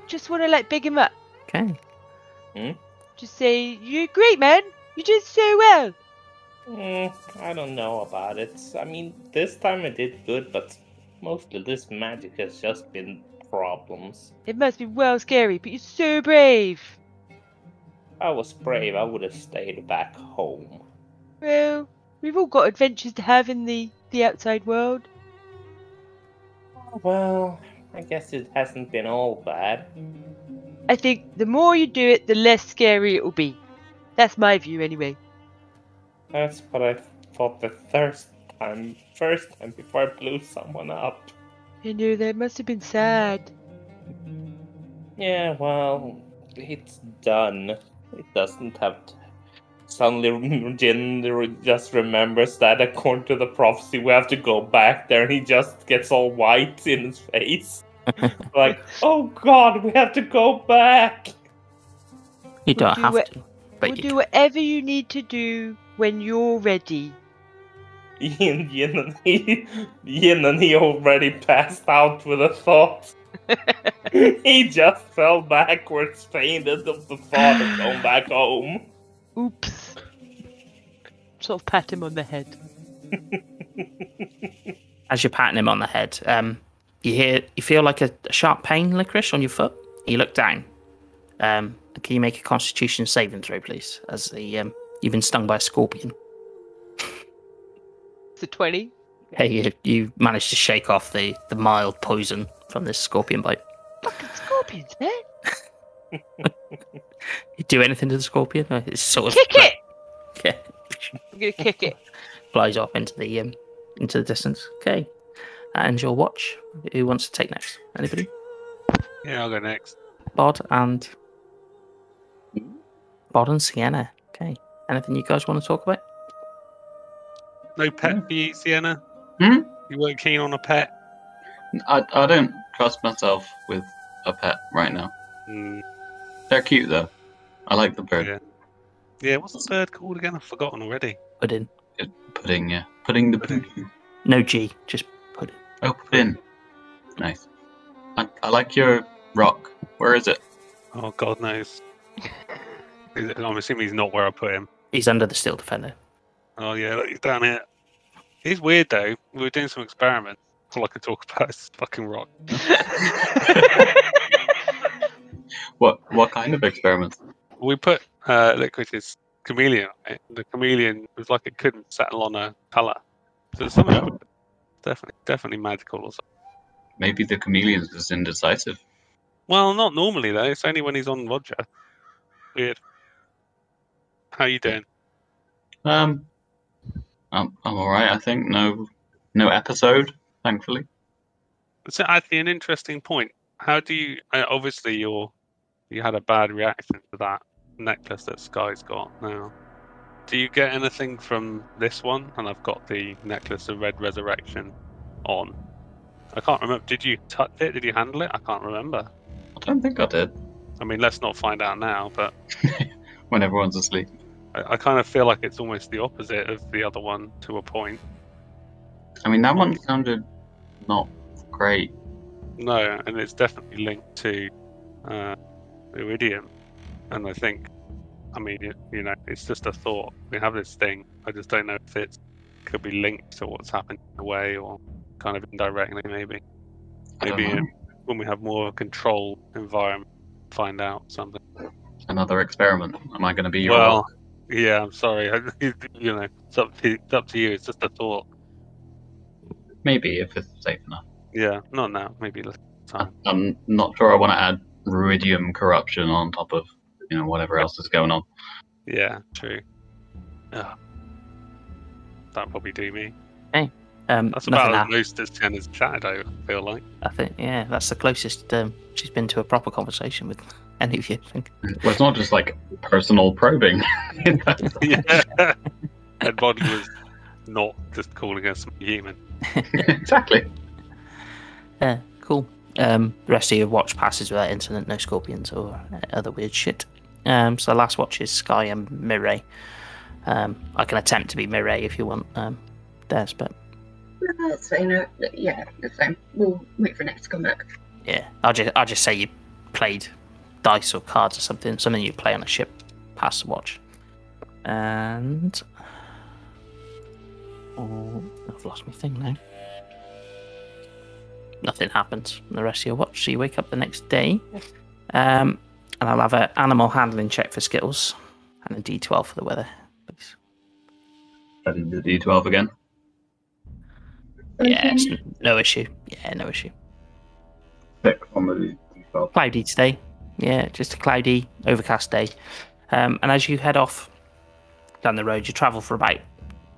S6: Just want to like big him up.
S2: Okay.
S6: Just say you're great, man. You did so well.
S5: mm, I don't know about it. I mean, this time I did good, but most of this magic has just been problems.
S6: It must be well scary, but you're so brave.
S5: I was brave. I would have stayed back home.
S6: Well, We've all got adventures to have in the the outside world.
S5: Well, I guess it hasn't been all bad.
S6: I think the more you do it, the less scary it will be. That's my view, anyway.
S5: That's what I thought the first time, first time before I blew someone up.
S6: You know, they must have been sad.
S5: Yeah, well, it's done. It doesn't have to. Suddenly, Jin re- just remembers that according to the prophecy, we have to go back there, and he just gets all white in his face. like, oh god, we have to go back!
S2: You don't
S6: do
S2: have
S6: it.
S2: to, but
S6: we'll
S2: you
S6: do
S2: do.
S6: whatever you need to do when you're ready.
S5: Yin, Yin, and he, Yin and he already passed out with a thought. he just fell backwards, fainted of the thought of going back home.
S6: Oops. Sort of pat him on the head.
S2: As you're patting him on the head, um, you hear you feel like a, a sharp pain, licorice, on your foot. You look down. Um, can you make a Constitution saving throw, please? As the um, you've been stung by a scorpion.
S6: It's a 20.
S2: Hey, you, you managed to shake off the, the mild poison from this scorpion bite.
S6: Fucking scorpions, man.
S2: You do anything to the scorpion? Or It's sort of
S6: Kick it!
S2: Yeah,
S6: I'm going to kick it.
S2: flies off into the um, into the distance. Okay, and your watch. Who wants to take next? Anybody?
S7: Yeah, I'll go next.
S2: Bod and
S7: Hmm?
S2: Bod and Sienna. Okay. Anything you guys want to talk about?
S7: No pet for you, Sienna.
S4: Hmm?
S7: You weren't keen on a pet.
S4: I, I don't trust myself with a pet right now.
S7: Mm.
S4: They're cute though. I like the bird
S7: Yeah. Yeah, what's the bird called again? I've forgotten already.
S2: Put in
S4: pudding. Yeah, pudding the
S7: Pudding.
S4: pudding.
S2: no G. Just put in.
S4: Oh, pudding. Nice. I, I like your rock. Where is it?
S7: Oh God knows. Is it- I'm assuming he's not where I put him.
S2: He's under the steel defender.
S7: Oh yeah, look, he's down here. He's weird though. We were doing some experiments. All I could talk about is this fucking rock.
S4: What what kind of experiments?
S7: We put uh, Liquid's chameleon. on it. The chameleon was like it couldn't settle on a color. So it's something
S4: Oh.
S7: definitely, definitely magical or something.
S4: Maybe the chameleon's just indecisive.
S7: Well, not normally though. It's only when he's on Roger. Weird. How you doing?
S4: Um, I'm I'm all right. I think no no episode, thankfully.
S7: It's actually an interesting point. How do you? uh, Obviously, you're you had a bad reaction to that necklace that Sky's got now. Do you get anything from this one? And I've got the necklace of Red Resurrection on. I can't remember. Did you touch it? Did you handle it? I can't remember.
S4: I don't think I did.
S7: I mean, let's not find out now. But
S4: When everyone's asleep.
S7: I, I kind of feel like it's almost the opposite of the other one to a point.
S4: I mean, that one sounded not great.
S7: No, and it's definitely linked to uh, Iridium. And I think, I mean, it, you know, it's just a thought. We have this thing. I just don't know if it could be linked to what's happened in a way or kind of indirectly, maybe.
S4: I don't
S7: Maybe
S4: know.
S7: uh, when we have more of a controlled environment, find out something.
S4: Another experiment. Am I going to be your?
S7: well, yeah, I'm sorry. I- you know, it's up, to, it's up to you. It's just a thought.
S4: Maybe if it's safe enough.
S7: Yeah, not now. Maybe later time.
S4: I'm not sure I want to add ruidium corruption on top of you know whatever else is going on.
S7: Yeah, true. Ugh. That'd probably do me.
S2: Um,
S7: That's
S2: nothing
S7: about as
S2: happened,
S7: most as Jenna's chatted, I feel like.
S2: I think. Yeah, that's the closest um, she's been to a proper conversation with any of you. I think.
S4: Well, it's not just like personal probing.
S7: yeah. And Bodley was not just calling us human.
S4: exactly.
S2: Yeah, cool. Um, the rest of your watch passes without incident, no scorpions or uh, other weird shit. Um, so the last watch is Sky and Mireille. Um, I can attempt to be Mireille if you want. Um, theirs, but
S3: That's fine. uh, Yeah, that's fine. We'll wait for next to come back.
S2: yeah, I'll just I'll just say you played dice or cards or something, something you play on a ship. Pass the watch, and oh, I've lost my thing now. Nothing happens on the rest of your watch, so you wake up the next day, um, and I'll have an animal handling check for Skittles and a D12 for the weather, please.
S4: Adding the d12 again.
S2: Yeah, it's n- no issue. Yeah, no issue.
S4: Six on the d12.
S2: cloudy today. Yeah, just a cloudy, overcast day. Um, and as you head off down the road, you travel for about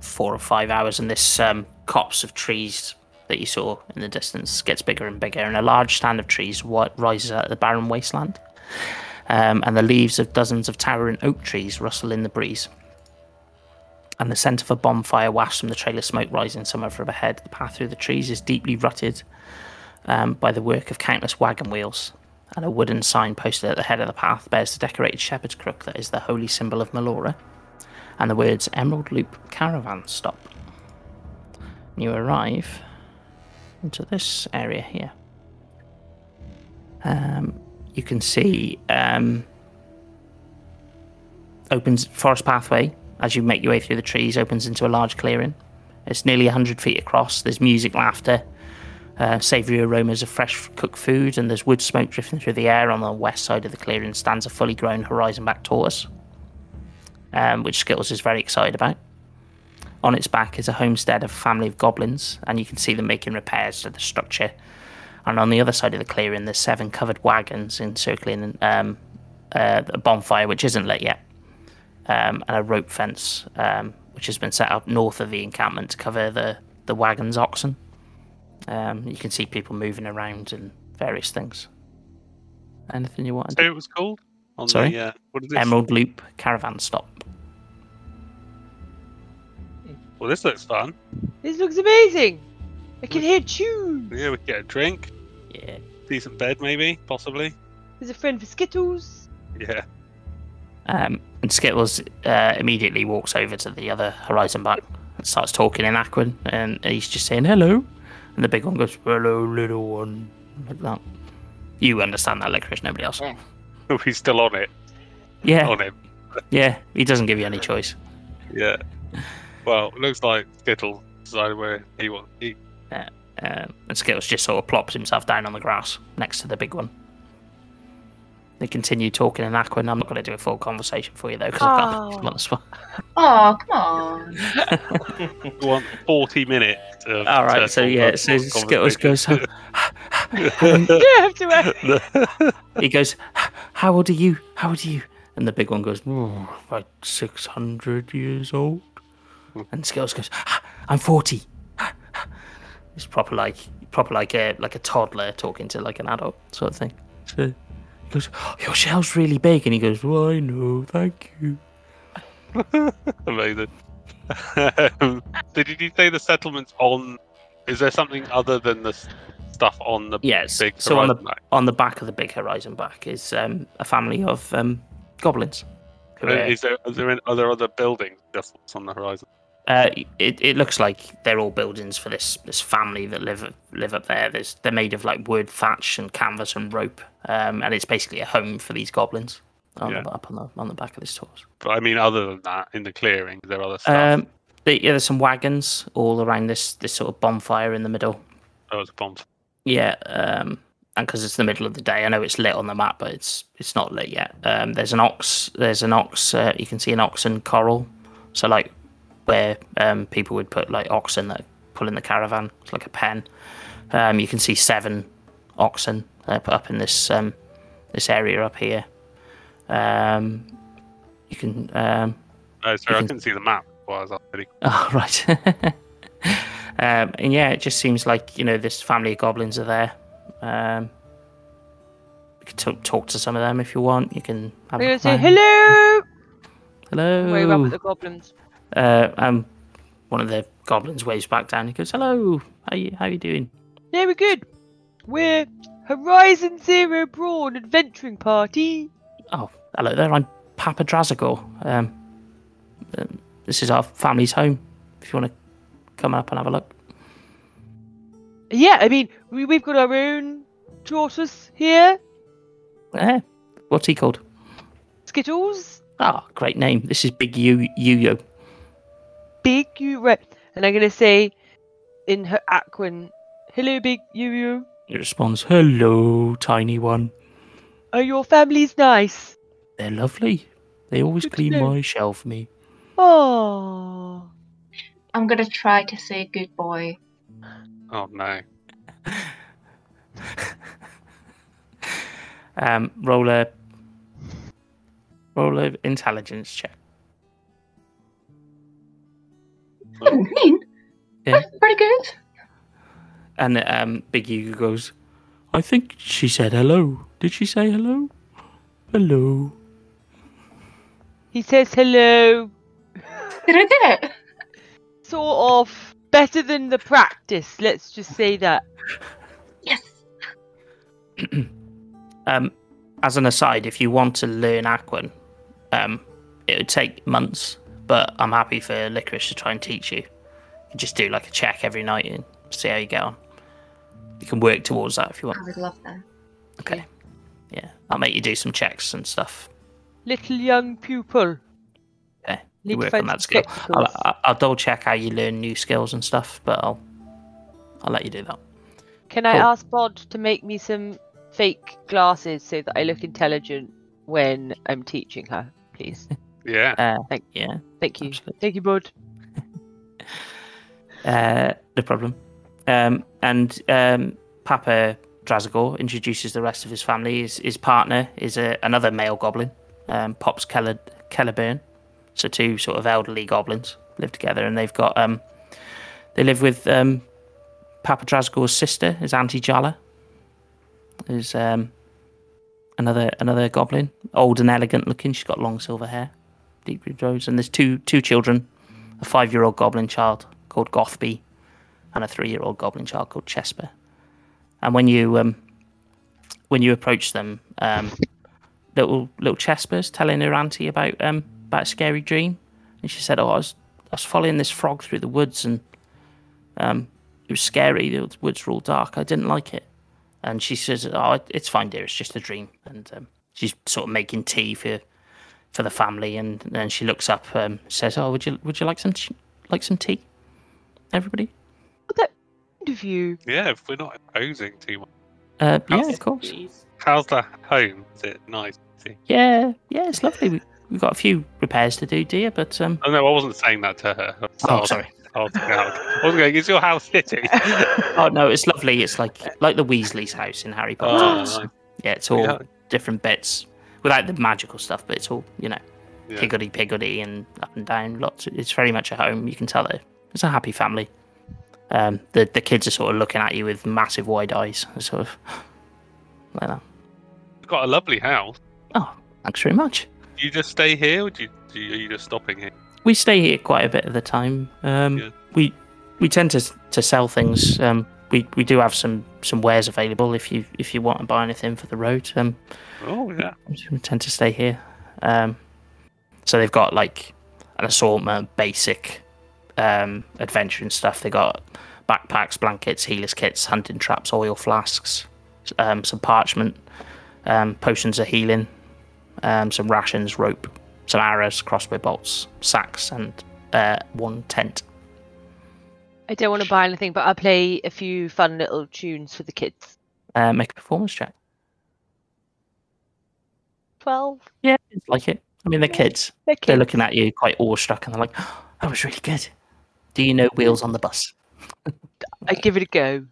S2: four or five hours, and this um, copse of trees that you saw in the distance gets bigger and bigger, and a large stand of trees wi- rises out of the barren wasteland. Um, and the leaves of dozens of towering oak trees rustle in the breeze. And the scent of a bonfire wafts from the trail of smoke rising somewhere from ahead. The path through the trees is deeply rutted um, by the work of countless wagon wheels and a wooden sign posted at the head of the path bears the decorated shepherd's crook that is the holy symbol of Melora, and the words Emerald Loop Caravan Stop. You arrive into this area here. Um, you can see um, opens forest pathway as you make your way through the trees opens into a large clearing. It's nearly 100 feet across. There's music, laughter, uh, savory aromas of fresh cooked food, and there's wood smoke drifting through the air. On the west side of the clearing stands a fully grown horizon back tortoise, um, which Skittles is very excited about. On its back is a homestead of a family of goblins, and you can see them making repairs to the structure. And on the other side of the clearing, there's seven covered wagons encircling um, uh, a bonfire which isn't lit yet, um, and a rope fence um, which has been set up north of the encampment to cover the, the wagons' oxen. Um, you can see people moving around and various things. Anything you want to
S7: So
S2: do?
S7: it was called. On
S2: Sorry?
S7: The, uh, what is this?
S2: Emerald Loop Caravan Stop.
S7: Well, this looks fun.
S6: This looks amazing. I can hear tunes.
S7: Yeah, we can get a drink,
S2: Yeah.
S7: decent bed, maybe, possibly.
S6: There's a friend for Skittles.
S7: Yeah.
S2: Um, and Skittles uh, immediately walks over to the other Horizon back and starts talking in Aquan, and he's just saying hello. And the big one goes, hello, little one. Like that. You understand that, Licorice, nobody else.
S7: He's still on it.
S2: Yeah,
S7: On him.
S2: yeah, he doesn't give you any choice.
S7: Yeah. Well, it looks like Skittle decided where he wants to eat.
S2: Um, and Skittles just sort of plops himself down on the grass next to the big one. They continue talking in Aquan. I'm not going to do a full conversation for you, though, because I can't put
S6: Oh.
S2: them on the spot.
S3: Oh, come on.
S7: We want 40 minutes of.
S2: All right, so
S7: uh,
S2: yeah, so
S7: conversation.
S2: Skittles goes, "How-
S6: Do I have to ask?
S2: he goes, "H- how old are you? How old are you? And the big one goes, "Mm, like 600 years old. And Skittles goes, "Ah, I'm 40. It's proper like, proper like a, like a toddler talking to like an adult sort of thing. So he goes, "Oh, your shell's really big. And he goes, well, I know, thank you.
S7: Amazing. Um, so did you say the settlements on. Is there something other than the s- stuff on the
S2: Yes.
S7: big
S2: so on the,
S7: horizon map?
S2: on the back of the big horizon back is um, a family of um, goblins. who
S7: Uh,
S2: are-
S7: Is there, is there any, are there other buildings just what's on the horizon?
S2: Uh, it, it looks like they're all buildings for this this family that live live up there. There's, they're made of like wood, thatch, and canvas and rope, um, and it's basically a home for these goblins on
S7: Yeah.
S2: the, up on the on the back of this horse.
S7: But I mean, other than that, in the clearing, is there other stuff?
S2: Um, the- yeah, there's some wagons all around this this sort of bonfire in the middle.
S7: oh, it's a bomb.
S2: Yeah, um, and because it's the middle of the day, I know it's lit on the map, but it's it's not lit yet. Um, there's an ox. There's an ox. Uh, you can see an oxen corral. So like where um, people would put like oxen that pull in the caravan, it's like a pen. Um, you can see seven oxen uh, put up in this um, this area up here. Um, you can um,
S7: Oh, sorry, I
S2: can-
S7: couldn't see the map. Well, I was already.
S2: Oh, right. um, and yeah, it just seems like, you know, this family of goblins are there. Um, you can talk, talk to some of them if you want. You can have a
S6: I'm gonna say
S2: clan.
S6: hello.
S2: Hello.
S6: Worry about the goblins.
S2: uh, um, one of the goblins waves back down. He goes, hello. How you, how you doing?
S6: Yeah, we're good. We're Horizon Zero Brawn Adventuring Party.
S2: Oh, hello there. I'm Papa Drazagor. Um, um, this is our family's home. If you want to come up and have a look.
S6: Yeah, I mean, we, we've got our own tortoise here,
S2: Eh, what's he called?
S6: Skittles.
S2: Ah, great name. This is Big Yu Yo.
S6: Big you right, and I'm gonna say in her Aquan, "Hello, Big you you.
S2: It responds, Hello, tiny one.
S6: Are your families nice?
S2: They're lovely. They always
S6: Good to
S2: clean
S6: know.
S2: my shell for me.
S6: Oh,
S3: I'm gonna try to say good boy.
S7: Oh no.
S2: Um, roll a roll a intelligence check.
S3: Seventeen.
S2: Yeah.
S3: That's pretty good.
S2: And um, Big Hugo goes, I think she said hello. Did she say hello? Hello.
S6: He says hello,
S3: Did I did it?
S6: sort of better than the practice. Let's just say that.
S3: Yes.
S2: Um, as an aside, if you want to learn Aquan, um, it would take months, but I'm happy for Licorice to try and teach you. You just do like a check every night and see how you get on. You can work towards that if you want.
S3: I would love that.
S2: Okay. Yeah, I'll make you do some checks and stuff.
S6: Little young pupil.
S2: Yeah, you
S6: Need to
S2: work
S6: find
S2: on that
S6: some
S2: skill. I'll,
S6: spectacles.
S2: I'll- I'll double check how you learn new skills and stuff, but I'll I'll let you do that.
S6: Can I
S2: Cool.
S6: ask Bod to make me some fake glasses so that I look intelligent when I'm teaching her, please?
S7: Yeah.
S2: Yeah,
S6: Thank you.
S2: Absolutely.
S6: Thank you, Bod.
S2: uh, no problem. Um, and um, Papa Drazagor introduces the rest of his family. His, his partner is a, another male goblin, um, Pops Keller, Kellerburn. So two sort of elderly goblins live together, and they've got um, they live with um, Papa Drazagor's sister, his Auntie Jala, who's um, another another goblin, old and elegant looking. She's got long silver hair, deep rooted rose, and there's two two children, a five year old goblin child called Gothby, and a three year old goblin child called Chesper. And when you um, when you approach them, um, little little Chesper's telling her auntie about um, about a scary dream, and she said, "Oh, I was I was following this frog through the woods, and um, it was scary. The woods were all dark. I didn't like it." And she says, "Oh, it- it's fine, dear. It's just a dream." And um, she's sort of making tea for for the family, and then she looks up, um, says, "Oh, would you would you like some ch- like some tea, everybody?"
S6: Kind of you.
S7: Yeah, if we're not opposing too much.
S2: Uh, yeah,
S7: Yes,
S2: of course.
S7: How's the home? Is it nice?
S2: Yeah, yeah, it's lovely. We, we've got a few repairs to do, dear, but um.
S7: Oh no, I wasn't saying that to her. I was- I
S2: Oh,
S7: was-
S2: sorry.
S7: I was, I was going, is your house sitting?
S2: Oh no, it's lovely. It's like like the Weasley's house in Harry Potter. It's-
S7: oh,
S2: Yeah, it's all
S7: Yeah.
S2: different bits without the magical stuff, but it's all you know,
S7: Yeah.
S2: higgledy piggledy and up and down. Lots. It's very much a home. You can tell it. It's a happy family. Um, the the kids are sort of looking at you with massive wide eyes, sort of like that.
S7: you've got a lovely house.
S2: Oh, thanks very much.
S7: Do you just stay here, or do you, do you, are you just stopping here?
S2: we stay here quite a bit of the time. Um,
S7: Yeah.
S2: We we tend to to sell things. Um, we we do have some some wares available if you if you want to buy anything for the road. Um,
S7: Oh yeah.
S2: we tend to stay here. Um, so they've got like an assortment of basic um, adventuring stuff. They got backpacks, blankets, healers kits, hunting traps, oil flasks, s- um, some parchment, um, potions of healing, um, some rations, rope, some arrows, crossbow bolts, sacks, and uh, one tent.
S6: I don't want to buy anything, but I'll play a few fun little tunes for the kids.
S2: Uh, make a performance check.
S6: 12.
S2: Yeah, it's like it. I mean, they're kids.
S6: They're
S2: They're
S6: kids.
S2: looking at you quite awestruck, and they're like, "Oh, "That was really good." Do you know Wheels on the Bus?
S6: I give it a go.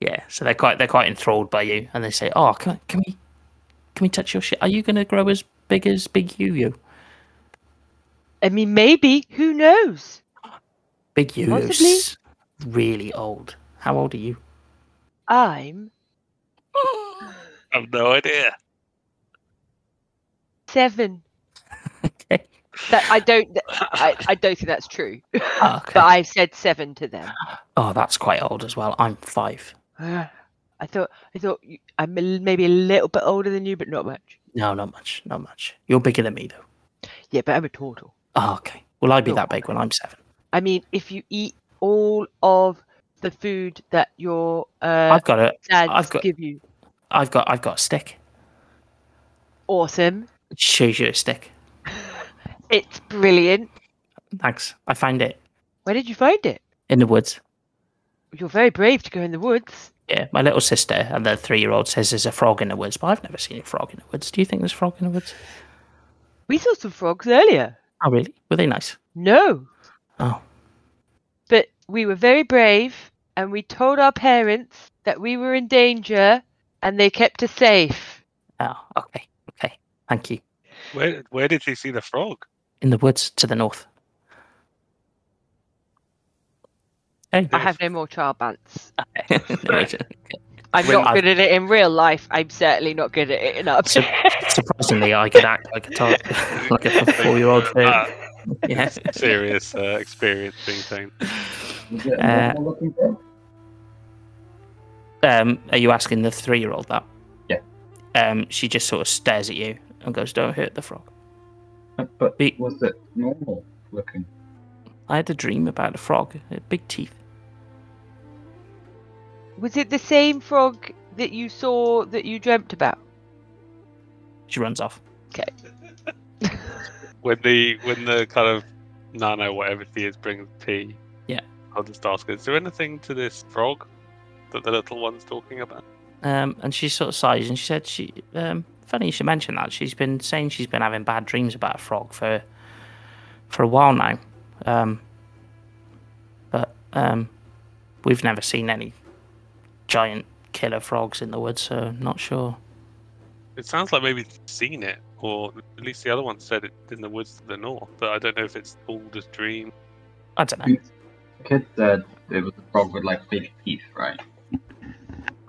S2: yeah so they're quite they're quite enthralled by you and they say oh can, can we can we touch your shit are you going to grow as big as big you you
S6: I mean, maybe. Who knows?
S2: big you
S6: Possibly.
S2: you's really old how old are you
S6: I'm
S7: I've no idea.
S6: seven.
S2: okay
S6: That I don't. th- I, I don't think that's true.
S2: Ah, okay.
S6: Uh, But I've said seven to them.
S2: oh that's quite old as well i'm five
S6: I thought. I thought you, I'm a l- maybe a little bit older than you, but not much.
S2: no not much not much you're bigger than me though
S6: Yeah, but I'm a turtle.
S2: oh okay well i'd be
S6: You're
S2: that big when i'm seven
S6: I mean, if you eat all of the food that your uh,
S2: i've got a
S6: dads
S2: I've got-
S6: give you,
S2: i've got i've got a stick
S6: awesome.
S2: it shows you a stick
S6: It's brilliant.
S2: thanks i found it
S6: Where did you find it?
S2: in the woods
S6: You're very brave to go in the woods.
S2: yeah, my little sister and the three-year-old says there's a frog in the woods, but I've never seen a frog in the woods. Do you think there's a frog in the woods?
S6: We saw some frogs earlier.
S2: Oh, really? Were they nice?
S6: No,
S2: Oh,
S6: we were very brave and we told our parents that we were in danger and they kept us safe.
S2: Oh, okay, okay. Thank you.
S7: Where where did he see the frog?
S2: In the woods to the north. Hey.
S6: I have no more child bants.
S2: No, I don't.
S6: I'm
S2: Well,
S6: not
S2: I've-
S6: good at it in real life. I'm certainly not good at it in up.
S2: Sup- Surprisingly, I could act like a child, like a four-year-old.
S7: Ah,
S2: So, yeah.
S7: serious uh, experience being tamed.
S4: Is it
S2: Uh,
S4: we're looking for?
S2: Um, are you asking the three-year-old that?
S4: Yeah.
S2: Um, she just sort of stares at you and goes, "Don't hurt the frog."
S4: Uh, But
S2: Be-
S4: was it normal looking?
S2: I had a dream about a frog, it had big teeth.
S6: Was it the same frog that you saw that you dreamt about?
S2: She runs off.
S7: When the when the kind of nano whatever she is brings tea.
S2: Yeah.
S7: I'll just ask her, is there anything to this frog that the little one's talking about?
S2: Um, and she sort of sighs and she said, "She um, funny you should mention that. She's been saying she's been having bad dreams about a frog for for a while now, um, but um, we've never seen any giant killer frogs in the woods, so not sure."
S7: It sounds like maybe it's seen it, or at least the other one said it in the woods to the north, but I don't know if it's all just dream.
S2: I don't know.
S4: The kid said it was a frog with like big teeth, right?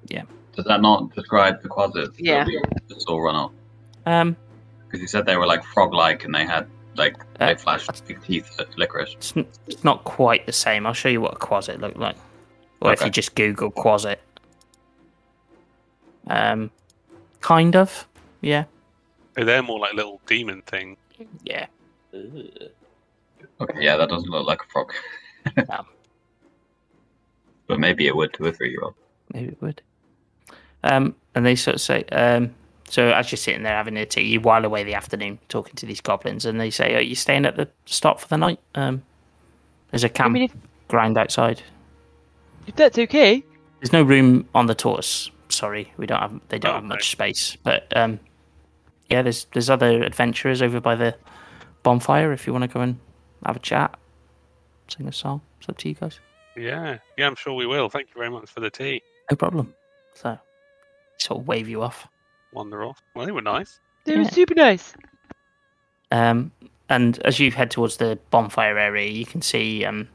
S2: Yeah.
S4: Does that not describe the quasars?
S6: Yeah.
S4: That we just all run off
S2: Um,
S4: because he said they were like frog-like and they had like
S2: uh,
S4: they flashed big teeth at licorice.
S2: it's, n- it's not quite the same. I'll show you what a quasit looked like, or if
S4: Okay.
S2: you just Google quasit. Um, kind of, yeah,
S7: So They're more like little demon thing.
S2: yeah.
S5: Ugh.
S4: Okay, yeah, that doesn't look like a frog.
S2: No.
S4: But maybe it would to a three-year-old.
S2: Maybe it would. Um, and they sort of say, um, so as you're sitting there having a tea, you while away the afternoon talking to these goblins, and they say, "Are you staying at the stop for the night?" Um, there's a
S6: I
S2: campground
S6: mean, if,
S2: outside.
S6: if that's okay.
S2: There's no room on the tortoise. Sorry, we don't have. They don't
S7: Oh,
S2: have
S7: okay.
S2: much space. But um, yeah, there's there's other adventurers over by the bonfire if you want to go and have a chat, sing a song. It's up to you guys.
S7: Yeah, yeah, I'm sure we will. Thank you very much for the tea.
S2: No problem. So sort of wave you off.
S7: Wander off. Well, they were nice.
S6: They
S2: Yeah.
S6: were super nice.
S2: Um, and as you head towards the bonfire area, you can see um,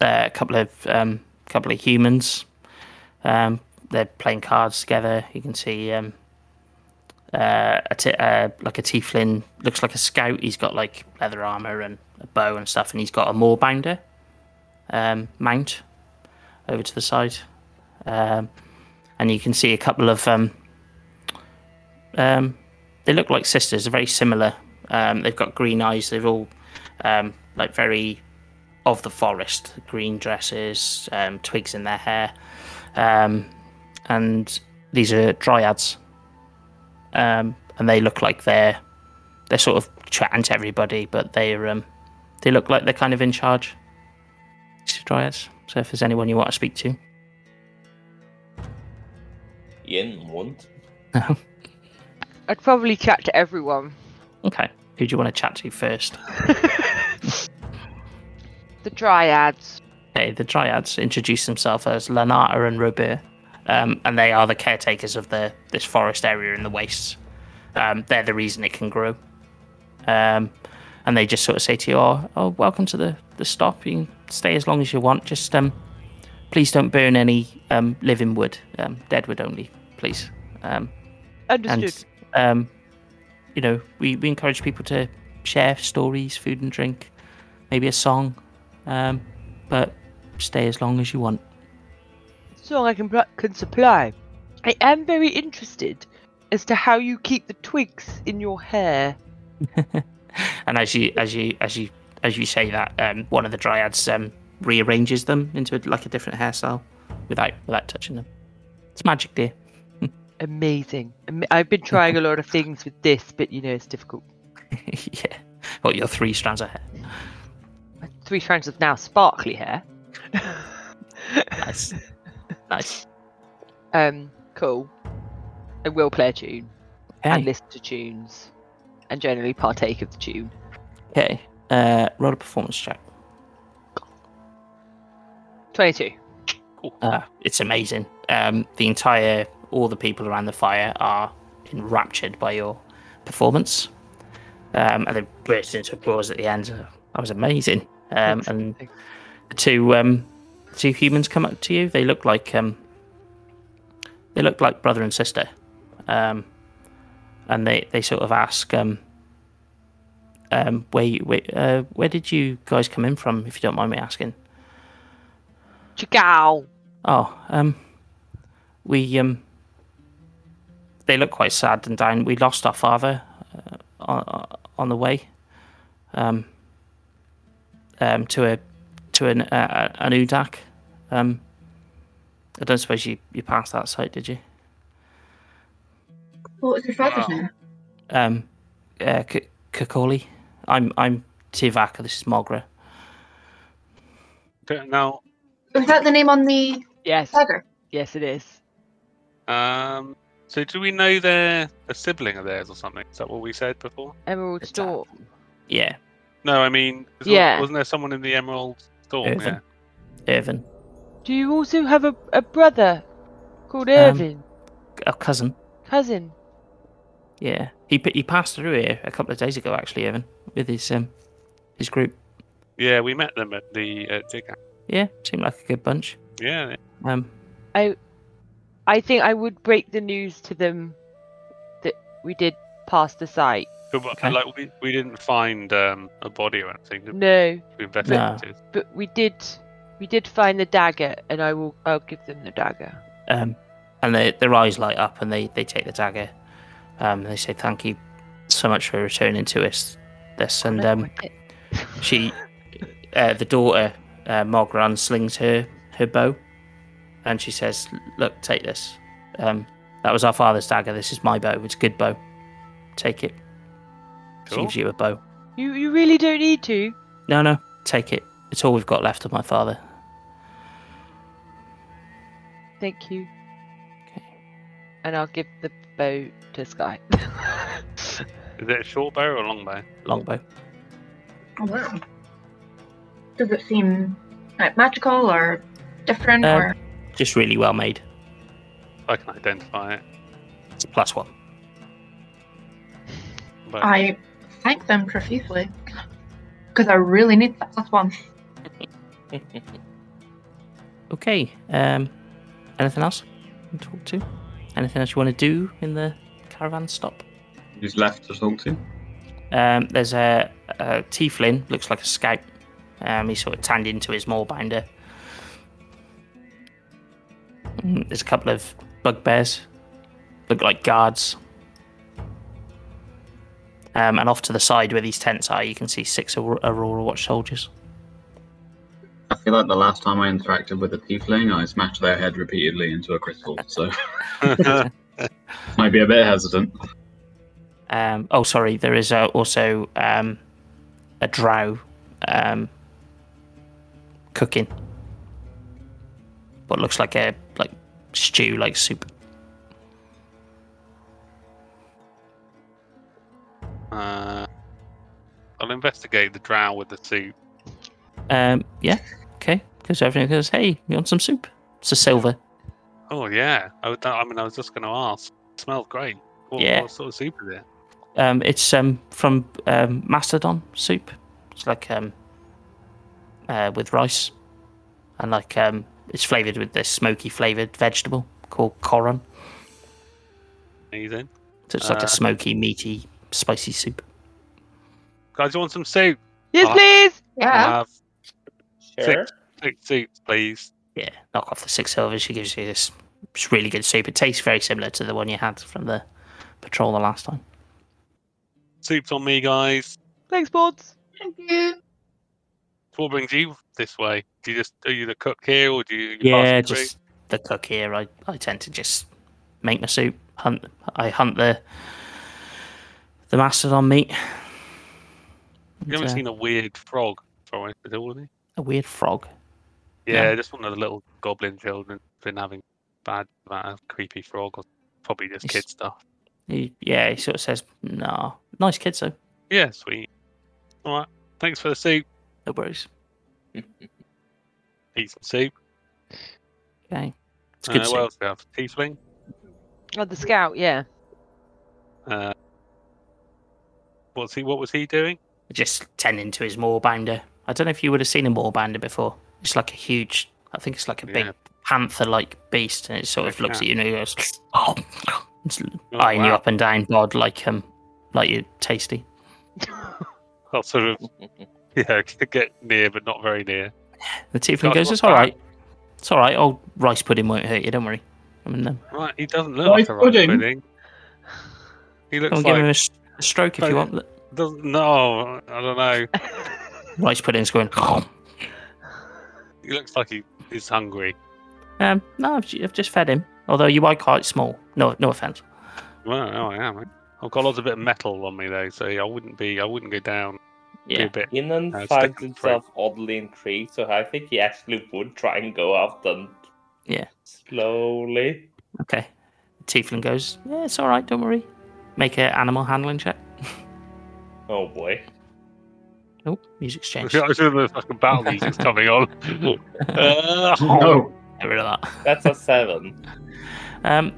S2: uh, a couple of um, couple of humans. Um, they're playing cards together. You can see um, uh, a t- uh, like a tieflin looks like a scout. He's got like leather armor and a bow and stuff, and he's got a moorbounder um, mount over to the side. Um, and you can see a couple of um, um, they look like sisters. They're very similar. Um, they've got green eyes. They're all um, like very of the forest. Green dresses, um, twigs in their hair, um, and these are dryads. Um, and they look like they're they're sort of chatting to everybody, but they're um, they look like they're kind of in charge. These dryads. So if there's anyone you want to speak to,
S5: You didn't want.
S6: I'd probably chat to everyone.
S2: okay, who do you want to chat to first?
S6: The dryads.
S2: Okay, the Dryads introduce themselves as Lanata and Robert, um, and they are the caretakers of the this forest area in the wastes. Um, they're the reason it can grow. Um, and they just sort of say to you, "Oh, oh welcome to the, the stop. You can stay as long as you want. Just um, please don't burn any um, living wood, um, dead wood only, please." Um,
S6: Understood.
S2: and um, you know, we, we encourage people to share stories, food and drink, maybe a song, um, but stay as long as you want.
S6: so I can pl- can supply. I am very interested as to how you keep the twigs in your hair.
S2: And as you as you as you as you say that, um, one of the dryads um, rearranges them into like a different hairstyle without without touching them. It's magic, dear.
S6: Amazing. Am- I've been trying a lot of things with this, but you know it's difficult.
S2: yeah. Well, your three strands of hair.
S6: My three strands of now sparkly hair.
S2: Nice. nice.
S6: Um, cool. I will play a tune and
S2: Okay.
S6: listen to tunes, and generally partake of the tune.
S2: okay. Uh, roll a performance check.
S6: 22.
S2: Uh, it's amazing. Um, the entire, all the people around the fire are enraptured by your performance, um, and they burst into applause at the end. Uh, That was amazing. Um, and the two, um, two humans come up to you. They look like, um, they look like brother and sister, um, and they, they sort of ask, um, um, where you, where, uh, where did you guys come in from, if you don't mind me asking?
S6: Chagall.
S2: Oh, um, we um, they look quite sad and down. We lost our father uh, on, on the way, um, um, to a to an uh, an udak. Um, I don't suppose you you passed that site, did you?
S3: What was your father's name?
S2: Um, uh, K- Kakoli. I'm I'm Tivaka. This is Mogra.
S7: Okay, now,
S3: Was that the name on the
S6: Yes.
S3: dagger?
S6: Yes, it is.
S7: um, so do we know they're a sibling of theirs or something? Is that what we said before?
S6: Emerald
S2: It's
S6: Storm.
S2: Yeah,
S7: No, I mean, is-
S6: Yeah.
S7: wasn't there someone in the Emerald Storm?
S2: Irvin. Irvin,
S6: Do you also have a, a brother called
S2: Um,
S6: Irvin?
S2: a cousin.
S6: Cousin?
S2: Yeah, he p- he passed through here a couple of days ago, actually, Irvin, with his um his group.
S7: Yeah, we met them at the uh, dig. out.
S2: Yeah, seemed like a good bunch.
S7: Yeah,
S2: Um,
S6: I think I would break the news to them that we did pass the site.
S7: but, but,
S2: Okay.
S7: like we, we didn't find um, a body or anything. Did we?
S6: No,
S7: we investigated.
S6: but we did. We did find the dagger, and I will. I'll give them the dagger.
S2: um, and they, their eyes light up, and they they take the dagger. Um, they say thank you so much for returning to us this, and um, she, uh, the daughter, uh, Mogra unslings her her bow, and she says, "Look, take this. Um, that was our father's dagger. This is my bow. It's a good bow. Take it. She
S7: Cool.
S2: gives you a bow.
S6: you you really don't need to.
S2: No, no, take it. It's all we've got left of my father.
S6: Thank you.
S2: Okay.
S6: And I'll give the bow to Sky.
S7: Is it a short bow or a long bow?
S2: Longbow.
S3: Oh, wow. Does it seem like magical or different
S2: Um,
S3: or
S2: Just really well made.
S7: I can identify it.
S2: It's a plus one.
S7: But
S3: I thank them profusely because I really need that last one.
S2: Okay. Um, anything else you can talk to? Anything else you want to do in the caravan stop?
S4: Who's left to talk to?
S2: Um, there's a, a tiefling, looks like a scout. Um, he's sort of tanned into his moorbinder. Mm, There's a couple of bugbears, look like guards. Um, and off to the side where these tents are, you can see six Aur- Aurora Watch soldiers.
S4: I feel like the last time I interacted with a tiefling, I smashed their head repeatedly into a crystal, so might be a bit hesitant.
S2: Um, oh, sorry. There is uh, also um, a drow um, cooking, what looks like a like stew, like soup.
S7: uh, I'll investigate the drow with the soup.
S2: Um, yeah. Okay. Because everything goes. Hey, you want some soup? It's a silver.
S7: Oh yeah, I, would, I mean I was just going to ask. It smells great. What,
S2: Yeah.
S7: what sort of soup is it?
S2: Um, it's um, from um, Mastodon soup. It's like um, uh, with rice, and like um, it's flavored with this smoky flavored vegetable called koron.
S7: Amazing.
S2: So it's like
S7: Uh,
S2: a smoky, meaty, spicy soup.
S7: Guys, you want some soup?
S6: yes,
S7: Ah.
S6: please.
S7: I'll
S3: Yeah.
S7: Have
S5: Sure.
S7: two soups, please.
S2: yeah, knock off the six silvers. She gives you this it's really good soup. It tastes very similar to the one you had from the patrol the last time.
S7: Soup's on me, guys.
S6: Thanks, Bods.
S3: Thank you.
S7: So What brings you this way? Do you just are you the cook here, or do you? you
S2: yeah,
S7: pass it through?
S2: just the cook here. I, I tend to just make my soup. Hunt. I hunt the the mastodon meat.
S7: You haven't
S2: And, uh,
S7: seen a weird frog for it, have you?
S2: a weird frog.
S7: Yeah, just one of the little goblin children been having bad about a creepy frog or probably just
S2: It's-
S7: kid stuff.
S2: He, yeah, he sort of says, "Nah, nice kids though.
S7: Yeah, sweet. All right, thanks for the soup.
S2: No worries."
S7: Eat some soup.
S2: Okay. It's a good
S7: uh,
S2: save.
S7: what else do we have? Tiefling.
S6: Oh, the scout, yeah.
S7: Uh, what's he? What was he doing?
S2: Just tending to his moorbounder. I don't know if you would have seen a moorbounder before. It's like a huge, I think it's like a big
S7: Yeah.
S2: panther like beast, and it sort of
S7: Okay.
S2: looks at you and it goes, oh, it's
S7: Oh,
S2: eyeing you
S7: wow.
S2: up and down, bod, like um, like you're tasty.
S7: I'll sort of yeah get near, but not very near.
S2: The tiefling
S7: God,
S2: goes,
S7: what's
S2: it's all
S7: that?"
S2: right. It's all right. Old rice pudding won't hurt you. Don't worry. I mean, um,
S7: Right, he doesn't look
S4: Rice
S7: like a rice
S4: pudding?
S7: pudding. He looks
S2: I'll give him a,
S7: like
S2: s- a stroke if
S7: Okay.
S2: you want. Look,
S7: doesn't, no. I don't know.
S2: Rice pudding's going.
S7: He looks like he is hungry.
S2: Um, no, I've, ju- I've just fed him. Although you are quite small. No, no offense.
S7: Well, no, I am. eh? I've got lots of bit of metal on me though, so I wouldn't be. I wouldn't go down. Be a
S2: Yeah.
S7: bit-
S5: Inan
S7: Uh, stick
S5: finds
S7: and pray.
S5: himself oddly intrigued, so I think he actually would try and go after them.
S2: Yeah.
S5: Slowly.
S2: Okay. Tiefling goes. Yeah, it's all right. Don't worry. Make an animal handling check.
S5: Oh boy.
S2: Nope. Music's
S7: I
S2: changed.
S7: should
S2: Get
S7: have the fucking battle music's coming on. Uh,
S4: No.
S2: rid of that.
S5: That's a seven.
S2: Um,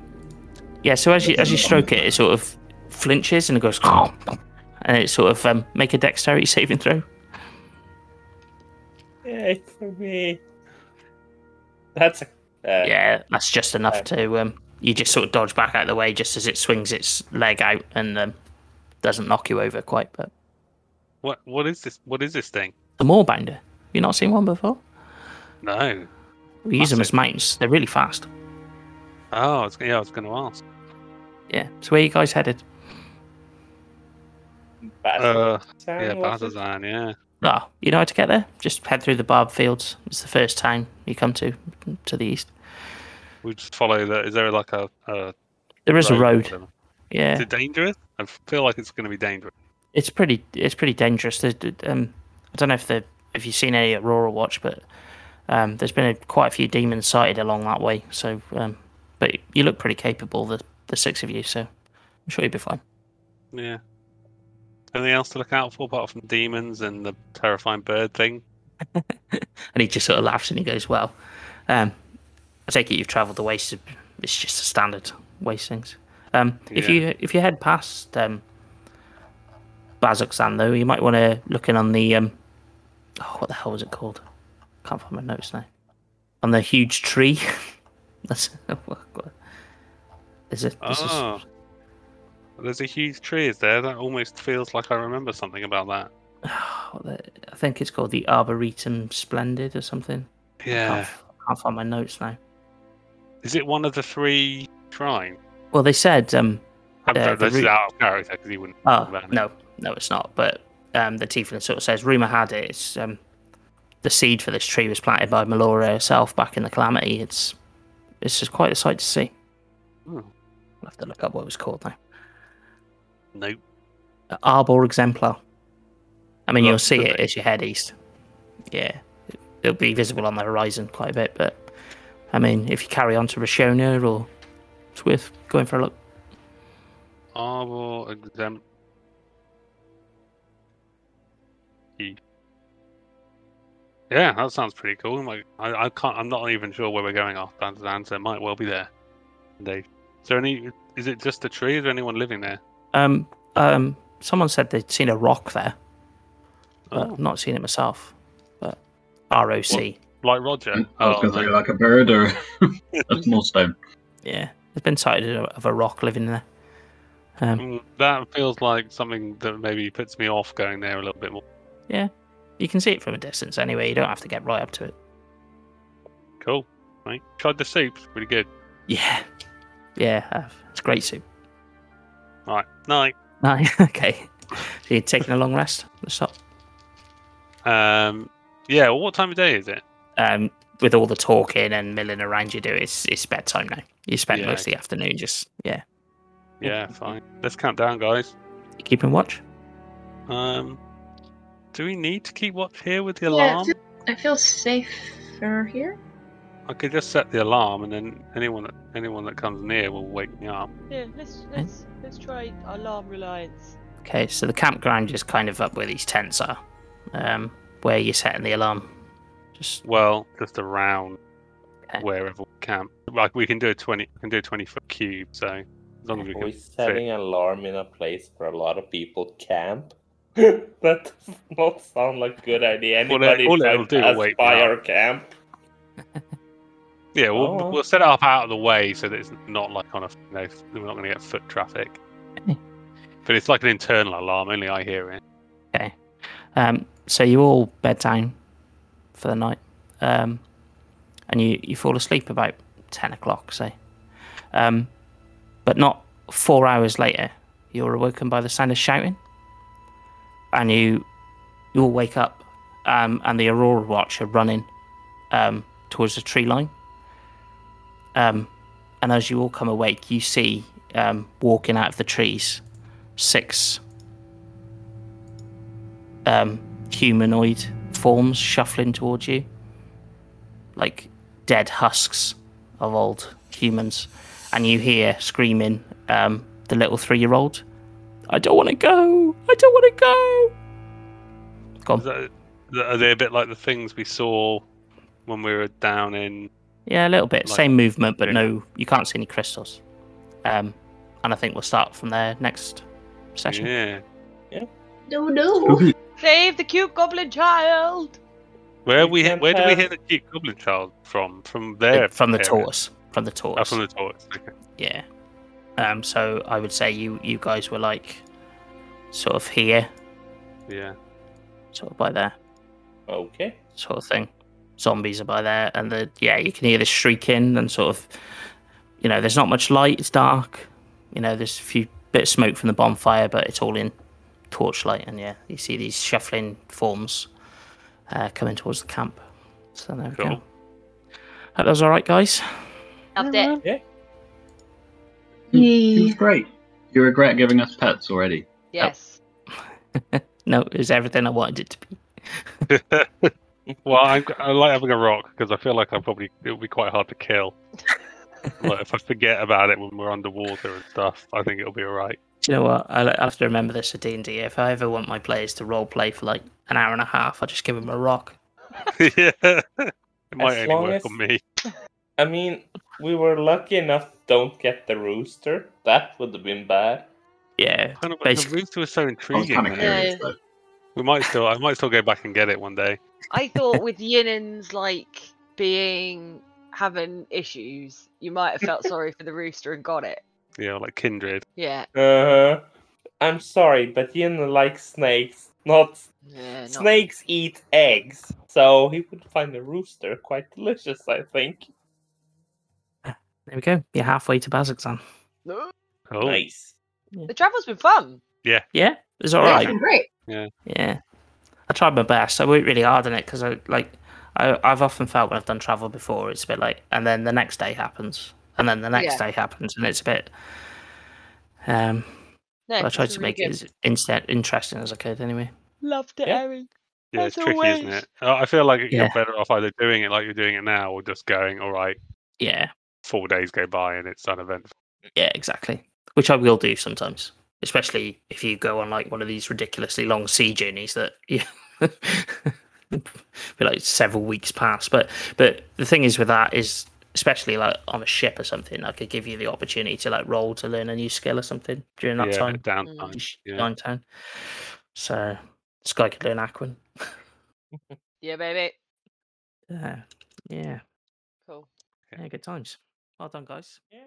S2: yeah. So as you as you stroke it, it sort of flinches and it goes. And it sort of um, make a dexterity saving throw.
S5: Yay for me. That's a. Uh,
S2: yeah, that's just enough to um, you just sort of dodge back out of the way just as it swings its leg out and um, doesn't knock you over quite. But
S7: what? What is this? What is this thing?
S2: the moorbounder, have you not seen one before?
S7: No.
S2: We use them as
S7: Massive.
S2: mounts. They're really fast.
S7: Oh, I was, yeah. I was going to ask.
S2: Yeah. So where you guys headed?
S7: Uh,
S5: Bazazan,
S7: yeah,
S5: was it?
S7: Bazazan, yeah.
S2: Ah, you know how to get there? Just head through the barb fields. It's the first town you come to to the east.
S7: We just follow that. Is there like a, a
S2: There is a
S7: or
S2: road.
S7: whatever? Is
S2: Yeah,
S7: it dangerous? I feel like it's going to be dangerous.
S2: it's pretty. It's pretty dangerous. There's, um, I don't know if the if you've seen any Aurora Watch, but um, there's been a, quite a few demons sighted along that way. So, um, but you look pretty capable, the the six of you. So I'm sure you'll be fine.
S7: Yeah. Anything else to look out for apart from demons and the terrifying bird thing?
S2: And he just sort of laughs and he goes, "Well, um, I take it you've travelled the waste. of- It's just the standard waste things. Um, If
S7: Yeah.
S2: you if you head past um, Bazuxan though, you might want to look in on the um, oh, what the hell was it called? Can't find my notes now. On the huge tree. That's what- is it? This is,
S7: Oh. There's a huge tree, is there? That almost feels like I remember something about that.
S2: what the, I think it's called the Arboretum Splendid or something. Can't,
S7: Yeah.
S2: f- can't find my notes now.
S7: Is it one of the three shrines?
S2: Well, they said um,
S7: I'm
S2: Uh,
S7: sorry,
S2: the
S7: this is
S2: root-
S7: out of character because he wouldn't.
S2: Oh,
S7: about it.
S2: no, no, it's not. But um, the tiefling sort of says, rumor had it, it's um, the seed for this tree was planted by Melora herself back in the Calamity. It's it's just quite a sight to see.
S7: Oh,
S2: I'll have to look up what it was called now.
S7: nope.
S2: Arbor Exemplar. I mean,
S7: Look,
S2: you'll see
S7: do
S2: it
S7: they?
S2: as you head east. Yeah, it- it'll be visible on the horizon quite a bit. But I mean, if you carry on to Rashona or it's worth going for a look.
S7: Arbor exempt. Ye- E. Yeah, that sounds pretty cool. I'm like, I, I can't. I'm not even sure where we're going off Banzan, so it might well be there. They. Is there any? Is it just a tree? Is there anyone living there?
S2: Um, um, someone said they'd seen a rock there. but
S7: Oh,
S2: I've not seen it myself. But ROC,
S7: like Roger.
S4: I was
S7: Oh,
S4: going to say,
S7: no.
S4: like a bird or a small stone.
S2: yeah, there's been sighted of of a rock living there. Um,
S7: Mm, that feels like something that maybe puts me off going there a little bit more.
S2: you can see it from a distance anyway. You don't have to get right up to it.
S7: Cool. Right. Tried the soups. Pretty good.
S2: Yeah, yeah, I have. it's great soup.
S7: All right. Night.
S2: Nice. okay, so you're taking a long rest. Let's stop.
S7: Um. Yeah. Well, what time of day is it?
S2: Um, with all the talking and milling around you do, it's it's bedtime now. You spend
S7: Yeah.
S2: most of the afternoon just yeah,
S7: Yeah. Fine. Let's count down, guys.
S2: you keeping watch.
S7: Um, do we need to keep watch here with the
S3: Yeah,
S7: alarm?
S3: it feel- it feels safer here.
S7: I could just set the alarm, and then anyone that anyone that comes near will wake me up.
S6: Yeah, let's let's let's try alarm reliance.
S2: Okay, so the campground is kind of up where these tents are, um, where you're setting the alarm. Just
S7: Well, just around.
S2: Okay.
S7: wherever we can. Like we can do a twenty, we can do a twenty foot cube. So as long as we
S5: Are we
S7: can,
S5: setting an alarm in a place where a lot of people camp? that does not sound like a good idea.
S7: Well, it-
S5: Anybody
S7: all
S5: try
S7: it'll
S5: to
S7: do is
S5: pass
S7: wake me up.
S5: by our camp?
S7: yeah, we'll
S5: Oh.
S7: we'll set it up out of the way so that it's not like on a you know, we're not going to get foot traffic.
S2: Okay.
S7: but it's like an internal alarm. Only I hear it.
S2: Um, so you all bed down for the night, um, and you, you fall asleep about ten o'clock, say. Um, but not four hours later, you're awoken by the sound of shouting, and you you all wake up, um, and the Aurora Watch are running um, towards the tree line. Um, and as you all come awake, you see um, walking out of the trees six um, humanoid forms shuffling towards you, like dead husks of old humans, and you hear screaming um, the little three-year-old, "I don't want to go! I don't want to go!" Go on.
S7: Is that- are they a bit like the things we saw when we were down in?
S2: Yeah, a little bit.
S7: Like-
S2: Same movement, but
S7: Yeah.
S2: no, you can't see any crystals. Um, and I think we'll start from there next session.
S7: Yeah.
S3: No, no.
S4: Spooky.
S6: Save the cute goblin child.
S7: Where
S5: We
S7: we hit,
S5: can't
S7: where do we
S5: have-
S7: hear the cute goblin child from? From
S2: The-
S7: there.
S2: Uh, from the
S7: area.
S2: tortoise. From the tortoise.
S7: Oh, from the tortoise. Okay.
S2: Yeah. Um, so I would say you you guys were like sort of here,
S7: Yeah.
S2: sort of by there,
S5: Okay.
S2: sort of thing. Zombies are by there, and the yeah, you can hear the shrieking and sort of, you know, there's not much light. It's dark. You know, there's a few bit of smoke from the bonfire, but it's all in torchlight, and yeah, you see these shuffling forms uh, coming towards the camp. So there we go.
S7: Cool.
S2: Hope that was all right, guys.
S6: Loved it.
S4: It was great. You regret giving us pets already.
S6: Yes.
S2: No, it was everything I wanted it to be.
S7: Well, I'm, I like having a rock because I feel like I probably it'll be quite hard to kill. like if I forget about it when we're underwater and stuff, I think it'll be all right.
S2: Do you know what? I'll I'll have to remember this for D and D. If I ever want my players to role play for like an hour and a half, I just give them a rock.
S7: yeah, it might
S5: As
S7: only
S5: long
S7: work
S5: as-
S7: on me.
S5: I mean, we were lucky enough to don't get the rooster. That would have been bad.
S2: Yeah,
S7: Kind of,
S2: Basically-
S7: the rooster was so
S4: I was
S7: intriguing.
S4: kind of
S7: man.
S4: curious though.
S7: We might still, I might still go back and get it one day.
S6: I thought with Yinin's like being having issues, you might have felt sorry for the rooster and got it.
S7: You know, like kindred.
S6: Yeah.
S5: Uh, I'm sorry, but Yin likes snakes. Not
S6: Yeah. Not...
S5: snakes eat eggs, so he would find a rooster quite delicious. I think.
S2: there we go. You're halfway to Bazakzan.
S6: No.
S7: Oh,
S5: Nice.
S6: The travel's been fun.
S2: Yeah, it's all
S3: That's
S2: right.
S3: been great.
S2: Yeah, I tried my best. I worked really hard on it because I like. I, I've often felt when I've done travel before, it's a bit like, and then the next day happens, and then the next
S6: Yeah.
S2: day happens, and it's a bit. Um,
S6: No,
S2: I tried
S6: it's
S2: to
S6: really
S2: make it
S6: good.
S2: as instant interesting as I could, anyway.
S6: Loved it,
S5: Yeah.
S6: Harry.
S7: yeah, it's
S6: as
S7: tricky, isn't
S6: always.
S7: it? I I feel like you're
S2: Yeah.
S7: better off either doing it like you're doing it now, or just going, all right,
S2: Yeah,
S7: four days go by and it's uneventful.
S2: yeah, exactly. Which I will do sometimes, especially if you go on like one of these ridiculously long sea journeys that you be like several weeks past. But but the thing is with that is especially like on a ship or something, I could give you the opportunity to like roll to learn a new skill or something during that
S7: yeah,
S2: time.
S7: downtime.
S2: Sh-
S7: yeah.
S2: Downtown. So Sky could learn Aquan.
S6: Yeah, baby.
S2: Yeah. Yeah.
S6: Cool.
S2: Yeah, good times. Well done guys.
S5: Yeah.